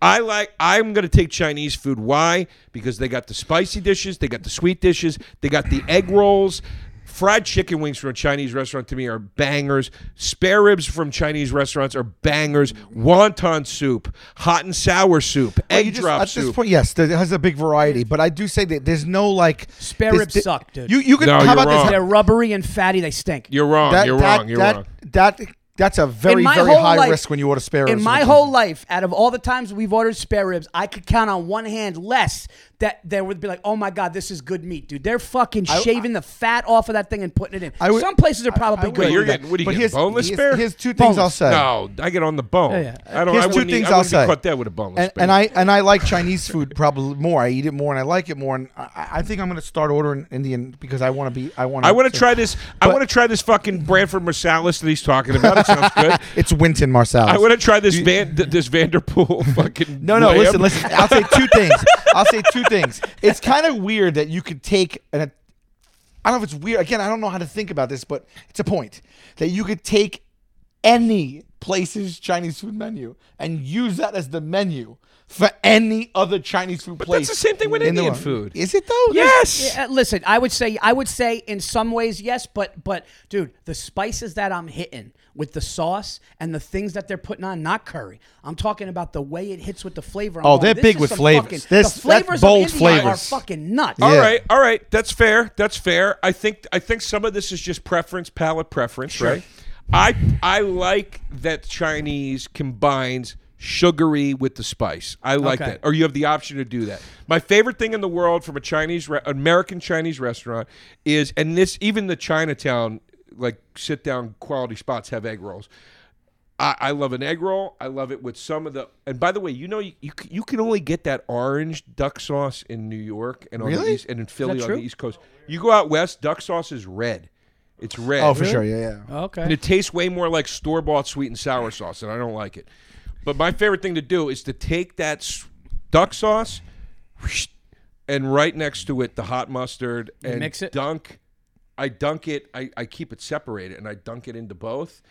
Speaker 2: I like. I'm gonna take Chinese food. Why? Because they got the spicy dishes, they got the sweet dishes, they got the egg rolls. Fried chicken wings from a Chinese restaurant to me are bangers. Spare ribs from Chinese restaurants are bangers. Wonton soup, hot and sour soup,
Speaker 1: But
Speaker 2: egg
Speaker 1: you just-
Speaker 2: drop
Speaker 1: at
Speaker 2: soup.
Speaker 1: this point, yes, there it has a big variety, but I do say that there's no like
Speaker 4: Spare
Speaker 1: there's-
Speaker 4: ribs
Speaker 1: th-
Speaker 4: suck, dude.
Speaker 1: You you can
Speaker 2: No,
Speaker 1: how
Speaker 2: you're
Speaker 1: about
Speaker 2: wrong.
Speaker 1: this?
Speaker 4: They're rubbery and fatty. They stink.
Speaker 2: you're wrong.
Speaker 1: That-
Speaker 2: you're
Speaker 1: that-
Speaker 2: wrong. You're
Speaker 1: that,
Speaker 2: wrong.
Speaker 1: That, that's a very
Speaker 4: my
Speaker 1: very
Speaker 4: whole
Speaker 1: high
Speaker 4: life-
Speaker 1: risk when you order spare ribs.
Speaker 4: In
Speaker 1: from
Speaker 4: my
Speaker 1: a-
Speaker 4: whole life, out of all the times we've ordered spare ribs, I could count on one hand less that there would be like, oh my god, this is good meat, dude. They're fucking shaving the fat off of that thing and putting it in.
Speaker 1: I would-
Speaker 4: Some places are probably
Speaker 1: Wait,
Speaker 4: good.
Speaker 2: you're
Speaker 1: with that.
Speaker 2: getting- what are you
Speaker 1: But
Speaker 2: getting,
Speaker 1: here's-
Speaker 2: boneless
Speaker 1: here's-
Speaker 2: spare?
Speaker 1: Here's two things I'll
Speaker 4: Boneless.
Speaker 1: say.
Speaker 2: No, I get on the bone.
Speaker 4: Yeah, yeah.
Speaker 2: I don't. I
Speaker 1: Here's two
Speaker 2: wouldn't, eat-
Speaker 1: things
Speaker 2: I
Speaker 1: I'll
Speaker 2: wouldn't
Speaker 1: say.
Speaker 2: Be cut that with a boneless.
Speaker 1: and,
Speaker 2: spare.
Speaker 1: and I and I like Chinese food probably more. I eat it more and I like it more. And I, I think I'm gonna start ordering Indian because I want to be. I want.
Speaker 2: I want to try this. I
Speaker 1: But-
Speaker 2: want to try this fucking Branford Marsalis that he's talking about. It sounds good.
Speaker 1: It's Winton Marsalis.
Speaker 2: I want to try this Van, th- this Vanderpool fucking.
Speaker 1: No, no.
Speaker 2: lamb.
Speaker 1: Listen, listen. I'll say two things. I'll say two things. It's kind of weird that you could take an. I don't know if it's weird. Again, I don't know how to think about this, but it's a point that you could take any place's Chinese food menu and use that as the menu for any other Chinese food
Speaker 2: But
Speaker 1: place.
Speaker 2: that's the same thing with
Speaker 1: in the
Speaker 2: Indian
Speaker 1: world.
Speaker 2: food.
Speaker 1: Is it though?
Speaker 2: Yes.
Speaker 4: Yeah, uh, listen, I would say I would say in some ways yes, but but dude, the spices that I'm hitting with the sauce and the things that they're putting on, not curry. I'm talking about the way it hits with the flavor. I'm
Speaker 1: Oh, they're
Speaker 4: "This
Speaker 1: big
Speaker 4: is
Speaker 1: with
Speaker 4: some
Speaker 1: flavors.
Speaker 4: fucking-
Speaker 1: This- that's
Speaker 4: the flavors
Speaker 1: bold
Speaker 4: of India are
Speaker 1: flavors.
Speaker 4: fucking nuts.
Speaker 2: All
Speaker 1: Yeah.
Speaker 2: right, all right. That's fair. That's fair. I think I think some of this is just preference, palate preference, right? I I like that Chinese combines sugary with the spice. I like
Speaker 4: Okay.
Speaker 2: that. Or you have the option to do that. My favorite thing in the world from a Chinese re- American Chinese restaurant is and this even the Chinatown like sit down quality spots have egg rolls. I, I love an egg roll. I love it with some of the. And by the way, you know you you, c- you can only get that orange duck sauce in New York and on the
Speaker 1: Really?
Speaker 2: east, and in Philly on
Speaker 4: true?
Speaker 2: the East Coast. You go out west, duck sauce is red. It's red.
Speaker 1: Oh, for sure. Yeah, yeah.
Speaker 2: And
Speaker 4: Okay.
Speaker 2: it tastes way more like store bought sweet and sour sauce, and I don't like it. But my favorite thing to do is to take that s- duck sauce, whoosh, and right next to it the hot mustard and
Speaker 4: mix it?
Speaker 2: dunk. I dunk it. I, I keep it separated, and I dunk it into both.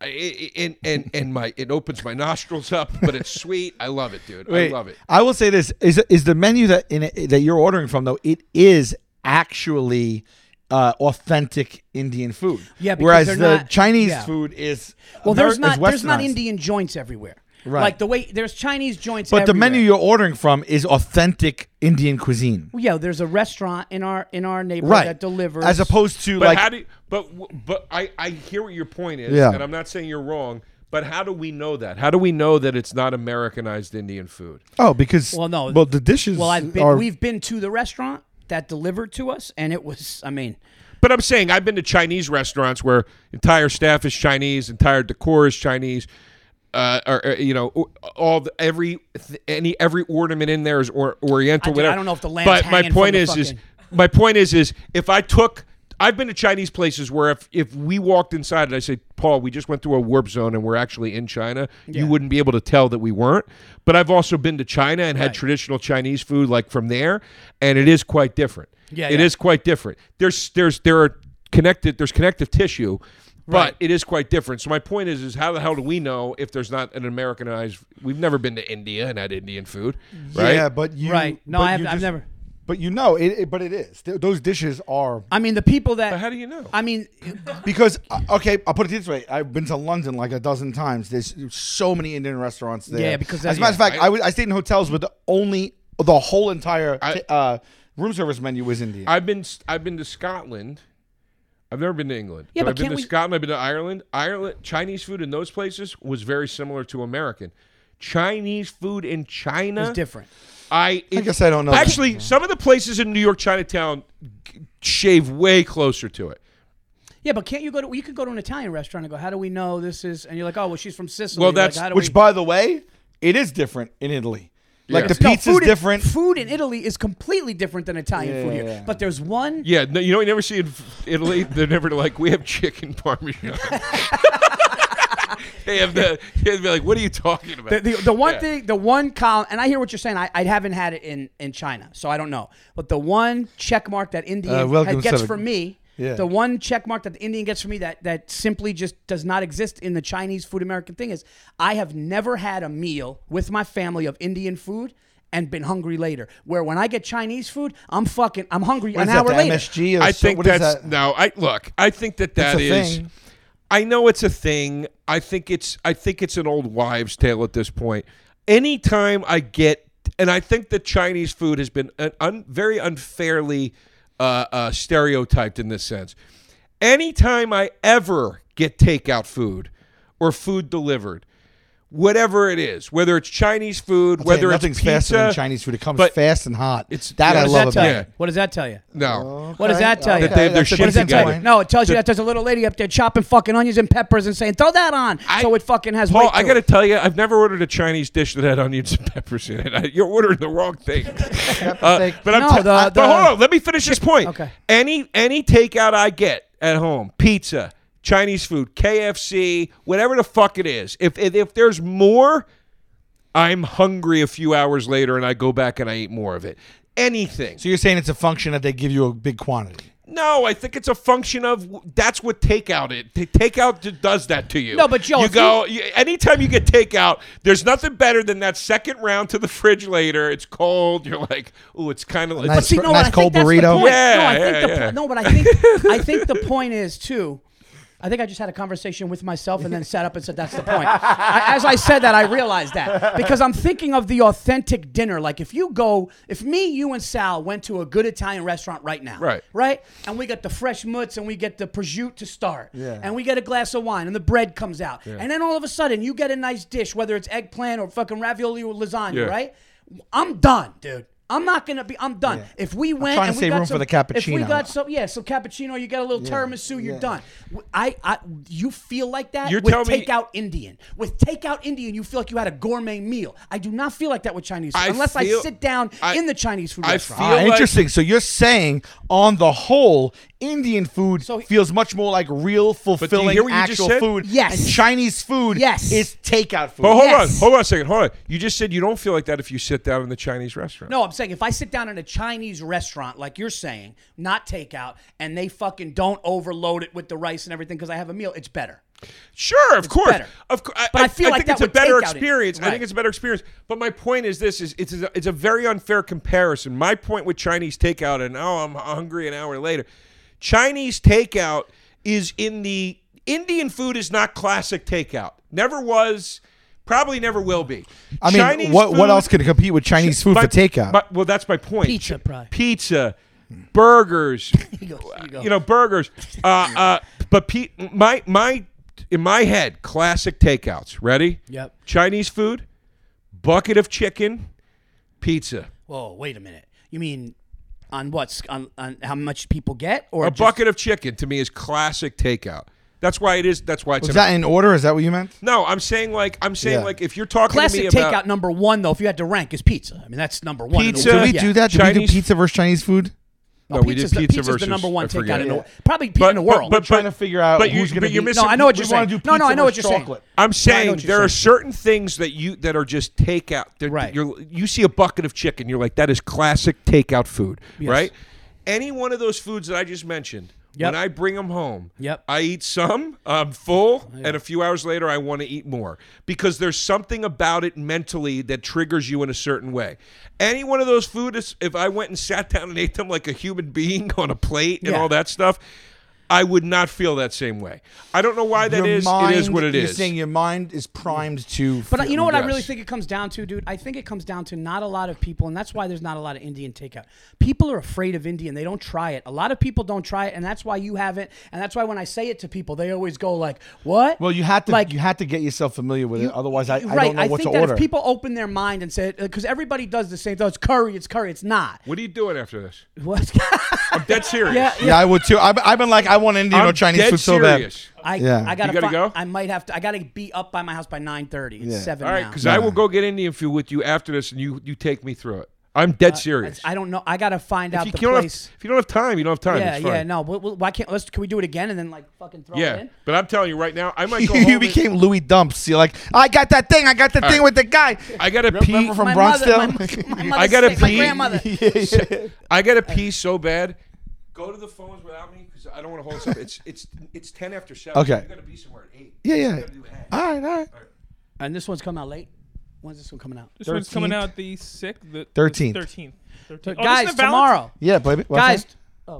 Speaker 2: I- I- I- and and and my it opens my nostrils up, but it's sweet. I love it, dude.
Speaker 1: Wait,
Speaker 2: I love it.
Speaker 1: I will say this: is is the menu that in that you're ordering from though? It is actually uh, authentic Indian food.
Speaker 4: Yeah, because
Speaker 1: Whereas the
Speaker 4: they're not-
Speaker 1: Chinese
Speaker 4: yeah.
Speaker 1: food is
Speaker 4: Well,
Speaker 1: Ameri-
Speaker 4: there's
Speaker 1: is
Speaker 4: not there's not
Speaker 1: westernized.
Speaker 4: Indian joints everywhere.
Speaker 1: Right.
Speaker 4: Like the way there's Chinese joints.
Speaker 1: But the
Speaker 4: everywhere.
Speaker 1: menu you're ordering from is authentic Indian cuisine,
Speaker 4: Well, Oh, yeah, there's a restaurant in our in our neighborhood
Speaker 1: right?
Speaker 4: that delivers
Speaker 1: as opposed to
Speaker 2: But
Speaker 1: like
Speaker 2: how do? You, but w- but I I hear what your point is,
Speaker 1: Yeah.
Speaker 2: and I'm not saying you're wrong. But how do we know that? How do we know that it's not Americanized Indian food?
Speaker 1: oh because
Speaker 4: Well, no.
Speaker 1: well the dishes
Speaker 4: Well, I've been,
Speaker 1: are
Speaker 4: we've been to the restaurant that delivered to us, and it was. I mean,
Speaker 2: But I'm saying I've been to Chinese restaurants where entire staff is Chinese, entire decor is Chinese. Uh, or, or, you know, o- all the, every th- any every ornament in there is or, Oriental.
Speaker 4: I- I
Speaker 2: whatever.
Speaker 4: don't know if the lamb's
Speaker 2: But my
Speaker 4: hanging from
Speaker 2: point
Speaker 4: the
Speaker 2: is, is
Speaker 4: fucking-
Speaker 2: my point is, is if I took, I've been to Chinese places where if if we walked inside and I say, Paul, we just went through a warp zone and we're actually in China, you wouldn't be able to tell that we weren't. But I've also been to China and had traditional Chinese food like from there, and it is quite different.
Speaker 4: Yeah,
Speaker 2: it
Speaker 4: yeah.
Speaker 2: is quite different. There's there's there are connected there's connective tissue, but it is quite different. So my point is is how the hell do we know if there's not an Americanized? We've never been to India and had Indian food, right?
Speaker 1: yeah, but you
Speaker 4: Right. No,
Speaker 1: but
Speaker 4: I have-
Speaker 1: you
Speaker 4: I've never-
Speaker 1: But you know it, it- but it is Th- those dishes are
Speaker 4: I mean the people that.
Speaker 2: But how do you know?
Speaker 4: I mean,
Speaker 1: Because uh, okay, I'll put it this way: I've been to London like a dozen times. There's so many Indian restaurants there.
Speaker 4: Yeah, because
Speaker 1: as
Speaker 4: that-
Speaker 1: a matter of
Speaker 4: yeah,
Speaker 1: fact, I, was- I stayed in hotels with the only the whole entire
Speaker 2: I-
Speaker 1: uh, room service menu was Indian.
Speaker 2: I've been I've been to Scotland. I've never been to England.
Speaker 4: Yeah, but
Speaker 2: I've been
Speaker 4: can't
Speaker 2: to
Speaker 4: we-
Speaker 2: Scotland. I've been to Ireland. Ireland Chinese food in those places was very similar to American. Chinese food in China
Speaker 4: it's different.
Speaker 2: I,
Speaker 1: I guess I don't know.
Speaker 2: Actually, some of the places in New York Chinatown g- shave way closer to it.
Speaker 4: Yeah, but can't you go to? You could go to an Italian restaurant and go, "How do we know this is?" And you're like, "Oh, well, she's from Sicily."
Speaker 2: Well,
Speaker 4: You're like,
Speaker 2: that's-
Speaker 4: "How do
Speaker 1: which,
Speaker 4: we-"
Speaker 1: by the way, it is different in Italy. Like
Speaker 2: Yeah.
Speaker 1: the
Speaker 2: No,
Speaker 1: pizza's
Speaker 4: food in-
Speaker 1: different.
Speaker 4: food in Italy is completely different than Italian
Speaker 1: Yeah,
Speaker 4: food
Speaker 1: yeah,
Speaker 4: here.
Speaker 1: yeah.
Speaker 4: But there's one.
Speaker 2: Yeah, no, you know, you never see in f- Italy. They're never like, we have chicken parmesan. they have the. They'd be like, what are you talking about?
Speaker 4: The, the, the one
Speaker 2: Yeah.
Speaker 4: thing, the one column, and I hear what you're saying. I, I haven't had it in, in China, so I don't know. But the one check mark that Indian
Speaker 1: Uh, welcome,
Speaker 4: had- gets
Speaker 1: sir.
Speaker 4: for me,
Speaker 1: Yeah.
Speaker 4: the one check mark that the Indian gets for me that, that simply just does not exist in the Chinese food American thing is I have never had a meal with my family of Indian food and been hungry later. Where when I get Chinese food, I'm fucking, I'm hungry
Speaker 1: What
Speaker 4: an
Speaker 1: is that,
Speaker 4: hour
Speaker 1: the
Speaker 4: later.
Speaker 1: MSG or
Speaker 2: I
Speaker 1: so-
Speaker 2: think
Speaker 1: what is
Speaker 2: that's
Speaker 1: that?
Speaker 2: no. I look. I think that that
Speaker 1: a
Speaker 2: is.
Speaker 1: thing.
Speaker 2: I know it's a thing. I think it's. I think it's an old wives' tale at this point. Anytime I get, and I think that Chinese food has been an un, very unfairly uh, uh, stereotyped in this sense. Anytime I ever get takeout food or food delivered. Whatever it is, whether it's Chinese food,
Speaker 1: Yeah,
Speaker 2: whether
Speaker 1: nothing's
Speaker 2: it's pizza,
Speaker 1: faster than Chinese food. It comes
Speaker 2: but-
Speaker 1: fast and hot.
Speaker 2: It's-
Speaker 1: that
Speaker 2: yeah,
Speaker 1: I
Speaker 4: What does that
Speaker 1: love
Speaker 4: tell
Speaker 1: about
Speaker 4: you?
Speaker 1: it.
Speaker 2: it.
Speaker 4: What does that tell you?
Speaker 1: Oh.
Speaker 2: No,
Speaker 4: What does that uh, tell you?
Speaker 1: Okay,
Speaker 2: That they have their
Speaker 1: that's a
Speaker 2: shit
Speaker 4: What does that
Speaker 1: good
Speaker 4: tell you?
Speaker 1: point.
Speaker 4: No, it tells you that there's a little lady up there chopping fucking onions and peppers and saying, throw that on.
Speaker 2: I-
Speaker 4: so it fucking has
Speaker 2: Paul,
Speaker 4: weight.
Speaker 2: I
Speaker 4: to
Speaker 2: got to
Speaker 4: it.
Speaker 2: tell you, I've never ordered a Chinese dish that had onions and peppers in it. I, you're ordering the wrong thing. Uh, but I'm
Speaker 4: No,
Speaker 2: tell-
Speaker 4: the-
Speaker 2: I- but
Speaker 4: the-
Speaker 2: hold on, let me finish this point.
Speaker 4: Okay.
Speaker 2: Any any takeout I get at home, pizza, Chinese food, KFC, whatever the fuck it is, if if, if there's more, I'm hungry a few hours later and I go back and I eat more of it. Anything.
Speaker 1: So you're saying it's a function that they give you a big quantity.
Speaker 2: No, I think it's a function of that's what takeout is. Ta- Takeout d- does that to you.
Speaker 4: No, but Joe,
Speaker 2: you
Speaker 4: if
Speaker 2: go you, anytime you get takeout. There's nothing better than that second round to the fridge later. It's cold. You're like, oh, it's kind of like.
Speaker 1: Nice.
Speaker 4: But see, no,
Speaker 1: Nice
Speaker 4: but I
Speaker 1: cold
Speaker 4: think that's
Speaker 1: burrito.
Speaker 4: the point. no, I
Speaker 2: Yeah,
Speaker 4: think
Speaker 2: yeah,
Speaker 4: the po-
Speaker 2: yeah.
Speaker 4: no, but I think I think the point is too. I think I just had a conversation with myself and then sat up and said, "That's the point." I, as I said that, I realized that because I'm thinking of the authentic dinner. Like if you go, if me, you, and Sal went to a good Italian restaurant right now,
Speaker 2: Right.
Speaker 4: right, and we got the fresh mutts and we get the prosciutto to start,
Speaker 1: Yeah.
Speaker 4: and we get a glass of wine and the bread comes out, and then all of a sudden you get a nice dish, whether it's eggplant or fucking ravioli or lasagna,
Speaker 2: Yeah.
Speaker 4: right? I'm done, dude. I'm not gonna be. I'm done. If we went
Speaker 1: trying
Speaker 4: and
Speaker 1: to
Speaker 4: we
Speaker 1: save
Speaker 4: got
Speaker 1: room for
Speaker 4: some-
Speaker 1: the cappuccino.
Speaker 4: If we got some, yeah, some cappuccino. You got a little tiramisu. You're
Speaker 1: yeah.
Speaker 4: done. W- I, I, you feel like that
Speaker 2: You're
Speaker 4: with
Speaker 2: telling me-
Speaker 4: takeout Indian. With takeout Indian, you feel like you had a gourmet meal. I do not feel like that with Chinese food,
Speaker 2: I
Speaker 4: unless
Speaker 2: feel-
Speaker 4: I sit down
Speaker 2: I-
Speaker 4: in the Chinese food
Speaker 2: I
Speaker 4: restaurant.
Speaker 2: feel
Speaker 1: Ah,
Speaker 2: like-
Speaker 1: interesting. So you're saying, on the whole, Indian food
Speaker 4: So-
Speaker 1: feels much more like real, fulfilling,
Speaker 2: hear what you just
Speaker 1: actual
Speaker 2: said?
Speaker 1: food.
Speaker 4: Yes.
Speaker 1: And Chinese food
Speaker 4: Yes.
Speaker 1: is takeout food.
Speaker 2: but Oh, hold
Speaker 4: Yes.
Speaker 2: on, hold on a second, hold on. You just said you don't feel like that if you sit down in the Chinese restaurant.
Speaker 4: No, I'm saying if I sit down in a Chinese restaurant, like you're saying, not takeout, and they fucking don't overload it with the rice and everything because I have a meal, it's better.
Speaker 2: Sure, of course,
Speaker 4: better.
Speaker 2: of course.
Speaker 4: But I feel
Speaker 2: think
Speaker 4: like that
Speaker 2: it's a
Speaker 4: would
Speaker 2: better
Speaker 4: take out it.
Speaker 2: experience. I
Speaker 4: Right.
Speaker 2: think it's a better experience. But my point is this: is it's a, it's a very unfair comparison. My point with Chinese takeout, and oh, I'm hungry an hour later. Chinese takeout is in the Indian food is not classic takeout. Never was. Probably never will be.
Speaker 1: I mean,
Speaker 2: Chinese
Speaker 1: what what
Speaker 2: food-
Speaker 1: else could compete with Chinese food for
Speaker 2: but-
Speaker 1: takeout?
Speaker 2: but- well, that's my point.
Speaker 4: Pizza, probably.
Speaker 2: Pizza, burgers,
Speaker 4: He goes, here you go.
Speaker 2: you know burgers uh, uh, but pe- my my in my head classic takeouts ready
Speaker 4: Yep.
Speaker 2: chinese food bucket of chicken pizza
Speaker 4: Whoa, wait a minute. You mean on what's on, on how much people get or
Speaker 2: a
Speaker 4: just-
Speaker 2: bucket of chicken to me is classic takeout that's why it is that's why it's
Speaker 1: was
Speaker 2: an-
Speaker 1: that in order? Is that what you meant?
Speaker 2: no i'm saying like i'm saying
Speaker 1: Yeah.
Speaker 2: like if you're talking to me
Speaker 4: Classic
Speaker 2: about
Speaker 4: takeout number one though, if you had to rank, is pizza. I mean, that's number one. in the
Speaker 2: Pizza-
Speaker 1: Did
Speaker 4: world.
Speaker 1: we
Speaker 4: Yeah.
Speaker 1: do that? Did we do
Speaker 2: Chinese-
Speaker 1: pizza versus Chinese food?
Speaker 2: no, we did
Speaker 4: Pizza's the-
Speaker 2: pizza
Speaker 4: pizza's
Speaker 2: versus
Speaker 4: the number one
Speaker 2: I forget.
Speaker 4: takeout in
Speaker 1: Yeah.
Speaker 4: the probably in the world.
Speaker 2: But,
Speaker 1: trying
Speaker 2: but-
Speaker 1: to figure out
Speaker 2: but you-
Speaker 1: who's going
Speaker 2: but
Speaker 1: to be.
Speaker 2: you're missing-
Speaker 4: No, I know what
Speaker 1: we
Speaker 4: you're
Speaker 1: wanna
Speaker 4: saying.
Speaker 1: do
Speaker 4: No, no,
Speaker 1: pizza
Speaker 4: I know what
Speaker 1: versus
Speaker 4: you're saying.
Speaker 1: chocolate.
Speaker 2: I'm
Speaker 4: I know
Speaker 2: saying
Speaker 4: what you're
Speaker 2: there are
Speaker 4: saying.
Speaker 2: certain things that you that are just takeout. That
Speaker 4: Right.
Speaker 2: You're, you see a bucket of chicken, you're like, that is classic takeout food, right? Any one of those foods that I just mentioned,
Speaker 4: Yep.
Speaker 2: when I bring them home,
Speaker 4: Yep.
Speaker 2: I eat some, I'm full, and a few hours later I want to eat more because there's something about it mentally that triggers you in a certain way. Any one of those foods, if I went and sat down and ate them like a human being on a plate and
Speaker 4: Yeah.
Speaker 2: all that stuff. I would not feel that same way. I don't know why that
Speaker 1: Your
Speaker 2: is. it is
Speaker 1: mind-
Speaker 2: what it
Speaker 1: You're
Speaker 2: is.
Speaker 1: saying your mind is primed to.
Speaker 4: But I- you know what I
Speaker 2: Yes.
Speaker 4: really think it comes down to, dude? I think it comes down to not a lot of people, and that's why there's not a lot of Indian takeout. People are afraid of Indian. They don't try it. A lot of people don't try it, and that's why you haven't. And that's why when I say it to people, they always go like, what?
Speaker 1: well, you had to
Speaker 4: Like-
Speaker 1: you had to get yourself familiar with it. Otherwise, I, I
Speaker 4: right.
Speaker 1: don't know
Speaker 4: I
Speaker 1: what
Speaker 4: think
Speaker 1: to
Speaker 4: that
Speaker 1: order.
Speaker 4: if people open their mind and say, because everybody does the same thing, it's curry, it's curry, it's not.
Speaker 2: What are you doing after this?
Speaker 4: What?
Speaker 2: I'm dead serious.
Speaker 4: yeah, yeah.
Speaker 1: yeah, I would too. I've, I've been like, I want Indian
Speaker 2: I'm
Speaker 1: or Chinese
Speaker 2: dead
Speaker 1: food so bad.
Speaker 2: serious.
Speaker 4: I,
Speaker 1: Yeah.
Speaker 4: I gotta,
Speaker 2: You gotta
Speaker 4: fi-
Speaker 2: go?
Speaker 4: I might have to. I gotta be up by my house by nine thirty. It's
Speaker 1: Yeah.
Speaker 4: seven
Speaker 2: All right,
Speaker 4: now.
Speaker 2: because I will go get Indian food with you after this, and you you take me through it.
Speaker 1: Uh,
Speaker 2: I'm dead serious.
Speaker 4: That's- I don't know. I gotta find
Speaker 2: if
Speaker 4: out
Speaker 2: you,
Speaker 4: the
Speaker 2: don't have,
Speaker 4: place.
Speaker 2: if you don't have time, you don't have time.
Speaker 4: yeah,
Speaker 2: it's fine.
Speaker 4: yeah. No, we we why can't? Let's. Can we do it again and then like fucking throw
Speaker 2: Yeah,
Speaker 4: it in?
Speaker 2: but I'm telling you right now, I might go home.
Speaker 1: you
Speaker 2: and-
Speaker 1: became Louis Dumps. You're like, "Oh, I got that thing. I got the thing with the guy.
Speaker 2: I got to pee.
Speaker 1: Remember from
Speaker 4: my
Speaker 1: Bronxville?
Speaker 4: mother, my, my mother
Speaker 2: I gotta
Speaker 4: sick, my
Speaker 2: pee.
Speaker 4: grandmother.
Speaker 2: I got to pee so bad. Go to the phones without me because I don't want to hold us up. It's it's it's ten after seven.
Speaker 1: Okay.
Speaker 2: You got to be somewhere at eight.
Speaker 1: yeah, Ah.
Speaker 2: You
Speaker 1: yeah.
Speaker 2: gotta do that.
Speaker 1: All right, all right.
Speaker 4: and this one's coming out late. When's this one coming out?
Speaker 5: This one's coming
Speaker 1: 13th?
Speaker 5: out the sixth, the
Speaker 1: 13th.
Speaker 5: thirteenth. Oh,
Speaker 4: guys, tomorrow.
Speaker 1: Yeah, baby. What's
Speaker 4: Guys,
Speaker 1: that?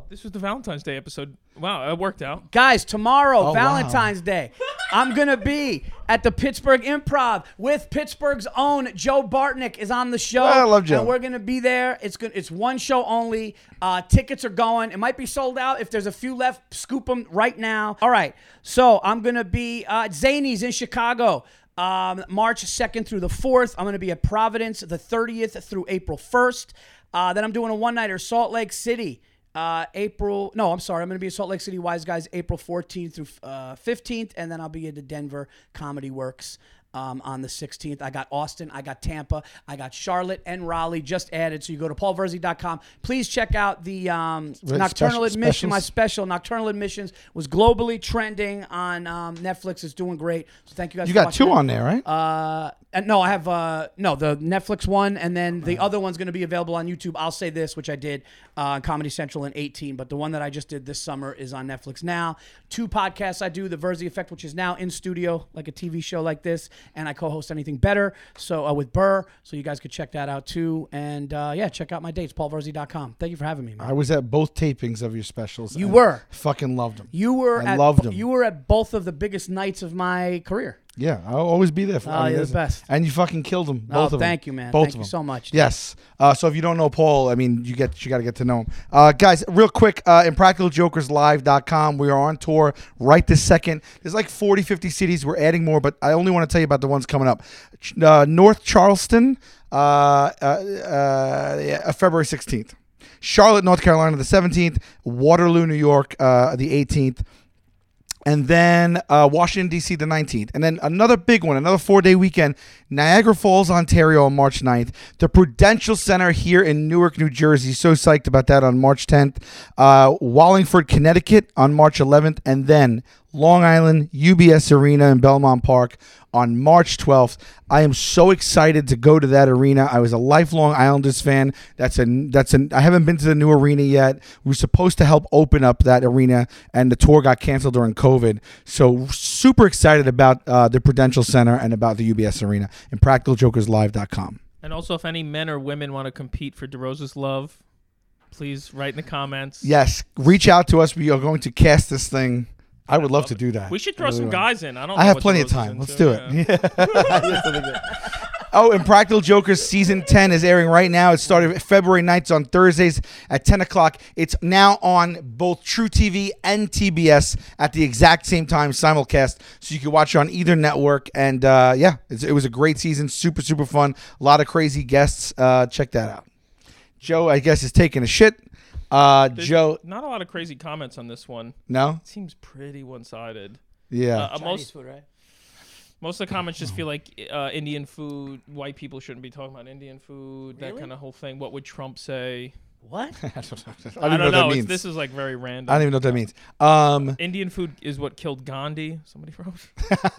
Speaker 5: This was the Valentine's Day episode. Wow, it worked out.
Speaker 4: guys, tomorrow,
Speaker 1: Oh, wow.
Speaker 4: Valentine's Day, I'm going to be at the Pittsburgh Improv with Pittsburgh's own Joe Bartnick is on the show.
Speaker 1: I love Joe.
Speaker 4: And we're going to be there. It's gonna, it's one show only. Uh, tickets are going. It might be sold out. If there's a few left, scoop them right now. All right. So I'm going to be uh, at Zany's in Chicago. Um, March 2nd through the 4th. I'm going to be at Providence the 30th through April 1st. Uh, then I'm doing a one nighter Salt Lake City uh, April. No, I'm sorry. I'm going to be at Salt Lake City Wise Guys April 14th through uh, 15th, and then I'll be at the Denver Comedy Works um, on the 16th. I got Austin, I got Tampa, I got Charlotte and Raleigh just added. So you go to paulverzi.com. Please check out the um,
Speaker 1: Really
Speaker 4: Nocturnal
Speaker 1: special-
Speaker 4: Admission, my
Speaker 1: specials?
Speaker 4: special. Nocturnal Admissions was globally trending on um, Netflix. It's doing great. So thank you guys
Speaker 1: You
Speaker 4: for
Speaker 1: got
Speaker 4: watching
Speaker 1: two
Speaker 4: that.
Speaker 1: on there, right?
Speaker 4: Uh, and no, I have uh, no the Netflix one, and then the other one's going to be available on YouTube. I'll say this, which I did uh, on Comedy Central in eighteen, but the one that I just did this summer is on Netflix now. Two podcasts I do: the Verzi Effect, which is now in studio, like a TV show like this, and I co-host Anything Better, so uh, with Burr. So you guys could check that out too, and uh, yeah, check out my dates, paulverzi.com. Thank you for having me, man.
Speaker 1: I was at both tapings of your specials.
Speaker 4: You
Speaker 1: and
Speaker 4: were.
Speaker 1: fucking loved them.
Speaker 4: You were
Speaker 1: I
Speaker 4: at,
Speaker 1: loved them.
Speaker 4: You were at both of the biggest nights of my career.
Speaker 1: Yeah, I'll always be there. For,
Speaker 4: Oh, you're the
Speaker 1: there's-
Speaker 4: best.
Speaker 1: And you fucking killed them. Both
Speaker 4: Oh,
Speaker 1: of them.
Speaker 4: thank you, man.
Speaker 1: Both
Speaker 4: Thank
Speaker 1: of
Speaker 4: you
Speaker 1: them.
Speaker 4: so much, dude.
Speaker 1: Yes. Uh, so if you don't know Paul, I mean, you get you got to get to know him. Uh, guys, real quick, uh, impracticaljokerslive.com. We are on tour right this second. There's like 40, 50 cities. We're adding more, but I only want to tell you about the ones coming up. Ch- Uh, North Charleston, uh, uh, uh, yeah, uh, February 16th. Charlotte, North Carolina, the 17th. Waterloo, New York, uh, the 18th and then uh, Washington D.C. the 19th, and then another big one, another four-day weekend, Niagara Falls, Ontario on March 9th, the Prudential Center here in Newark, New Jersey. So psyched about that on March 10th, uh, Wallingford, Connecticut on March 11th, and then Long Island UBS Arena in Belmont Park on March 12th. I am so excited to go to that arena. I was a lifelong Islanders fan. That's an that's an I haven't been to the new arena yet. We were supposed to help open up that arena and the tour got canceled during COVID. So super excited about uh, the Prudential Center and about the UBS Arena and practicaljokerslive.com.
Speaker 5: And also, if any men or women want to compete for DeRosa's love, please write in the comments.
Speaker 1: Yes, reach out to us. We are going to cast this thing. I would love to do that.
Speaker 5: We should throw
Speaker 1: I really
Speaker 5: some
Speaker 1: would.
Speaker 5: guys in. I don't.
Speaker 1: I
Speaker 5: know
Speaker 1: have
Speaker 5: what
Speaker 1: plenty of
Speaker 5: DeRosa's
Speaker 1: time.
Speaker 5: into.
Speaker 1: Let's do it.
Speaker 5: Yeah.
Speaker 1: Oh, and Practical Jokers season 10 is airing right now. It started February nights on Thursdays at 10 o'clock. It's now on both True TV and TBS at the exact same time, simulcast. So you can watch it on either network. And uh, yeah, it's, it was a great season. Super, super fun. A lot of crazy guests. Uh, check that out. Joe, I guess, is taking a shit. Uh,
Speaker 5: There's
Speaker 1: Joe,
Speaker 5: Not a lot of crazy comments on this one.
Speaker 1: no?
Speaker 5: It seems pretty one-sided.
Speaker 1: Yeah. Oh.
Speaker 5: Uh, most
Speaker 4: food, right?
Speaker 5: most of the comments just feel like uh, Indian food. White people shouldn't be talking about Indian food. That
Speaker 4: Really?
Speaker 5: kind of whole thing. What would Trump say?
Speaker 4: What?
Speaker 1: I don't,
Speaker 5: I don't,
Speaker 1: even
Speaker 5: know.
Speaker 1: what that
Speaker 5: It's-
Speaker 1: means.
Speaker 5: This is like very
Speaker 1: I don't
Speaker 5: random.
Speaker 1: even know what that means. Um,
Speaker 5: Indian food is what killed Gandhi. Somebody wrote.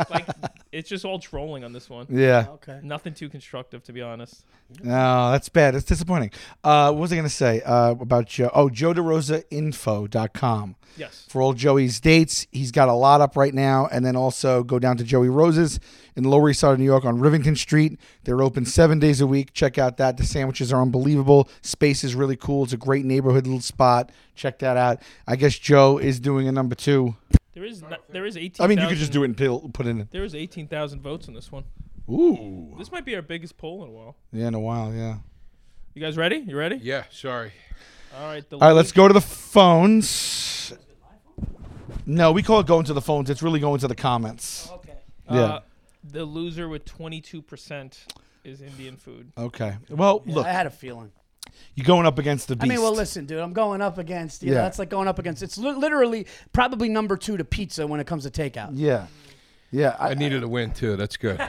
Speaker 5: like it's just all trolling on this one.
Speaker 1: yeah.
Speaker 4: Okay.
Speaker 5: Nothing too constructive, to be honest.
Speaker 1: No, Oh, that's bad. That's disappointing. Uh, what was I going to say uh, about Joe? Oh, joederosainfo.com.
Speaker 5: Yes.
Speaker 1: For all Joey's dates, he's got a lot up right now. And then also go down to Joey Rose's in the Lower East Side of New York on Rivington Street. They're open seven days a week. Check out that. The sandwiches are unbelievable. Space is really cool. It's a great neighborhood little spot. Check that out. I guess Joe is doing a number two.
Speaker 5: There is no- there is eighteen.
Speaker 1: I mean, you could just do it and pill- put it in.
Speaker 5: There is eighteen thousand votes on this one.
Speaker 1: Ooh.
Speaker 5: This might be our biggest poll in a while.
Speaker 1: Yeah, in a while, yeah.
Speaker 5: You guys ready? You ready?
Speaker 2: Yeah, sorry.
Speaker 5: All right. The
Speaker 1: All right, let's
Speaker 5: link-
Speaker 1: go to the phones. No, we call it going to the phones. It's really going to the comments.
Speaker 4: Okay.
Speaker 1: Yeah.
Speaker 5: uh, the loser with twenty two percent is Indian food.
Speaker 1: Okay. Well, look,
Speaker 4: I had a feeling.
Speaker 1: you're going up against the beast.
Speaker 4: I mean, well, listen, dude. I'm going up against. You yeah.
Speaker 1: Yeah.
Speaker 4: Know, that's like going up against. It's li- literally probably number two to pizza when it comes to takeout.
Speaker 1: Yeah. Yeah. I,
Speaker 2: I needed a win too. That's good.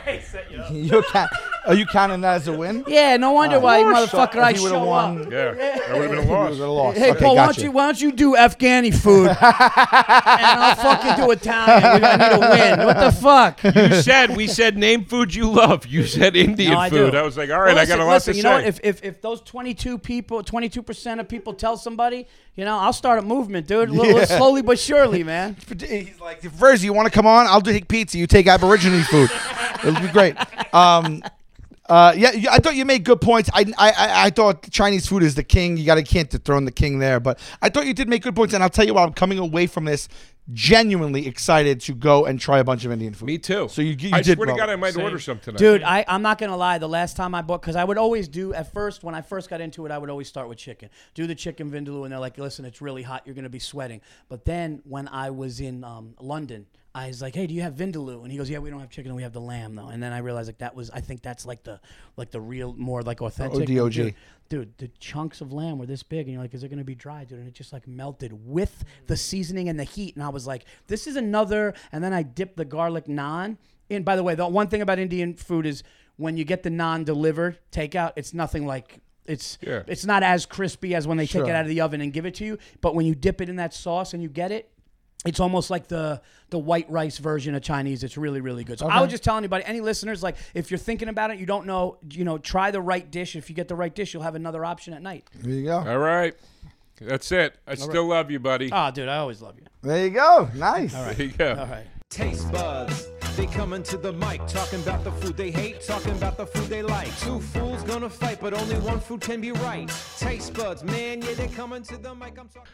Speaker 1: you're ca- are you counting that as a win?
Speaker 4: Yeah. No wonder why, motherfucker, I
Speaker 1: He would've
Speaker 4: show
Speaker 1: won.
Speaker 4: up.
Speaker 2: Yeah, that would have been a
Speaker 1: You
Speaker 2: loss.
Speaker 1: would've lost.
Speaker 4: Hey,
Speaker 1: Okay,
Speaker 4: Paul, why
Speaker 1: gotcha.
Speaker 4: don't you why don't you do Afghani food? and I'll fucking do Italian. We're gonna need a win. What the fuck?
Speaker 2: You said we said name food you love. You said Indian
Speaker 4: No, I
Speaker 2: food.
Speaker 4: do.
Speaker 2: I was like, all right,
Speaker 4: Well,
Speaker 2: I got a
Speaker 4: listen-
Speaker 2: lot
Speaker 4: listen,
Speaker 2: to
Speaker 4: you
Speaker 2: say.
Speaker 4: know what? If, if, if those 22 people, 22% of people tell somebody, you know, I'll start a movement, dude. Li- li- Slowly but surely, man.
Speaker 1: He's like, Verzi, you want to come on? I'll take pizza. You take Aborigine food. It'll be great. Um, uh, yeah, you- I thought you made good points. I, I, I- I thought Chinese food is the king. You got to can't dethrone the king there. But I thought you did make good points. And I'll tell you what, I'm coming away from this genuinely excited to go and try a bunch of Indian food.
Speaker 2: Me too.
Speaker 1: So you, you
Speaker 2: I
Speaker 1: did.
Speaker 2: swear
Speaker 1: well.
Speaker 2: to God, I might
Speaker 5: Same.
Speaker 2: order some tonight.
Speaker 4: Dude, I, I'm not gonna lie. The last time I bought, because I would always do at first when I first got into it, I would always start with chicken. Do the chicken vindaloo, and they're like, "Listen, it's really hot. You're gonna be sweating." But then when I was in um, London, I was like, "Hey, do you have vindaloo?" And he goes, "Yeah, we don't have chicken. We have the lamb though." And then I realized like that was, I think that's like the like the real, more like authentic.
Speaker 1: ODOG.
Speaker 4: Dude, Dude, the chunks of lamb were this big, and you're like, "Is it gonna be dry, dude?" And it just like melted with the seasoning and the heat, and I was like, "This is another." And then I dipped the garlic naan And by the way, the one thing about Indian food is when you get the non-delivered takeout, it's nothing like it's
Speaker 2: Yeah.
Speaker 4: it's not as crispy as when they take
Speaker 1: Sure.
Speaker 4: it out of the oven and give it to you. But when you dip it in that sauce and you get it. It's almost like the the white rice version of Chinese. It's really really good. So I would just tell anybody, any listeners, like if you're thinking about it, you don't know, you know, try the right dish. If you get the right dish, you'll have another option at night.
Speaker 1: There you go.
Speaker 2: All right. That's it. I still love you, buddy.
Speaker 4: Oh, dude, I always love you.
Speaker 1: There you go. Nice.
Speaker 2: There you go.
Speaker 4: All right.
Speaker 3: Taste buds. They coming to the mic, talking about the food they hate, talking about the food they like. Two fools gonna fight, but only one food can be right. Taste buds, man, yeah, they coming to the mic. I'm talking.